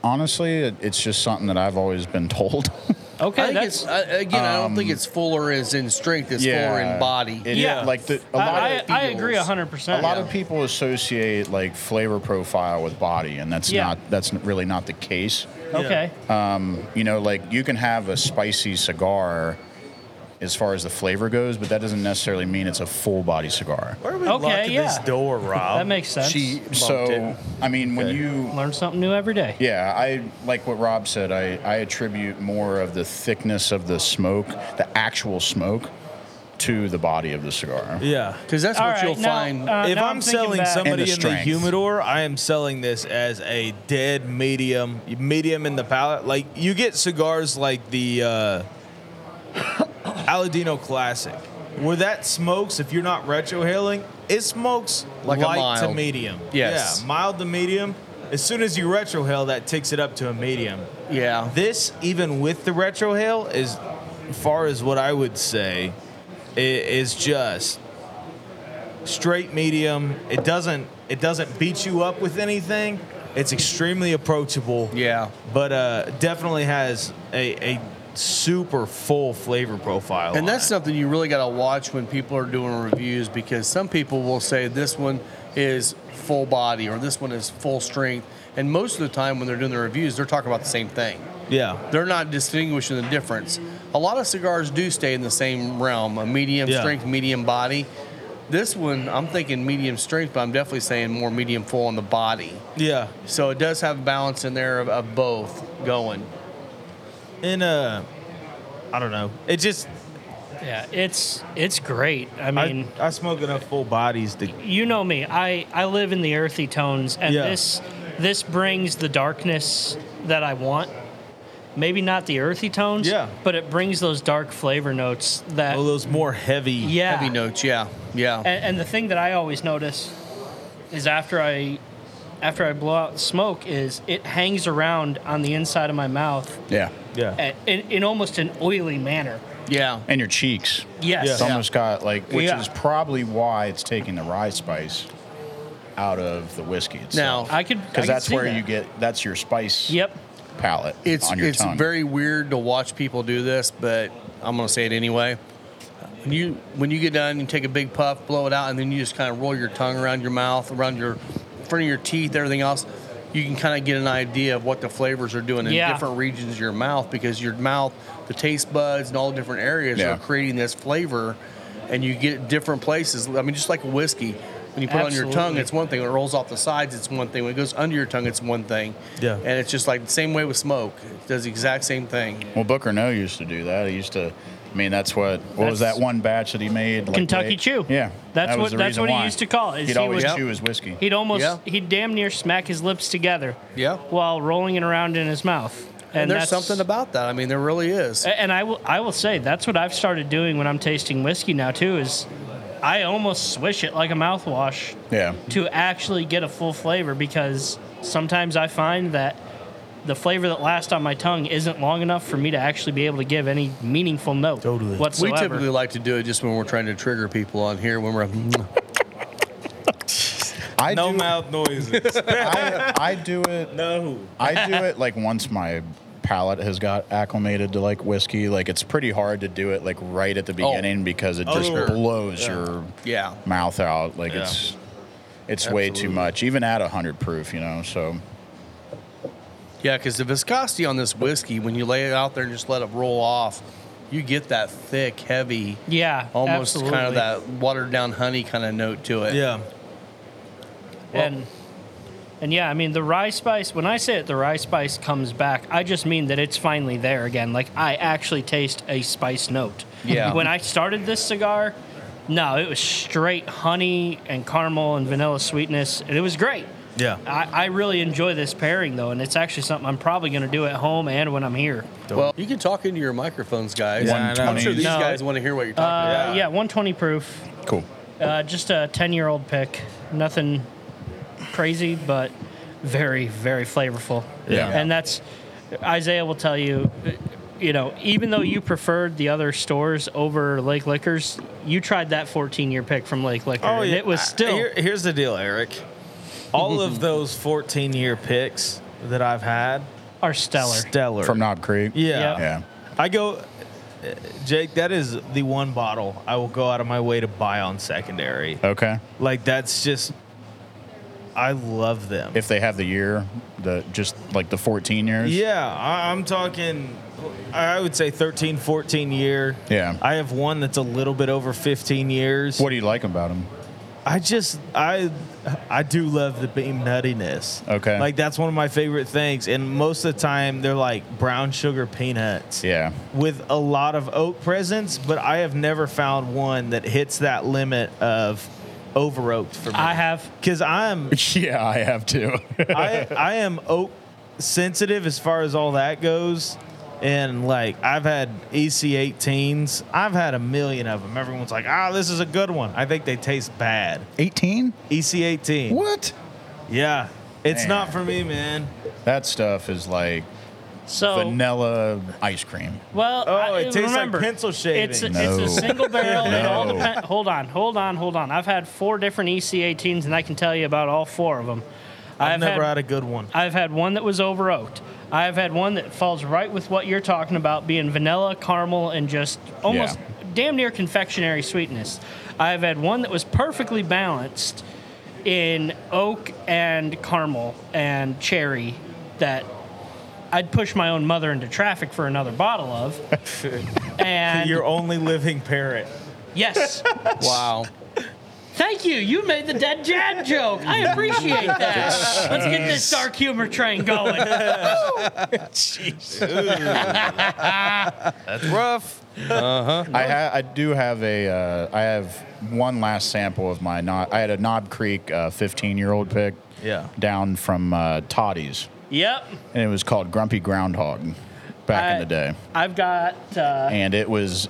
[SPEAKER 3] Honestly, it, it's just something that I've always been told.
[SPEAKER 5] Okay,
[SPEAKER 2] I think
[SPEAKER 5] that's
[SPEAKER 2] it's I, again. I don't think
[SPEAKER 4] Um,
[SPEAKER 2] it's fuller as in strength. It's fuller in body.
[SPEAKER 3] It-
[SPEAKER 5] Yeah.
[SPEAKER 3] Like the, a
[SPEAKER 5] I-
[SPEAKER 3] lot
[SPEAKER 5] I,
[SPEAKER 3] of
[SPEAKER 5] I agree
[SPEAKER 2] feels.
[SPEAKER 5] 100%.
[SPEAKER 3] a lot of people associate like flavor profile with body, and that's
[SPEAKER 5] Yeah.
[SPEAKER 3] not that's really not the case.
[SPEAKER 5] Okay.
[SPEAKER 3] You know, like you can have a spicy cigar as far as the flavor goes, but that doesn't necessarily mean it's a full body cigar.
[SPEAKER 4] Where are we
[SPEAKER 5] Okay,
[SPEAKER 4] locking this
[SPEAKER 5] yeah.
[SPEAKER 4] door, Rob?
[SPEAKER 5] That makes sense.
[SPEAKER 2] She bumped
[SPEAKER 3] So,
[SPEAKER 2] it.
[SPEAKER 3] I mean, when you
[SPEAKER 5] Learn something new every day.
[SPEAKER 3] Yeah, I like what Rob said. I, I attribute more of the thickness of the smoke, the actual smoke, to the body of the cigar.
[SPEAKER 4] yeah.
[SPEAKER 2] because that's
[SPEAKER 5] All
[SPEAKER 2] what
[SPEAKER 5] right,
[SPEAKER 2] you'll
[SPEAKER 5] now,
[SPEAKER 2] find.
[SPEAKER 5] uh,
[SPEAKER 4] if
[SPEAKER 5] now
[SPEAKER 4] I'm,
[SPEAKER 5] thinking
[SPEAKER 4] selling
[SPEAKER 5] back-
[SPEAKER 4] somebody
[SPEAKER 3] And the
[SPEAKER 4] in the
[SPEAKER 3] strength.
[SPEAKER 4] humidor, I am selling this as a dead medium, medium in the palate. Like you get cigars like the uh, Aladino Classic, where that smokes. If you're not retrohaling, it smokes
[SPEAKER 2] Like a
[SPEAKER 4] light to
[SPEAKER 2] mild.
[SPEAKER 4] medium.
[SPEAKER 2] Yes.
[SPEAKER 4] yeah, mild to medium. As soon as you retrohale, that takes it up to a medium.
[SPEAKER 2] yeah.
[SPEAKER 4] This, even with the retrohale, as far as what I would say, i- is just straight medium. It doesn't it doesn't beat you up with anything. It's extremely approachable.
[SPEAKER 2] Yeah.
[SPEAKER 4] But uh, definitely has a, a super full flavor profile. on
[SPEAKER 2] And that's
[SPEAKER 4] it.
[SPEAKER 2] something you really got to watch when people are doing reviews because some people will say this one is full body or this one is full strength. And most of the time when they're doing their reviews, they're talking about the same thing.
[SPEAKER 4] yeah.
[SPEAKER 2] They're not distinguishing the difference. A lot of cigars do stay in the same realm a medium
[SPEAKER 4] Yeah.
[SPEAKER 2] strength, medium body. This one, I'm thinking medium strength, but I'm definitely saying more medium full on the body.
[SPEAKER 4] Yeah.
[SPEAKER 2] So it does have balance in there of, of both going.
[SPEAKER 4] And uh I don't know. It just
[SPEAKER 5] Yeah, it's it's great. I
[SPEAKER 4] I,
[SPEAKER 5] mean,
[SPEAKER 4] I smoke enough full bodies to
[SPEAKER 5] you know me. I I live in the earthy tones, and
[SPEAKER 4] Yeah.
[SPEAKER 5] this this brings the darkness that I want. Maybe not the earthy tones,
[SPEAKER 4] Yeah.
[SPEAKER 5] but it brings those dark flavor notes that
[SPEAKER 4] all those more heavy
[SPEAKER 5] yeah.
[SPEAKER 2] Heavy notes, yeah, yeah.
[SPEAKER 5] And, and the thing that I always notice is after I after I blow out smoke is it hangs around on the inside of my mouth
[SPEAKER 3] Yeah.
[SPEAKER 4] yeah.
[SPEAKER 5] a- in, in almost an oily manner.
[SPEAKER 2] yeah.
[SPEAKER 3] And your cheeks.
[SPEAKER 5] Yes.
[SPEAKER 3] It's almost got like, which
[SPEAKER 5] Yeah.
[SPEAKER 3] is probably why it's taking the rye spice out of the whiskey itself.
[SPEAKER 2] Now,
[SPEAKER 5] I could I
[SPEAKER 3] because
[SPEAKER 5] could
[SPEAKER 3] that's
[SPEAKER 5] see
[SPEAKER 3] where
[SPEAKER 5] that.
[SPEAKER 3] you get that's your spice
[SPEAKER 5] Yep.
[SPEAKER 3] palate
[SPEAKER 2] It's
[SPEAKER 3] on your
[SPEAKER 2] it's
[SPEAKER 3] tongue.
[SPEAKER 2] very weird to watch people do this, but I'm gonna say it anyway. When you when you get done, you take a big puff, blow it out, and then you just kind of roll your tongue around your mouth, around your front of your teeth, everything else. You can kind of get an idea of what the flavors are doing in
[SPEAKER 5] Yeah.
[SPEAKER 2] different regions of your mouth because your mouth, the taste buds, and all different areas
[SPEAKER 3] Yeah.
[SPEAKER 2] are creating this flavor, and you get it different places. I mean, just like whiskey. When you put it on your tongue,
[SPEAKER 5] Absolutely.
[SPEAKER 2] it's one thing. When it rolls off the sides, it's one thing. When it goes under your tongue, it's one thing.
[SPEAKER 4] Yeah.
[SPEAKER 2] And it's just like the same way with smoke. It does the exact same thing.
[SPEAKER 3] Well, Booker No used to do that. He used to. I mean, that's what. What was
[SPEAKER 5] That's-
[SPEAKER 3] that one batch that he made? Like
[SPEAKER 5] Kentucky
[SPEAKER 3] late-
[SPEAKER 5] Chew.
[SPEAKER 3] Yeah.
[SPEAKER 5] That's
[SPEAKER 3] that was
[SPEAKER 5] what-
[SPEAKER 3] the
[SPEAKER 5] that's
[SPEAKER 3] reason
[SPEAKER 5] what he
[SPEAKER 3] why.
[SPEAKER 5] used to call it, is
[SPEAKER 3] He'd
[SPEAKER 5] he
[SPEAKER 3] always
[SPEAKER 2] would-
[SPEAKER 3] chew his whiskey.
[SPEAKER 5] He'd almost
[SPEAKER 2] Yeah.
[SPEAKER 5] he'd damn near smack his lips together.
[SPEAKER 2] Yeah.
[SPEAKER 5] While rolling it around in his mouth.
[SPEAKER 2] And, there's
[SPEAKER 5] that's-
[SPEAKER 2] something about that. I mean, there really is.
[SPEAKER 5] A- And I will, I will say that's what I've started doing when I'm tasting whiskey now too. Is I almost swish it like a mouthwash
[SPEAKER 3] Yeah.
[SPEAKER 5] to actually get a full flavor because sometimes I find that the flavor that lasts on my tongue isn't long enough for me to actually be able to give any meaningful note
[SPEAKER 4] Totally.
[SPEAKER 5] whatsoever.
[SPEAKER 2] We typically like to do it just when we're trying to trigger people on here. When we're
[SPEAKER 3] I
[SPEAKER 4] No
[SPEAKER 3] do,
[SPEAKER 4] mouth noises.
[SPEAKER 3] I, I do it.
[SPEAKER 4] no.
[SPEAKER 3] I do it like once my palate has got acclimated to like whiskey. Like it's pretty hard to do it like right at the beginning because
[SPEAKER 5] Oh,
[SPEAKER 3] it just
[SPEAKER 4] sure.
[SPEAKER 3] blows your
[SPEAKER 2] yeah,
[SPEAKER 3] mouth out. Like
[SPEAKER 4] Yeah.
[SPEAKER 3] it's it's way too
[SPEAKER 2] Absolutely.
[SPEAKER 3] much, even at hundred proof. You know, so
[SPEAKER 2] yeah, because the viscosity on this whiskey, when you lay it out there and just let it roll off, you get that thick, heavy,
[SPEAKER 5] yeah,
[SPEAKER 2] almost kind
[SPEAKER 5] absolutely.
[SPEAKER 2] of that watered down honey kind of note to it.
[SPEAKER 4] Yeah.
[SPEAKER 5] and and yeah, I mean the rye spice. When I say it, the rye spice comes back. I just mean that it's finally there again. Like I actually taste a spice note.
[SPEAKER 2] Yeah.
[SPEAKER 5] when I started this cigar, no, it was straight honey and caramel and vanilla sweetness, and it was great.
[SPEAKER 4] Yeah.
[SPEAKER 5] I, I really enjoy this pairing though, and it's actually something I'm probably going to do at home and when I'm here.
[SPEAKER 2] Well, you can talk into your microphones, guys.
[SPEAKER 4] Yeah, I know.
[SPEAKER 2] I'm sure these
[SPEAKER 5] No.
[SPEAKER 2] guys want to hear what you're talking
[SPEAKER 5] Uh,
[SPEAKER 2] about.
[SPEAKER 5] yeah, 120 proof.
[SPEAKER 3] Cool.
[SPEAKER 5] Uh, just a 10 year old pick. Nothing crazy, but very, very flavorful.
[SPEAKER 3] Yeah.
[SPEAKER 5] And that's, Isaiah will tell you, you know, even though you preferred the other stores over Lake Liquors, you tried that 14 year pick from Lake Liquor. and It
[SPEAKER 4] Oh,
[SPEAKER 5] was
[SPEAKER 4] I-
[SPEAKER 5] still.
[SPEAKER 4] Uh, here- here's the deal, Eric. All of those 14 year picks that I've had,
[SPEAKER 5] are stellar.
[SPEAKER 4] stellar.
[SPEAKER 3] From Knob Creek.
[SPEAKER 4] yeah.
[SPEAKER 5] Yep.
[SPEAKER 3] Yeah.
[SPEAKER 4] I go, uh, Jake. That is the one bottle I will go out of my way to buy on secondary.
[SPEAKER 3] Okay.
[SPEAKER 4] Like that's just, I love them.
[SPEAKER 3] If they have the year, the just like the 14 years.
[SPEAKER 4] Yeah, I, I'm talking. I would say 13, 14 year.
[SPEAKER 3] Yeah.
[SPEAKER 4] I have one that's a little bit over 15 years.
[SPEAKER 3] What do you like about them?
[SPEAKER 4] I just I I do love the bean nuttiness.
[SPEAKER 3] Okay.
[SPEAKER 4] Like that's one of my favorite things. And most of the time they're like brown sugar peanuts.
[SPEAKER 3] Yeah.
[SPEAKER 4] With a lot of oak presence, but I have never found one that hits that limit of over oaked for me.
[SPEAKER 5] I have.
[SPEAKER 4] Because I'm
[SPEAKER 3] Yeah, I have too.
[SPEAKER 4] I I am oak sensitive as far as all that goes. And like I've had EC18s, I've had a million of them. Everyone's like, "Ah, this is a good one." I think they taste bad. E
[SPEAKER 3] 18?
[SPEAKER 4] EC18.
[SPEAKER 3] What?
[SPEAKER 4] Yeah, it's
[SPEAKER 3] Man.
[SPEAKER 4] not for me, man.
[SPEAKER 3] That stuff is like
[SPEAKER 5] So.
[SPEAKER 3] vanilla ice cream.
[SPEAKER 5] Well,
[SPEAKER 4] Oh,
[SPEAKER 5] I-
[SPEAKER 4] it tastes like
[SPEAKER 5] remember,
[SPEAKER 4] pencil
[SPEAKER 5] It's a,
[SPEAKER 4] shaving.
[SPEAKER 5] it's
[SPEAKER 3] No.
[SPEAKER 5] a single barrel. It all
[SPEAKER 3] No.
[SPEAKER 5] depend- hold on, hold on, hold on. I've had four different E EC18s, and I can tell you about all four of them.
[SPEAKER 4] I've, never had a good one.
[SPEAKER 5] I've had one that was over oaked. I've had one that falls right with what you're talking about, being vanilla, caramel, and just almost damn near confectionery sweetness. I've had one that was perfectly balanced in oak and caramel and cherry that I'd push my own mother into traffic for another bottle of. and
[SPEAKER 4] Your only living parent.
[SPEAKER 5] yes,
[SPEAKER 2] Wow.
[SPEAKER 5] thank you. You made the dead dad joke. I appreciate that. Let's get this dark humor train going.
[SPEAKER 4] Rough.
[SPEAKER 3] I ha- I do have a uh, I have one last sample of my knob. I had a Knob Creek 15 year old pick.
[SPEAKER 4] Yeah.
[SPEAKER 3] Down from uh, Toddy's,
[SPEAKER 5] Yep.
[SPEAKER 3] and it was called Grumpy Groundhog back in
[SPEAKER 5] I-
[SPEAKER 3] the day,
[SPEAKER 5] I've got. Uh,
[SPEAKER 3] and it was.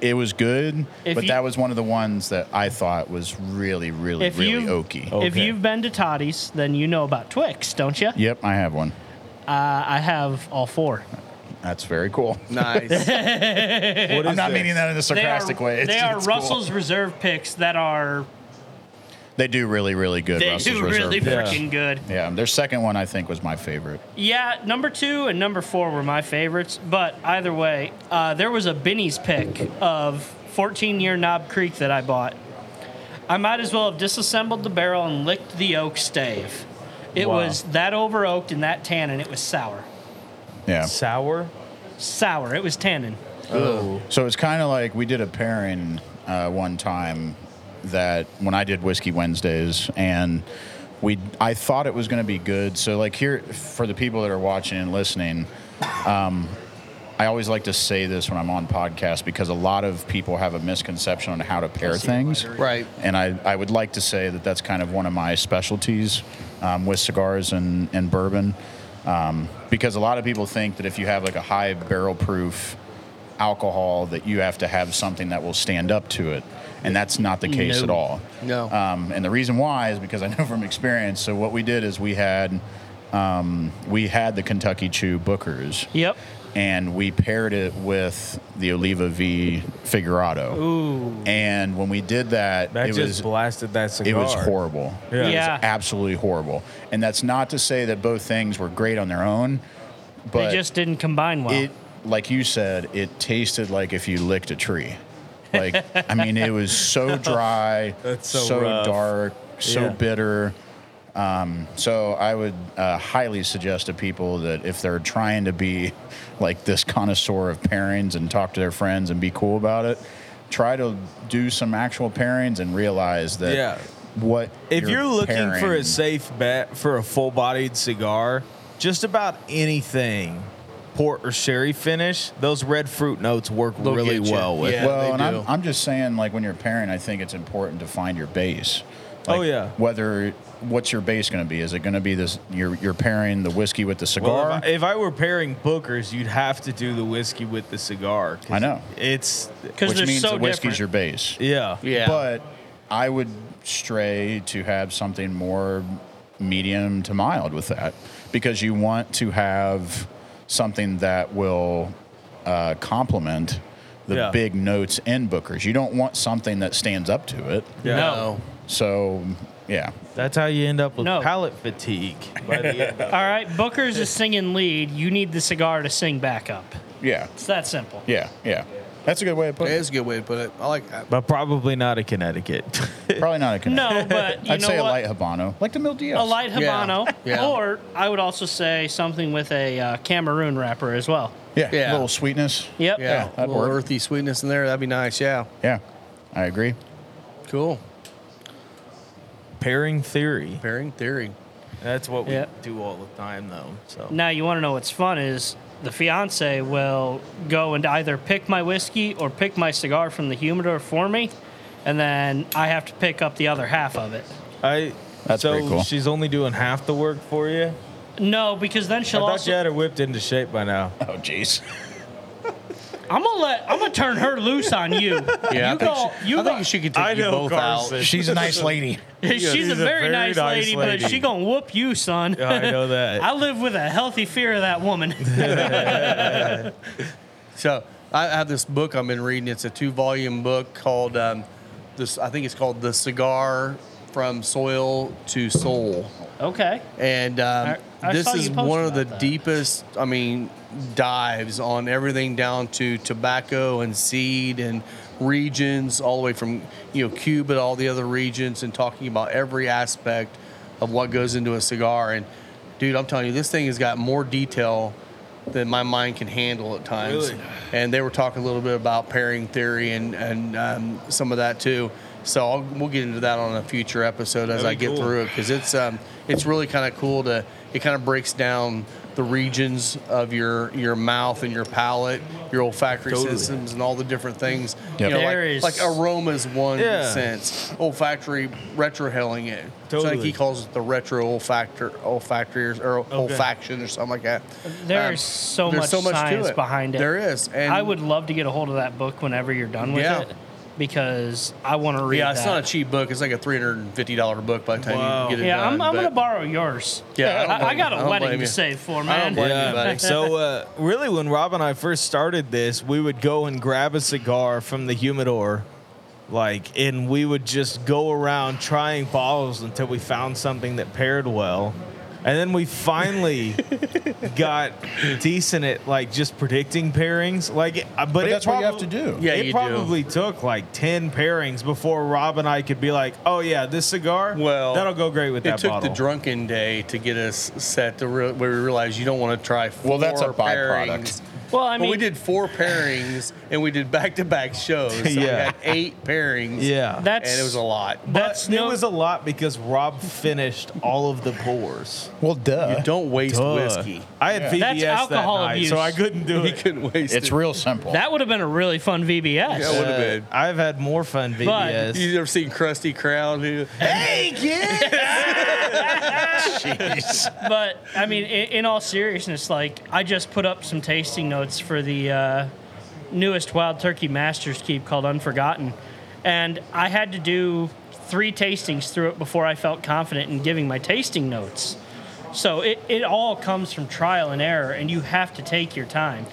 [SPEAKER 3] It was good,
[SPEAKER 5] If
[SPEAKER 3] but
[SPEAKER 5] you-
[SPEAKER 3] that was one of the ones that I thought was really, really,
[SPEAKER 5] if
[SPEAKER 3] really
[SPEAKER 5] you've
[SPEAKER 3] oaky.
[SPEAKER 5] if you've been to Toddy's, then you know about Twix, don't you?
[SPEAKER 3] Yep, I have one.
[SPEAKER 5] I I have all four.
[SPEAKER 3] That's very cool.
[SPEAKER 2] Nice.
[SPEAKER 4] What
[SPEAKER 3] I'm
[SPEAKER 4] is
[SPEAKER 3] not
[SPEAKER 4] this?
[SPEAKER 3] meaning that in a sarcastic way. It's-
[SPEAKER 5] they are
[SPEAKER 3] it's cool.
[SPEAKER 5] Russell's reserve picks that are
[SPEAKER 3] They do really, really good.
[SPEAKER 5] they
[SPEAKER 3] Russell's
[SPEAKER 5] do
[SPEAKER 3] Reserve.
[SPEAKER 5] really
[SPEAKER 4] Yeah.
[SPEAKER 5] freaking good.
[SPEAKER 3] Yeah, their second one I think was my favorite.
[SPEAKER 5] Yeah, number two and number four were my favorites, but either way, uh, there was a Benny's pick of 14 year Knob Creek that I bought. I might as well have disassembled the barrel and licked the oak stave. It
[SPEAKER 4] Wow.
[SPEAKER 5] was that over oaked and that tannin. It was sour.
[SPEAKER 3] Yeah.
[SPEAKER 4] Sour.
[SPEAKER 5] Sour. It was tannin.
[SPEAKER 3] So it's kind of like we did a pairing uh, one time that when I did Whiskey Wednesdays, and we I thought it was going to be good. So like here for the people that are watching and listening, um, I always like to say this when I'm on podcasts because a lot of people have a misconception on how to pair things.
[SPEAKER 2] Right.
[SPEAKER 3] And I, I would like to say that that's kind of one of my specialties um, with cigars and, and bourbon um, because a lot of people think that if you have like a high barrel proof alcohol that you have to have something that will stand up to it. And that's not the case at all.
[SPEAKER 2] No.
[SPEAKER 3] Um, and the reason why is because I know from experience. So what we did is we had um, we had the Kentucky Chew Bookers
[SPEAKER 5] Yep.
[SPEAKER 3] and we paired it with the Oliva V Figurado. Ooh. And when we did that,
[SPEAKER 4] That
[SPEAKER 3] it
[SPEAKER 4] just
[SPEAKER 3] was
[SPEAKER 4] blasted that cigar.
[SPEAKER 3] it was horrible.
[SPEAKER 4] Yeah.
[SPEAKER 5] Yeah.
[SPEAKER 3] Absolutely horrible. And that's not to say that both things were great on their own, but
[SPEAKER 5] They just didn't combine well.
[SPEAKER 3] it like you said, it tasted like if you licked a tree. Like I mean, it was so dry,
[SPEAKER 4] That's so rough.
[SPEAKER 3] dark, so
[SPEAKER 4] Yeah.
[SPEAKER 3] bitter. Um, so I would uh, highly suggest to people that if they're trying to be like this connoisseur of pairings and talk to their friends and be cool about it, try to do some actual pairings and realize that
[SPEAKER 4] Yeah.
[SPEAKER 3] what
[SPEAKER 4] If you're, looking for a
[SPEAKER 3] pairing-
[SPEAKER 4] safe bet for a full bodied cigar, just about anything, port or sherry finish, those red fruit notes work
[SPEAKER 2] They'll
[SPEAKER 4] really
[SPEAKER 2] get you.
[SPEAKER 4] well with.
[SPEAKER 2] Yeah.
[SPEAKER 4] it.
[SPEAKER 2] they
[SPEAKER 3] well, and
[SPEAKER 2] do.
[SPEAKER 3] I'm, I'm just saying, like when you're pairing, I think it's important to find your base. Like,
[SPEAKER 4] Oh, yeah.
[SPEAKER 3] Whether what's your base going to be? Is it going to be this? You're you're pairing the whiskey with the cigar.
[SPEAKER 4] Well, if I, if I were pairing Booker's, you'd have to do the whiskey with the cigar. 'cause
[SPEAKER 3] I know.
[SPEAKER 4] It's,
[SPEAKER 5] because
[SPEAKER 3] which
[SPEAKER 5] they're
[SPEAKER 3] means
[SPEAKER 5] so
[SPEAKER 3] the whiskey's
[SPEAKER 5] different.
[SPEAKER 3] your base.
[SPEAKER 4] yeah.
[SPEAKER 2] Yeah.
[SPEAKER 3] But I would stray to have something more medium to mild with that because you want to have something that will uh, complement the
[SPEAKER 4] Yeah.
[SPEAKER 3] big notes in Booker's. You don't want something that stands up to it.
[SPEAKER 4] Yeah.
[SPEAKER 2] Oh. uh,
[SPEAKER 5] No.
[SPEAKER 3] So, yeah.
[SPEAKER 4] That's how you end up with
[SPEAKER 5] No.
[SPEAKER 4] palate fatigue. By the end.
[SPEAKER 5] All right, Booker's is singing lead. You need the cigar to sing back up.
[SPEAKER 3] Yeah.
[SPEAKER 5] It's that simple.
[SPEAKER 3] Yeah. Yeah. That's a good way to put
[SPEAKER 2] It
[SPEAKER 3] it.
[SPEAKER 2] is a good way to put it. I like that.
[SPEAKER 4] but probably not a Connecticut.
[SPEAKER 3] Probably not a Connecticut.
[SPEAKER 5] No, but you
[SPEAKER 3] I'd
[SPEAKER 5] know
[SPEAKER 3] say
[SPEAKER 5] what?
[SPEAKER 3] a light Habano, like the Mil Diaz.
[SPEAKER 5] a light
[SPEAKER 2] Yeah.
[SPEAKER 5] habano,
[SPEAKER 2] Yeah.
[SPEAKER 5] or I would also say something with a uh, Cameroon wrapper as well.
[SPEAKER 3] Yeah.
[SPEAKER 2] Yeah.
[SPEAKER 3] A little sweetness.
[SPEAKER 5] Yep.
[SPEAKER 2] Yeah,
[SPEAKER 3] that'd
[SPEAKER 2] a little
[SPEAKER 3] work.
[SPEAKER 2] earthy sweetness in there. That'd be nice. Yeah,
[SPEAKER 3] Yeah. I agree.
[SPEAKER 2] cool.
[SPEAKER 4] Pairing theory.
[SPEAKER 2] Pairing theory.
[SPEAKER 4] That's what we
[SPEAKER 5] Yeah.
[SPEAKER 4] do all the time, though. So
[SPEAKER 5] Now you want to know what's fun is the fiance will go and either pick my whiskey or pick my cigar from the humidor for me, and then I have to pick up the other half of it.
[SPEAKER 4] I.
[SPEAKER 3] That's
[SPEAKER 4] so
[SPEAKER 3] pretty cool.
[SPEAKER 4] she's only doing half the work for you.
[SPEAKER 5] No, because then
[SPEAKER 4] I
[SPEAKER 5] she'll
[SPEAKER 4] thought
[SPEAKER 5] also.
[SPEAKER 4] you had her whipped into shape by now.
[SPEAKER 3] Oh, jeez.
[SPEAKER 5] I'm gonna let. I'm gonna turn her loose on you.
[SPEAKER 2] Yeah, I
[SPEAKER 5] you
[SPEAKER 2] think
[SPEAKER 5] go.
[SPEAKER 2] she,
[SPEAKER 5] you
[SPEAKER 2] I
[SPEAKER 5] go.
[SPEAKER 2] think she could take
[SPEAKER 4] I
[SPEAKER 2] you
[SPEAKER 4] know
[SPEAKER 2] both
[SPEAKER 4] Carson.
[SPEAKER 2] out.
[SPEAKER 3] She's a nice lady.
[SPEAKER 5] she's, a very, nice, lady,
[SPEAKER 4] lady.
[SPEAKER 5] but she gonna whoop you, son.
[SPEAKER 4] I know that.
[SPEAKER 5] I live with a healthy fear of that woman.
[SPEAKER 2] So I have this book I've been reading. It's a two-volume book called um, this. I think it's called "The Cigar from Soil to Soul."
[SPEAKER 5] okay.
[SPEAKER 2] And um,
[SPEAKER 5] I- I
[SPEAKER 2] this
[SPEAKER 5] saw you
[SPEAKER 2] is
[SPEAKER 5] post
[SPEAKER 2] one of the
[SPEAKER 5] about that.
[SPEAKER 2] deepest, I mean, dives on everything down to tobacco and seed and regions, all the way from you know Cuba to all the other regions, and talking about every aspect of what goes into a cigar. And dude, I'm telling you, this thing has got more detail than my mind can handle at times.
[SPEAKER 4] Really?
[SPEAKER 2] And they were talking a little bit about pairing theory and and um, some of that too. So I'll, we'll get into that on a future episode as
[SPEAKER 4] That'd
[SPEAKER 2] I
[SPEAKER 4] be
[SPEAKER 2] get
[SPEAKER 4] cool.
[SPEAKER 2] through it because it's um, it's really kind of cool to it kind of breaks down the regions of your your mouth and your palate, your olfactory
[SPEAKER 4] Totally.
[SPEAKER 2] systems, and all the different things.
[SPEAKER 3] Yep.
[SPEAKER 2] You know,
[SPEAKER 5] There is-
[SPEAKER 2] like, like aromas, one
[SPEAKER 4] Yeah.
[SPEAKER 2] sense, olfactory retrohaling it. So I think
[SPEAKER 4] Totally.
[SPEAKER 2] he calls it the retro olfactor olfactory or olfaction or something like that.
[SPEAKER 5] There's
[SPEAKER 2] Um,
[SPEAKER 5] so
[SPEAKER 2] there's
[SPEAKER 5] much science behind it.
[SPEAKER 2] There is, and
[SPEAKER 5] I would love to get a hold of that book whenever you're done with
[SPEAKER 2] Yeah.
[SPEAKER 5] it because I want to read.
[SPEAKER 2] Yeah, it's
[SPEAKER 5] that.
[SPEAKER 2] not a cheap book. It's like a three hundred and fifty dollar book by the time
[SPEAKER 4] Wow.
[SPEAKER 2] you get it
[SPEAKER 5] Yeah,
[SPEAKER 2] done.
[SPEAKER 5] I'm, I'm
[SPEAKER 2] but-
[SPEAKER 5] gonna borrow yours.
[SPEAKER 2] Yeah, I don't
[SPEAKER 5] I, I
[SPEAKER 2] blame
[SPEAKER 5] got
[SPEAKER 2] you. I
[SPEAKER 5] a
[SPEAKER 2] don't
[SPEAKER 5] wedding
[SPEAKER 2] blame
[SPEAKER 5] to
[SPEAKER 2] you.
[SPEAKER 5] save for,
[SPEAKER 2] I
[SPEAKER 5] man.
[SPEAKER 2] don't blame
[SPEAKER 4] Yeah.
[SPEAKER 2] you, buddy.
[SPEAKER 4] so uh, really, when Rob and I first started this, we would go and grab a cigar from the humidor, like, and we would just go around trying bottles until we found something that paired well. And then we finally got decent at like just predicting pairings. Like, uh, but,
[SPEAKER 3] But
[SPEAKER 4] it
[SPEAKER 3] that's what you have
[SPEAKER 4] probab-
[SPEAKER 3] to do.
[SPEAKER 2] Yeah,
[SPEAKER 4] it
[SPEAKER 2] you do.
[SPEAKER 4] probably took like ten pairings before Rob and I could be like, "Oh yeah, this cigar,
[SPEAKER 2] Well,
[SPEAKER 4] that'll go great with that
[SPEAKER 2] It took
[SPEAKER 4] bottle."
[SPEAKER 2] the drunken day to get us set to re- where we realized you don't want to try four
[SPEAKER 3] Well, that's a byproduct.
[SPEAKER 2] pairings.
[SPEAKER 5] Well, I
[SPEAKER 2] but
[SPEAKER 5] mean,
[SPEAKER 2] we did four pairings and we did back to back shows. So we
[SPEAKER 4] Yeah.
[SPEAKER 2] got eight pairings.
[SPEAKER 4] yeah,
[SPEAKER 5] That's
[SPEAKER 2] And it was a lot.
[SPEAKER 5] That's
[SPEAKER 4] But
[SPEAKER 5] no-
[SPEAKER 4] it was a lot because Rob finished all of the pours.
[SPEAKER 3] Well, duh.
[SPEAKER 2] Don't waste whiskey.
[SPEAKER 4] I had VBS
[SPEAKER 5] That's alcohol
[SPEAKER 4] that night,
[SPEAKER 5] abuse.
[SPEAKER 4] so I couldn't do
[SPEAKER 2] You
[SPEAKER 4] it.
[SPEAKER 2] couldn't waste
[SPEAKER 3] It's
[SPEAKER 2] it.
[SPEAKER 3] real simple.
[SPEAKER 5] that would have been a really fun VBS.
[SPEAKER 2] Yeah, it would have been.
[SPEAKER 4] Uh, I've had more fun VBS.
[SPEAKER 2] You ever seen Krusty Crown? Who,
[SPEAKER 4] hey kid!
[SPEAKER 5] But I mean, in, in all seriousness, like I just put up some tasting notes for the uh, newest Wild Turkey Masters Keep called Unforgotten, and I had to do three tastings through it before I felt confident in giving my tasting notes. So it, it all comes from trial and error, and you have to take your time.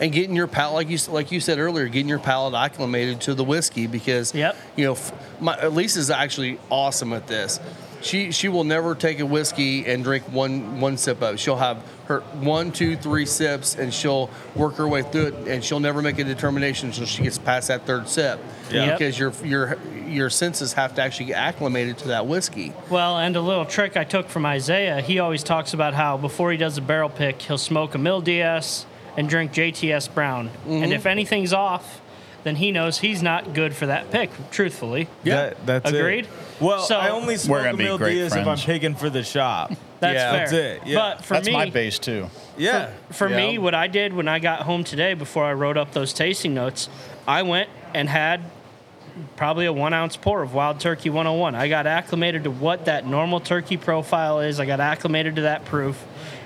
[SPEAKER 2] and getting your palate like you s- like you said earlier, getting your palate acclimated to the whiskey because
[SPEAKER 5] Yep.
[SPEAKER 2] you know f- my Lisa's actually awesome at this. She she will never take a whiskey and drink one one sip of. it. She'll have her one two three sips and she'll work her way through it and she'll never make a determination until she gets past that third sip.
[SPEAKER 4] Yeah.
[SPEAKER 5] Yep.
[SPEAKER 2] Because your your your senses have to actually get acclimated to that whiskey.
[SPEAKER 5] Well, and a little trick I took from Isaiah, he always talks about how before he does a barrel pick, he'll smoke a Mill DS and drink JTS Brown. And if anything's off, then he knows he's not good for that pick, truthfully.
[SPEAKER 4] That, that's it.
[SPEAKER 5] Agreed?
[SPEAKER 4] Well,
[SPEAKER 5] So-
[SPEAKER 4] I only
[SPEAKER 3] We're
[SPEAKER 4] smoke
[SPEAKER 3] gonna
[SPEAKER 4] a
[SPEAKER 3] be
[SPEAKER 4] Mil
[SPEAKER 3] great
[SPEAKER 4] Diaz if I'm
[SPEAKER 3] friends.
[SPEAKER 4] picking for the shop.
[SPEAKER 5] That's
[SPEAKER 2] Yeah.
[SPEAKER 5] fair.
[SPEAKER 4] That's it, yeah.
[SPEAKER 5] But for
[SPEAKER 3] That's
[SPEAKER 5] me,
[SPEAKER 3] my base too.
[SPEAKER 4] yeah.
[SPEAKER 5] for
[SPEAKER 2] Yeah.
[SPEAKER 5] me, what I did when I got home today before I wrote up those tasting notes, I went and had probably a one ounce pour of Wild Turkey 101. I got acclimated to what that normal turkey profile is. I got acclimated to that proof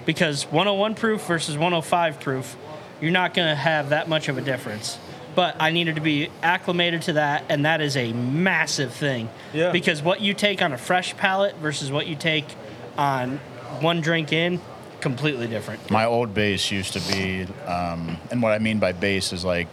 [SPEAKER 5] because 101 proof versus 105 proof, you're not going to have that much of a difference. But I needed to be acclimated to that, and that is a massive thing.
[SPEAKER 4] Yeah.
[SPEAKER 5] Because what you take on a fresh palate versus what you take on one drink in, completely different.
[SPEAKER 3] My old base used to be, um, and what I mean by base is like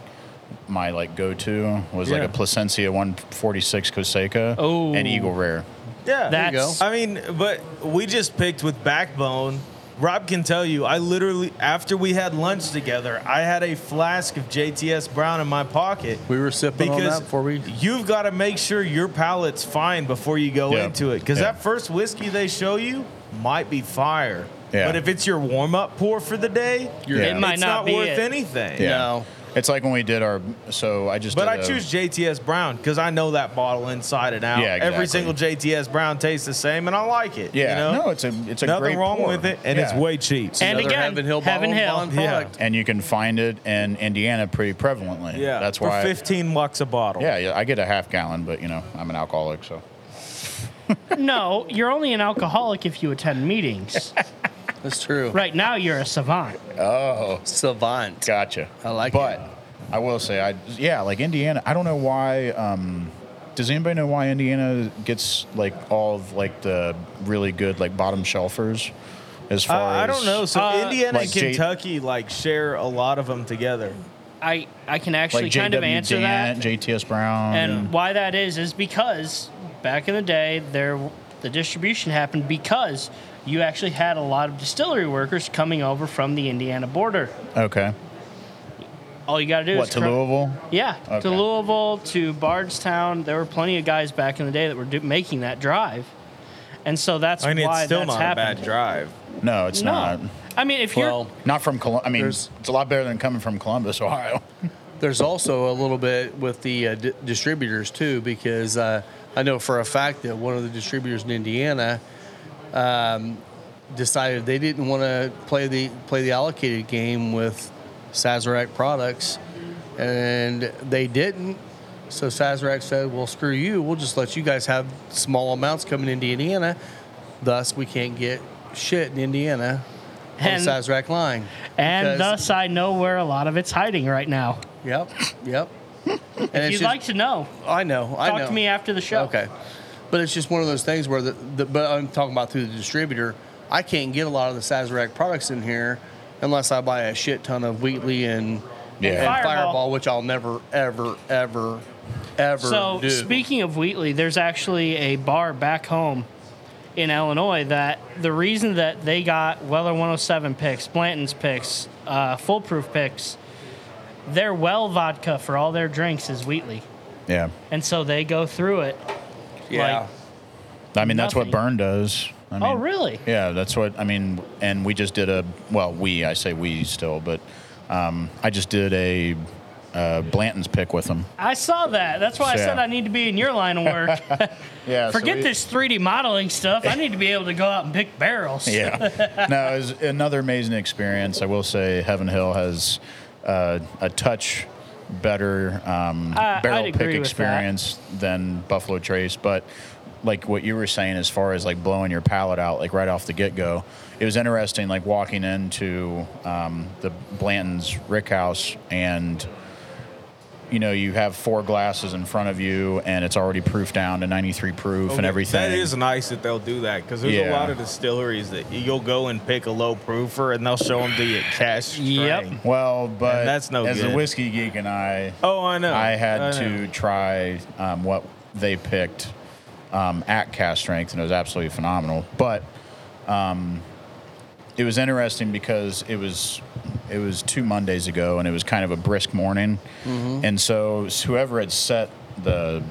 [SPEAKER 3] my like go-to was like
[SPEAKER 4] Yeah.
[SPEAKER 3] a Placencia 146 Coseca
[SPEAKER 5] Oh.
[SPEAKER 3] and Eagle Rare.
[SPEAKER 4] Yeah.
[SPEAKER 5] That's
[SPEAKER 4] I mean, but we just picked with Backbone. Rob can tell you, I literally, after we had lunch together, I had a flask of JTS Brown in my pocket.
[SPEAKER 2] We were sipping on that before we.
[SPEAKER 4] You've got to make sure your palate's fine before you go
[SPEAKER 3] Yeah.
[SPEAKER 4] into it. Because
[SPEAKER 3] Yeah.
[SPEAKER 4] that first whiskey they show you might be fire.
[SPEAKER 3] Yeah.
[SPEAKER 4] But if it's your warm up pour for the day,
[SPEAKER 3] You're-
[SPEAKER 5] It
[SPEAKER 3] Yeah.
[SPEAKER 5] might
[SPEAKER 4] it's
[SPEAKER 5] not,
[SPEAKER 4] not,
[SPEAKER 5] be
[SPEAKER 4] worth
[SPEAKER 5] it.
[SPEAKER 4] anything.
[SPEAKER 3] Yeah.
[SPEAKER 2] No.
[SPEAKER 3] It's like when we did our. So I just.
[SPEAKER 4] But
[SPEAKER 3] did
[SPEAKER 4] I
[SPEAKER 3] a-
[SPEAKER 4] choose JTS Brown because I know that bottle inside and out.
[SPEAKER 3] Yeah,
[SPEAKER 4] Every
[SPEAKER 3] exactly.
[SPEAKER 4] single JTS Brown tastes the same, and I like it.
[SPEAKER 3] Yeah.
[SPEAKER 4] you know?
[SPEAKER 3] No, it's a it's a
[SPEAKER 4] nothing
[SPEAKER 3] great
[SPEAKER 4] wrong
[SPEAKER 3] pour.
[SPEAKER 4] with it, and it's
[SPEAKER 3] Yeah.
[SPEAKER 4] way cheap.
[SPEAKER 5] And
[SPEAKER 2] Another
[SPEAKER 5] again,
[SPEAKER 2] Heaven Hill
[SPEAKER 5] Heaven
[SPEAKER 2] bottle
[SPEAKER 5] Hill.
[SPEAKER 2] bond
[SPEAKER 4] Yeah.
[SPEAKER 2] product.
[SPEAKER 3] And you can find it in Indiana pretty prevalently.
[SPEAKER 4] yeah,
[SPEAKER 3] That's
[SPEAKER 4] for
[SPEAKER 3] why.
[SPEAKER 4] fifteen bucks a bottle.
[SPEAKER 3] yeah, yeah, I get a half gallon, but you know I'm an alcoholic, so
[SPEAKER 5] No, you're only an alcoholic if you attend meetings.
[SPEAKER 2] That's true.
[SPEAKER 5] right now, you're a savant.
[SPEAKER 2] Savant.
[SPEAKER 3] gotcha.
[SPEAKER 2] I like
[SPEAKER 3] but
[SPEAKER 2] it.
[SPEAKER 3] I will say, I yeah, like Indiana. I don't know why. Um, does anybody know why Indiana gets like all of like the really good like bottom shelfers? As
[SPEAKER 4] Uh,
[SPEAKER 3] far as
[SPEAKER 4] I don't know. So
[SPEAKER 5] Uh,
[SPEAKER 4] Indiana
[SPEAKER 3] Like
[SPEAKER 4] and
[SPEAKER 3] J-
[SPEAKER 4] Kentucky like share a lot of them together.
[SPEAKER 5] I, I can actually
[SPEAKER 3] like
[SPEAKER 5] kind of
[SPEAKER 3] J.W.
[SPEAKER 5] answer that.
[SPEAKER 3] Dant, JTS Brown,
[SPEAKER 5] And why that is is because back in the day, there the distribution happened because you actually had a lot of distillery workers coming over from the Indiana border.
[SPEAKER 3] okay,
[SPEAKER 5] All you got to do is
[SPEAKER 3] what to
[SPEAKER 5] cr-
[SPEAKER 3] Louisville?
[SPEAKER 5] Yeah,
[SPEAKER 3] Okay.
[SPEAKER 5] to Louisville, to Bardstown. There were plenty of guys back in the day that were do- making that drive, and so that's
[SPEAKER 4] I mean,
[SPEAKER 5] why
[SPEAKER 4] it's still
[SPEAKER 5] that's
[SPEAKER 4] not
[SPEAKER 5] happened.
[SPEAKER 4] a bad drive.
[SPEAKER 3] No, it's
[SPEAKER 5] No,
[SPEAKER 3] not.
[SPEAKER 5] I mean if you're
[SPEAKER 2] Well,
[SPEAKER 3] Not from Columbus. I mean,
[SPEAKER 2] There's-
[SPEAKER 3] it's a lot better than coming from Columbus, Ohio.
[SPEAKER 2] There's also a little bit with the uh, di- distributors too, because uh, I know for a fact that one of the distributors in Indiana um, decided they didn't want to play the play the allocated game with Sazerac products, and they didn't. So Sazerac said, "Well, screw you. We'll just let you guys have small amounts coming into Indiana. Thus, we can't get shit in Indiana."
[SPEAKER 5] And-
[SPEAKER 2] on the Sazerac line,
[SPEAKER 5] And
[SPEAKER 2] Because-
[SPEAKER 5] thus, I know where a lot of it's hiding right now.
[SPEAKER 2] Yep, yep. And it's
[SPEAKER 5] If you'd
[SPEAKER 2] just-
[SPEAKER 5] like to know,
[SPEAKER 2] I know. I
[SPEAKER 5] talk
[SPEAKER 2] know.
[SPEAKER 5] to me after the show.
[SPEAKER 2] Okay, but it's just one of those things where the, the but I'm talking about through the distributor. I can't get a lot of the Sazerac products in here unless I buy a shit ton of Wheatley and, and
[SPEAKER 3] Yeah.
[SPEAKER 5] Fireball.
[SPEAKER 2] Fireball. which I'll never, ever, ever, ever
[SPEAKER 5] So,
[SPEAKER 2] do.
[SPEAKER 5] speaking of Wheatley, there's actually a bar back home in Illinois that the reason that they got Weller 107 picks, Blanton's picks, uh, Foolproof picks, their well vodka for all their drinks is Wheatley.
[SPEAKER 3] yeah.
[SPEAKER 5] And so they go through it.
[SPEAKER 2] yeah,
[SPEAKER 5] like-
[SPEAKER 3] I mean, that's what
[SPEAKER 5] Nothing.
[SPEAKER 3] Burn does. I mean,
[SPEAKER 5] oh, really?
[SPEAKER 3] Yeah, that's what I mean. And we just did a well, we I say we still, but um, I just did a uh, Blanton's pick with them.
[SPEAKER 5] I saw that. That's why I
[SPEAKER 3] Yeah.
[SPEAKER 5] said I need to be in your line of work.
[SPEAKER 3] Yeah,
[SPEAKER 5] Forget this 3D modeling stuff. I need to be able to go out and pick barrels.
[SPEAKER 3] Yeah, no, it was another amazing experience. I will say, Heaven Hill has uh, a touch better um,
[SPEAKER 5] I- I'd
[SPEAKER 3] barrel pick
[SPEAKER 5] agree with that.
[SPEAKER 3] experience than Buffalo Trace, but. Like what you were saying, as far as like blowing your palate out, like right off the get go, it was interesting. Like walking into um, the Blanton's Rick House and you know, you have four glasses in front of you and it's already proof down to 93 proof and
[SPEAKER 4] Okay,
[SPEAKER 3] everything.
[SPEAKER 4] Oh, That is nice that they'll do that because there's a
[SPEAKER 3] Yeah.
[SPEAKER 4] lot of distilleries that you'll go and pick a low proofer and they'll show them the cash.
[SPEAKER 5] Yep.
[SPEAKER 4] string.
[SPEAKER 3] well, but
[SPEAKER 4] And that's no
[SPEAKER 3] as
[SPEAKER 4] good.
[SPEAKER 3] a whiskey geek and I,
[SPEAKER 4] Oh, I know.
[SPEAKER 3] I had
[SPEAKER 4] I know.
[SPEAKER 3] to try um, what they picked um, at cast strength and it was absolutely phenomenal. But um, it was interesting because it was it was two Mondays ago and it was kind of a brisk morning.
[SPEAKER 4] Mm-hmm.
[SPEAKER 3] And so whoever had set the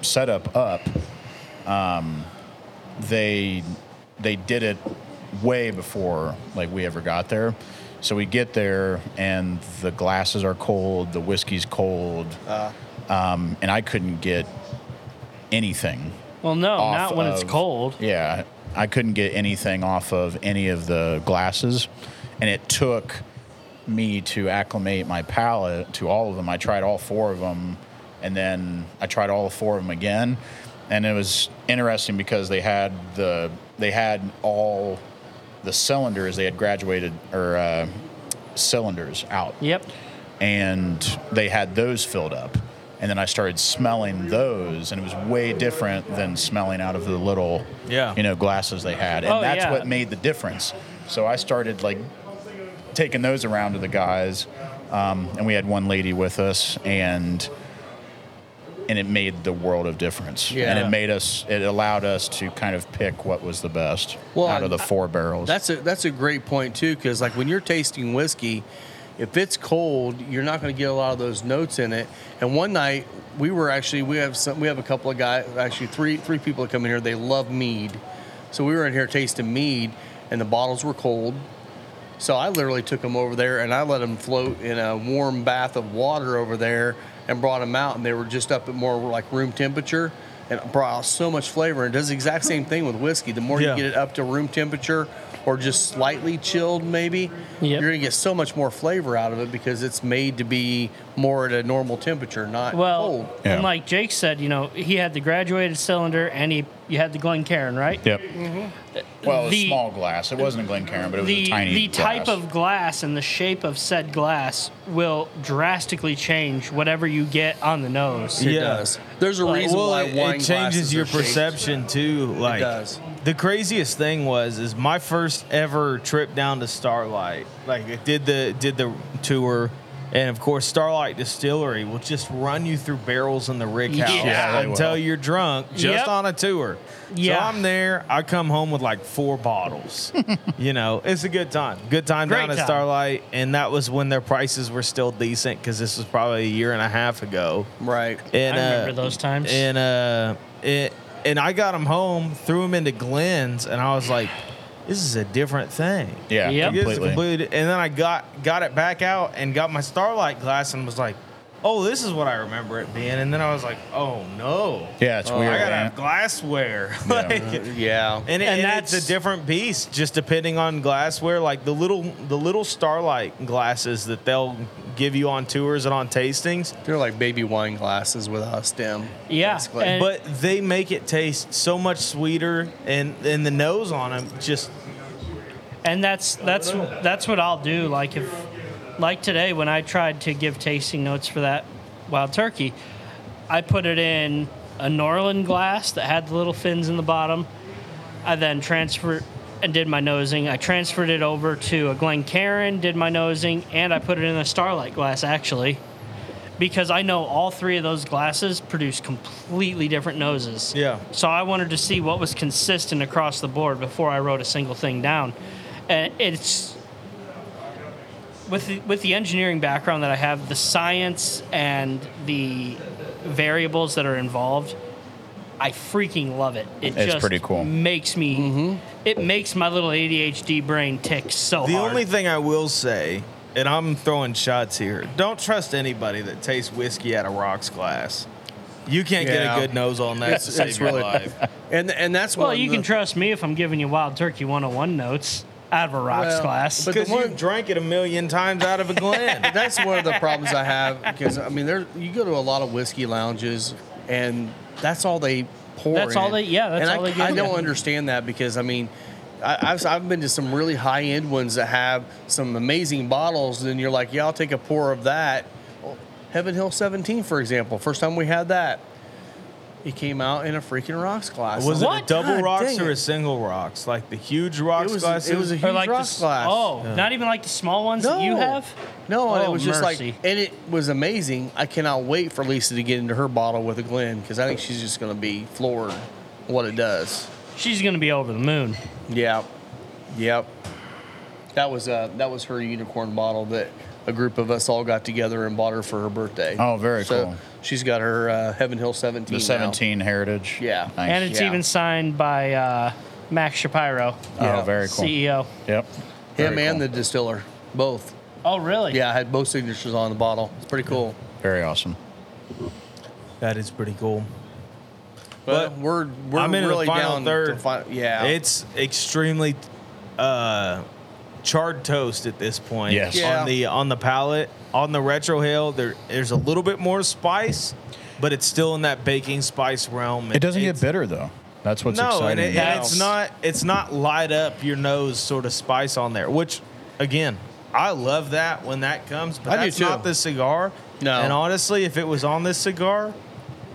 [SPEAKER 3] setup up um, they they did it way before like we ever got there. So we get there and the glasses are cold, the whiskey's cold, um, and I couldn't get anything.
[SPEAKER 5] Well, no,
[SPEAKER 3] off
[SPEAKER 5] not when it's
[SPEAKER 3] of-
[SPEAKER 5] cold.
[SPEAKER 3] Yeah, I couldn't get anything off of any of the glasses, and it took me to acclimate my palate to all of them. I tried all four of them, and then I tried all four of them again, and it was interesting because they had the they had all the cylinders they had graduated or uh, cylinders out
[SPEAKER 5] Yep.
[SPEAKER 3] and they had those filled up. And then I started smelling those, and it was way different than smelling out of the little,
[SPEAKER 4] Yeah.
[SPEAKER 3] you know, glasses they had. And
[SPEAKER 5] Oh,
[SPEAKER 3] that's
[SPEAKER 5] yeah.
[SPEAKER 3] what made the difference. So I started like taking those around to the guys, um, and we had one lady with us, and and it made the world of difference. And
[SPEAKER 2] Yeah.
[SPEAKER 3] it made us, it allowed us to kind of pick what was the best
[SPEAKER 2] Well,
[SPEAKER 3] out of the
[SPEAKER 2] I-
[SPEAKER 3] four barrels.
[SPEAKER 2] That's a that's a great point too, because like when you're tasting whiskey, if it's cold, you're not going to get a lot of those notes in it. And one night we were actually we have some we have a couple of guys actually three three people that come in here they love mead, so we were in here tasting mead, and the bottles were cold. So I literally took them over there and I let them float in a warm bath of water over there and brought them out and they were just up at more like room temperature and it brought out so much flavor. And it does the exact same thing with whiskey. The more
[SPEAKER 4] Yeah.
[SPEAKER 2] you get it up to room temperature or just slightly chilled maybe,
[SPEAKER 5] Yep.
[SPEAKER 2] you're gonna get so much more flavor out of it because it's made to be more at a normal temperature, not
[SPEAKER 5] Well,
[SPEAKER 2] cold.
[SPEAKER 3] Yeah.
[SPEAKER 5] and like Jake said, you know, he had the graduated cylinder and he you had the Glencairn, right?
[SPEAKER 3] yep. Well, it was
[SPEAKER 5] Mm-hmm. the-
[SPEAKER 3] a small glass. It wasn't a Glencairn, but it was
[SPEAKER 5] the
[SPEAKER 3] a tiny
[SPEAKER 5] the type
[SPEAKER 3] glass.
[SPEAKER 5] of glass and the shape of said glass will drastically change whatever you get on the nose.
[SPEAKER 2] It
[SPEAKER 4] Yeah.
[SPEAKER 2] does. There's a reason
[SPEAKER 4] well,
[SPEAKER 2] why
[SPEAKER 4] it,
[SPEAKER 2] wine
[SPEAKER 4] it
[SPEAKER 2] glasses
[SPEAKER 4] changes your
[SPEAKER 2] are shaped.
[SPEAKER 4] perception too. Like
[SPEAKER 2] does.
[SPEAKER 4] the craziest thing was is my first ever trip down to Starlight. Like I did the did the tour, and of course Starlight Distillery will just run you through barrels in the rig house
[SPEAKER 5] Yeah,
[SPEAKER 3] they
[SPEAKER 4] until
[SPEAKER 3] will.
[SPEAKER 4] you're drunk just
[SPEAKER 5] Yep.
[SPEAKER 4] on a tour. So
[SPEAKER 5] Yeah.
[SPEAKER 4] I'm there. I come home with like four bottles. you know, it's a good time. Good time
[SPEAKER 5] Great
[SPEAKER 4] down at
[SPEAKER 5] time.
[SPEAKER 4] Starlight, and that was when their prices were still decent because this was probably a year and a half ago.
[SPEAKER 2] Right.
[SPEAKER 4] And,
[SPEAKER 5] I remember
[SPEAKER 4] uh,
[SPEAKER 5] those times.
[SPEAKER 4] And uh, it, and I got them home, threw them into Glenn's, and I was like, "This is a different thing."
[SPEAKER 3] yeah,
[SPEAKER 5] Yep.
[SPEAKER 4] Like, this is
[SPEAKER 3] completely.
[SPEAKER 4] completely- And then I got got it back out and got my starlight glass and was like, "Oh, this is what I remember it being." And then I was like, "Oh no."
[SPEAKER 3] Yeah, it's
[SPEAKER 4] Oh,
[SPEAKER 3] weird,
[SPEAKER 4] I gotta
[SPEAKER 3] man.
[SPEAKER 4] have glassware.
[SPEAKER 3] Yeah.
[SPEAKER 4] like,
[SPEAKER 2] Yeah.
[SPEAKER 4] and, it,
[SPEAKER 5] And
[SPEAKER 4] and,
[SPEAKER 5] that's-
[SPEAKER 4] it's a different beast, just depending on glassware. Like the little the little starlight glasses that they'll give you on tours and on tastings,
[SPEAKER 2] They're like baby wine glasses without a stem.
[SPEAKER 5] Yeah,
[SPEAKER 2] basically.
[SPEAKER 5] and-
[SPEAKER 4] but they make it taste so much sweeter, and and the nose on them just
[SPEAKER 5] and that's that's that's what I'll do. Like if like today when I tried to give tasting notes for that wild turkey, I put it in a Norland glass that had the little fins in the bottom. I then transferred and did my nosing. I transferred it over to a Glencairn, did my nosing, and I put it in a Starlight glass actually. Because I know all three of those glasses produce completely different noses.
[SPEAKER 4] Yeah.
[SPEAKER 5] So I wanted to see what was consistent across the board before I wrote a single thing down. And it's with the, with the engineering background that I have, the science and the variables that are involved, I freaking love it. It
[SPEAKER 3] It's
[SPEAKER 5] just
[SPEAKER 3] pretty cool.
[SPEAKER 5] makes me
[SPEAKER 2] Mm-hmm.
[SPEAKER 5] it makes my little ADHD brain tick so
[SPEAKER 4] The
[SPEAKER 5] hard.
[SPEAKER 4] only thing I will say, and I'm throwing shots here, don't trust anybody that tastes whiskey out of rocks glass. You can't
[SPEAKER 2] Yeah.
[SPEAKER 4] get a good nose on that
[SPEAKER 2] That's-
[SPEAKER 4] to save
[SPEAKER 2] that's
[SPEAKER 4] your
[SPEAKER 2] really-
[SPEAKER 4] life.
[SPEAKER 2] And and that's
[SPEAKER 5] well,
[SPEAKER 2] one
[SPEAKER 5] you
[SPEAKER 2] of
[SPEAKER 5] can
[SPEAKER 2] the-
[SPEAKER 5] trust me if I'm giving you Wild Turkey 101 notes out of a rocks
[SPEAKER 2] Well,
[SPEAKER 5] class.
[SPEAKER 2] but- the
[SPEAKER 4] Because you
[SPEAKER 2] one-
[SPEAKER 4] drank it a million times out of a glen.
[SPEAKER 2] that's one of the problems I have because I mean there you go to a lot of whiskey lounges and that's all they pour.
[SPEAKER 5] That's
[SPEAKER 2] in
[SPEAKER 5] all
[SPEAKER 2] it.
[SPEAKER 5] they- yeah, that's
[SPEAKER 2] and I-
[SPEAKER 5] all they
[SPEAKER 2] I
[SPEAKER 5] give
[SPEAKER 2] don't
[SPEAKER 5] you.
[SPEAKER 2] understand that because I mean. I- I've, I've been to some really high end ones that have some amazing bottles, and you're like, yeah, I'll take a pour of that. Well, Heaven Hill 17, for example, first time we had that, it came out in a freaking rocks glass.
[SPEAKER 4] was
[SPEAKER 5] What?
[SPEAKER 4] it a double
[SPEAKER 2] God
[SPEAKER 4] rocks
[SPEAKER 2] dang
[SPEAKER 4] or
[SPEAKER 2] it.
[SPEAKER 4] a single rocks? Like the huge rocks
[SPEAKER 2] was-
[SPEAKER 4] glass?
[SPEAKER 2] it was a
[SPEAKER 5] or
[SPEAKER 2] huge
[SPEAKER 5] like the
[SPEAKER 2] rocks
[SPEAKER 5] s-
[SPEAKER 2] glass.
[SPEAKER 5] Oh, not even like the small ones that you have?
[SPEAKER 2] No, and
[SPEAKER 5] Oh,
[SPEAKER 2] it was just
[SPEAKER 5] mercy.
[SPEAKER 2] like, and it was amazing. I cannot wait for Lisa to get into her bottle with a Glen because I think she's just going to be floored what it does.
[SPEAKER 5] She's going to be over the moon.
[SPEAKER 2] Yeah, yep. That was uh, that was her unicorn bottle that a group of us all got together and bought her for her birthday.
[SPEAKER 3] Oh, very
[SPEAKER 2] so
[SPEAKER 3] cool.
[SPEAKER 2] She's got her uh, Heaven Hill 17.
[SPEAKER 3] The
[SPEAKER 2] now.
[SPEAKER 3] 17 Heritage.
[SPEAKER 2] Yeah.
[SPEAKER 3] Nice.
[SPEAKER 5] And it's
[SPEAKER 2] Yeah.
[SPEAKER 5] even signed by uh, Max Shapiro, E
[SPEAKER 3] oh,
[SPEAKER 2] yeah.
[SPEAKER 3] very cool.
[SPEAKER 4] E
[SPEAKER 5] CEO.
[SPEAKER 3] Yep.
[SPEAKER 2] Him
[SPEAKER 3] Very
[SPEAKER 2] and
[SPEAKER 3] cool.
[SPEAKER 2] the distiller, both.
[SPEAKER 5] Oh, really?
[SPEAKER 2] Yeah, I had both signatures on the bottle. It's pretty cool.
[SPEAKER 3] Very awesome.
[SPEAKER 4] that is pretty cool.
[SPEAKER 2] But
[SPEAKER 4] But
[SPEAKER 2] we're we're
[SPEAKER 4] I'm in
[SPEAKER 2] really
[SPEAKER 4] the final
[SPEAKER 2] down
[SPEAKER 4] third.
[SPEAKER 2] To fi- yeah,
[SPEAKER 4] it's extremely uh, charred toast at this point.
[SPEAKER 3] Yes.
[SPEAKER 2] Yeah.
[SPEAKER 4] on the on the palate, on the retro hail, there there's a little bit more spice, but it's still in that baking spice realm.
[SPEAKER 3] It doesn't
[SPEAKER 4] it's-
[SPEAKER 3] get bitter though. That's what's
[SPEAKER 4] no, and,
[SPEAKER 3] exciting.
[SPEAKER 4] it,
[SPEAKER 2] about
[SPEAKER 4] and
[SPEAKER 2] it.
[SPEAKER 4] it's not it's not light up your nose sort of spice on there, which again, I love that when that comes, but
[SPEAKER 2] I do
[SPEAKER 4] that's
[SPEAKER 2] too.
[SPEAKER 4] not the cigar.
[SPEAKER 2] No.
[SPEAKER 4] And honestly, if it was on this cigar,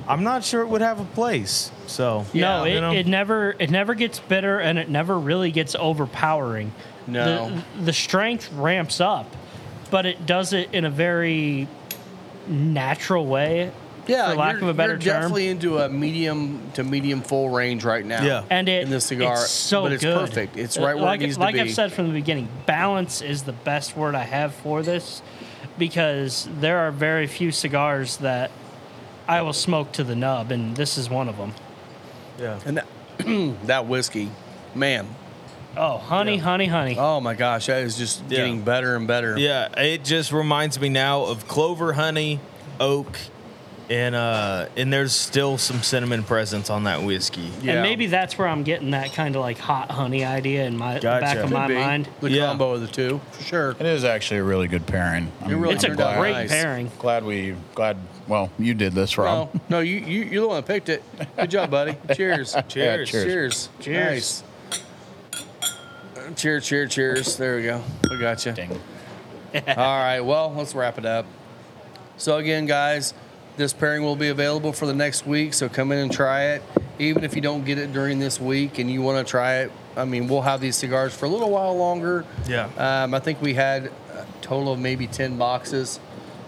[SPEAKER 4] I'm not sure it would have a place. So
[SPEAKER 5] no,
[SPEAKER 4] you
[SPEAKER 5] it,
[SPEAKER 4] know.
[SPEAKER 5] it never it never gets bitter and it never really gets overpowering.
[SPEAKER 2] No.
[SPEAKER 5] The, the strength ramps up, but it does it in a very natural way.
[SPEAKER 2] yeah.
[SPEAKER 5] for lack
[SPEAKER 2] you're,
[SPEAKER 5] of a better
[SPEAKER 2] you're
[SPEAKER 5] term.
[SPEAKER 2] definitely into a medium to medium full range right now.
[SPEAKER 4] Yeah.
[SPEAKER 5] and it
[SPEAKER 2] in the cigar,
[SPEAKER 5] It's so
[SPEAKER 2] but it's
[SPEAKER 5] good.
[SPEAKER 2] perfect. It's right where
[SPEAKER 5] like,
[SPEAKER 2] it needs to
[SPEAKER 5] like
[SPEAKER 2] be.
[SPEAKER 5] I've said from the beginning, balance is the best word I have for this because there are very few cigars that I will smoke to the nub, and this is one of them.
[SPEAKER 4] yeah.
[SPEAKER 2] and that, that whiskey, man.
[SPEAKER 5] Oh, honey, honey, honey.
[SPEAKER 2] Oh my gosh, that is just
[SPEAKER 4] Yeah.
[SPEAKER 2] getting better and better.
[SPEAKER 4] Yeah, it just reminds me now of clover honey, oak, and uh and there's still some cinnamon presence on that whiskey.
[SPEAKER 2] yeah.
[SPEAKER 5] And maybe that's where I'm getting that kind of like hot honey idea in my the back
[SPEAKER 4] Gotcha.
[SPEAKER 5] of
[SPEAKER 4] Could
[SPEAKER 5] my
[SPEAKER 2] Could be.
[SPEAKER 5] mind.
[SPEAKER 2] The
[SPEAKER 4] Yeah.
[SPEAKER 2] combo of the two, for sure.
[SPEAKER 3] it is actually a really good pairing. I'm,
[SPEAKER 2] really
[SPEAKER 5] It's a
[SPEAKER 2] Turned out
[SPEAKER 5] great
[SPEAKER 2] nice.
[SPEAKER 5] pairing.
[SPEAKER 3] Glad we glad. Well, you did this, Rob.
[SPEAKER 2] No, no, you, you you're the one that picked it. Good job, buddy. Cheers.
[SPEAKER 4] Cheers.
[SPEAKER 2] Cheers. Nice.
[SPEAKER 5] Cheers.
[SPEAKER 2] Cheers, cheers, cheers. There we go. We got you.
[SPEAKER 3] Ding.
[SPEAKER 2] All right. Well, let's wrap it up. So again, guys, this pairing will be available for the next week. So come in and try it. Even if you don't get it during this week and you want to try it, I mean, we'll have these cigars for a little while longer.
[SPEAKER 4] Yeah.
[SPEAKER 2] Um, I think we had a total of maybe ten boxes.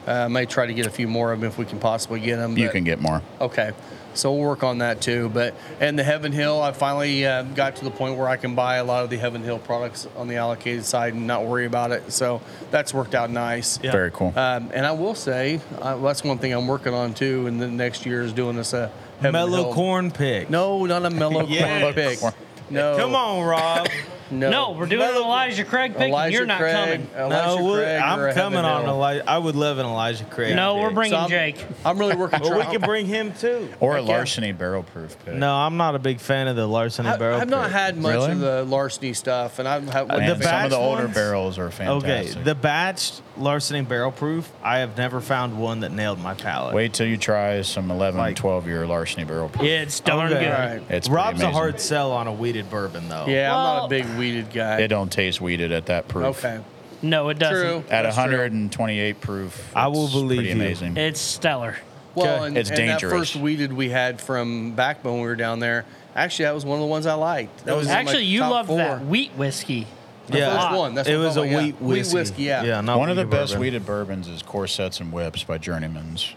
[SPEAKER 2] Uh, I may try to get a few more of them if we can possibly get them.
[SPEAKER 3] You
[SPEAKER 2] but-
[SPEAKER 3] can get more.
[SPEAKER 2] Okay, so we'll work on that too. But and the Heaven Hill, I finally uh, got to the point where I can buy a lot of the Heaven Hill products on the allocated side and not worry about it. So that's worked out nice.
[SPEAKER 4] Yeah.
[SPEAKER 3] Very cool.
[SPEAKER 2] Um, and I will say uh, that's one thing I'm working on too. And then next year is doing this uh, Heaven
[SPEAKER 4] Mellow
[SPEAKER 2] Hill.
[SPEAKER 4] corn pick.
[SPEAKER 2] No, not a mellow
[SPEAKER 4] Yes.
[SPEAKER 2] corn pick. No,
[SPEAKER 4] Come on, Rob.
[SPEAKER 2] No,
[SPEAKER 5] No, we're doing
[SPEAKER 2] Mellow-
[SPEAKER 5] Elijah Craig picking.
[SPEAKER 2] Elijah
[SPEAKER 5] You're not
[SPEAKER 2] Craig,
[SPEAKER 5] coming.
[SPEAKER 2] Elijah
[SPEAKER 4] no, we'll-
[SPEAKER 2] Craig or a
[SPEAKER 4] I'm coming
[SPEAKER 2] Heaven
[SPEAKER 4] on
[SPEAKER 2] Hill.
[SPEAKER 4] Elijah. I would love an Elijah Craig.
[SPEAKER 5] No, we're
[SPEAKER 4] pick.
[SPEAKER 5] bringing
[SPEAKER 2] I'm-
[SPEAKER 5] Jake.
[SPEAKER 2] I'm really working.
[SPEAKER 4] Well, we
[SPEAKER 2] try-
[SPEAKER 4] could bring him too.
[SPEAKER 3] or a
[SPEAKER 2] heck yeah.
[SPEAKER 3] larceny barrel proof pick.
[SPEAKER 4] No, I'm not a big fan of the larceny
[SPEAKER 2] I,
[SPEAKER 4] barrel.
[SPEAKER 2] I've not
[SPEAKER 4] pick.
[SPEAKER 2] had much
[SPEAKER 3] Really?
[SPEAKER 2] of the larceny stuff, and I've had
[SPEAKER 4] the
[SPEAKER 3] Man, some
[SPEAKER 4] batch
[SPEAKER 3] of the older
[SPEAKER 4] ones?
[SPEAKER 3] barrels are
[SPEAKER 4] Okay,
[SPEAKER 3] fantastic.
[SPEAKER 4] the batched larceny barrel proof. I have never found one that nailed my palate.
[SPEAKER 3] Wait till you try some 11,
[SPEAKER 4] Like-
[SPEAKER 3] 12 year larceny barrel proof.
[SPEAKER 5] Yeah, it's darn
[SPEAKER 4] Okay.
[SPEAKER 5] good.
[SPEAKER 2] All right.
[SPEAKER 3] It's pretty
[SPEAKER 4] Rob's a
[SPEAKER 3] amazing.
[SPEAKER 4] hard sell on a weeded bourbon though.
[SPEAKER 2] Yeah, I'm not
[SPEAKER 5] Well-
[SPEAKER 2] a big weeded guy.
[SPEAKER 3] It don't taste weeded at that proof.
[SPEAKER 2] Okay.
[SPEAKER 5] No, it doesn't.
[SPEAKER 2] True.
[SPEAKER 3] At
[SPEAKER 2] That's
[SPEAKER 3] 128 proof,
[SPEAKER 4] I will
[SPEAKER 3] it's
[SPEAKER 4] believe
[SPEAKER 3] pretty
[SPEAKER 4] you.
[SPEAKER 3] amazing.
[SPEAKER 5] It's stellar.
[SPEAKER 2] Well,
[SPEAKER 4] Okay.
[SPEAKER 2] and,
[SPEAKER 3] It's
[SPEAKER 2] and
[SPEAKER 3] dangerous.
[SPEAKER 2] that first weeded we had from back when we were down there, actually, that was one of the ones I liked. That was in my
[SPEAKER 5] Actually, you
[SPEAKER 2] top
[SPEAKER 5] love
[SPEAKER 2] four.
[SPEAKER 5] that wheat whiskey.
[SPEAKER 2] The
[SPEAKER 4] Yeah.
[SPEAKER 2] first one. That's
[SPEAKER 4] it
[SPEAKER 2] what I'm
[SPEAKER 4] was a
[SPEAKER 2] talking about,
[SPEAKER 4] wheat
[SPEAKER 2] yeah.
[SPEAKER 4] whiskey.
[SPEAKER 2] whiskey, yeah.
[SPEAKER 4] not
[SPEAKER 3] One of the
[SPEAKER 4] wheat
[SPEAKER 3] best
[SPEAKER 4] bourbon.
[SPEAKER 3] weeded bourbons is Corsets and Whips by Journeyman's.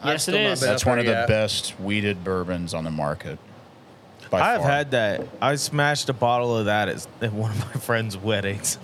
[SPEAKER 2] I've
[SPEAKER 5] Yes, it
[SPEAKER 2] still not
[SPEAKER 5] is.
[SPEAKER 2] been
[SPEAKER 3] That's
[SPEAKER 2] up there
[SPEAKER 3] one of the
[SPEAKER 2] yet.
[SPEAKER 3] best weeded bourbons on the market. by
[SPEAKER 4] I've
[SPEAKER 3] far.
[SPEAKER 4] had that. I smashed a bottle of that at, at one of my friend's weddings.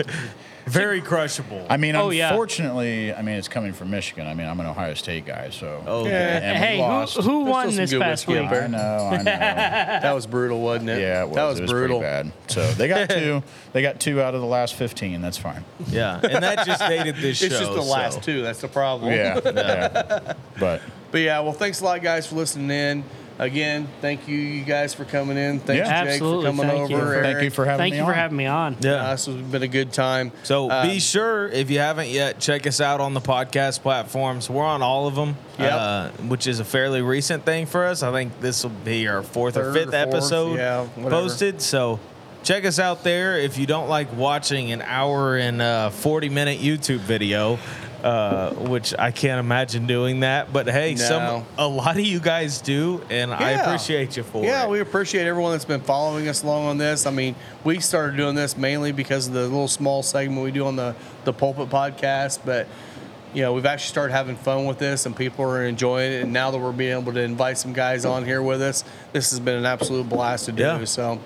[SPEAKER 4] Very crushable.
[SPEAKER 3] I mean,
[SPEAKER 5] Oh, yeah.
[SPEAKER 3] unfortunately, I mean, it's coming from Michigan. I mean, I'm an Ohio State guy, so.
[SPEAKER 4] oh,
[SPEAKER 2] Yeah.
[SPEAKER 3] And we
[SPEAKER 5] hey,
[SPEAKER 3] lost.
[SPEAKER 5] who, who
[SPEAKER 2] There's
[SPEAKER 5] won
[SPEAKER 2] still some
[SPEAKER 5] this
[SPEAKER 2] good
[SPEAKER 5] past
[SPEAKER 2] whiskey
[SPEAKER 5] week?
[SPEAKER 2] out
[SPEAKER 3] I know, I know.
[SPEAKER 2] That was brutal, wasn't it?
[SPEAKER 3] yeah, it was.
[SPEAKER 2] That was,
[SPEAKER 3] It pretty
[SPEAKER 2] brutal.
[SPEAKER 3] bad. So they got two. they got two out of the last 15. That's fine.
[SPEAKER 4] yeah. And that just dated this show.
[SPEAKER 2] It's just the last
[SPEAKER 4] so.
[SPEAKER 2] two. That's the problem.
[SPEAKER 3] Yeah. yeah. But
[SPEAKER 2] But yeah, well, thanks a lot, guys, for listening in. Again, thank you, you guys, for coming in. Thanks,
[SPEAKER 3] Yeah.
[SPEAKER 2] Jake,
[SPEAKER 5] Absolutely,
[SPEAKER 2] for coming
[SPEAKER 5] thank
[SPEAKER 2] over.
[SPEAKER 5] you.
[SPEAKER 2] Eric.
[SPEAKER 3] thank you for having
[SPEAKER 5] Thank
[SPEAKER 3] me
[SPEAKER 5] you for
[SPEAKER 3] on.
[SPEAKER 5] having me on.
[SPEAKER 4] Yeah.
[SPEAKER 2] Uh, this has been a good time.
[SPEAKER 4] So
[SPEAKER 2] Um,
[SPEAKER 4] be sure if you haven't yet, check us out on the podcast platforms. We're on all of them,
[SPEAKER 2] Yep.
[SPEAKER 4] uh, which is a fairly recent thing for us. I think this will be our fourth or
[SPEAKER 2] Third or
[SPEAKER 4] fifth
[SPEAKER 2] fourth,
[SPEAKER 4] episode
[SPEAKER 2] yeah, whatever.
[SPEAKER 4] posted. So check us out there if you don't like watching an hour and uh, forty minute YouTube video. Uh, which I can't imagine doing that, but hey, some
[SPEAKER 2] No.
[SPEAKER 4] a lot of you guys do, and I
[SPEAKER 2] Yeah.
[SPEAKER 4] appreciate you for
[SPEAKER 2] Yeah,
[SPEAKER 4] it.
[SPEAKER 2] we appreciate everyone that's been following us along on this. I mean, we started doing this mainly because of the little small segment we do on the the pulpit podcast, but you know, we've actually started having fun with this and people are enjoying it. And now that we're being able to invite some guys on here with us, this has been an absolute blast to do.
[SPEAKER 4] Yeah.
[SPEAKER 2] So,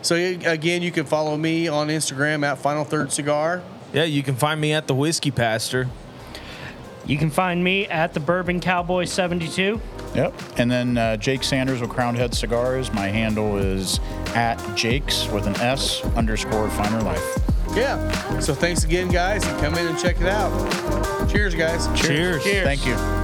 [SPEAKER 2] so you- again, you can follow me on Instagram at Final Third Cigar.
[SPEAKER 4] yeah, you can find me at the Whiskey Pastor.
[SPEAKER 5] You can find me at the Bourbon Cowboy 72.
[SPEAKER 3] Yep. And then uh, Jake Sanders with Crown Head Cigars. My handle is at Jake's with an S underscore finer life.
[SPEAKER 2] Yeah. So thanks again, guys, and come in and check it out. Cheers, guys.
[SPEAKER 4] Cheers.
[SPEAKER 3] Thank you.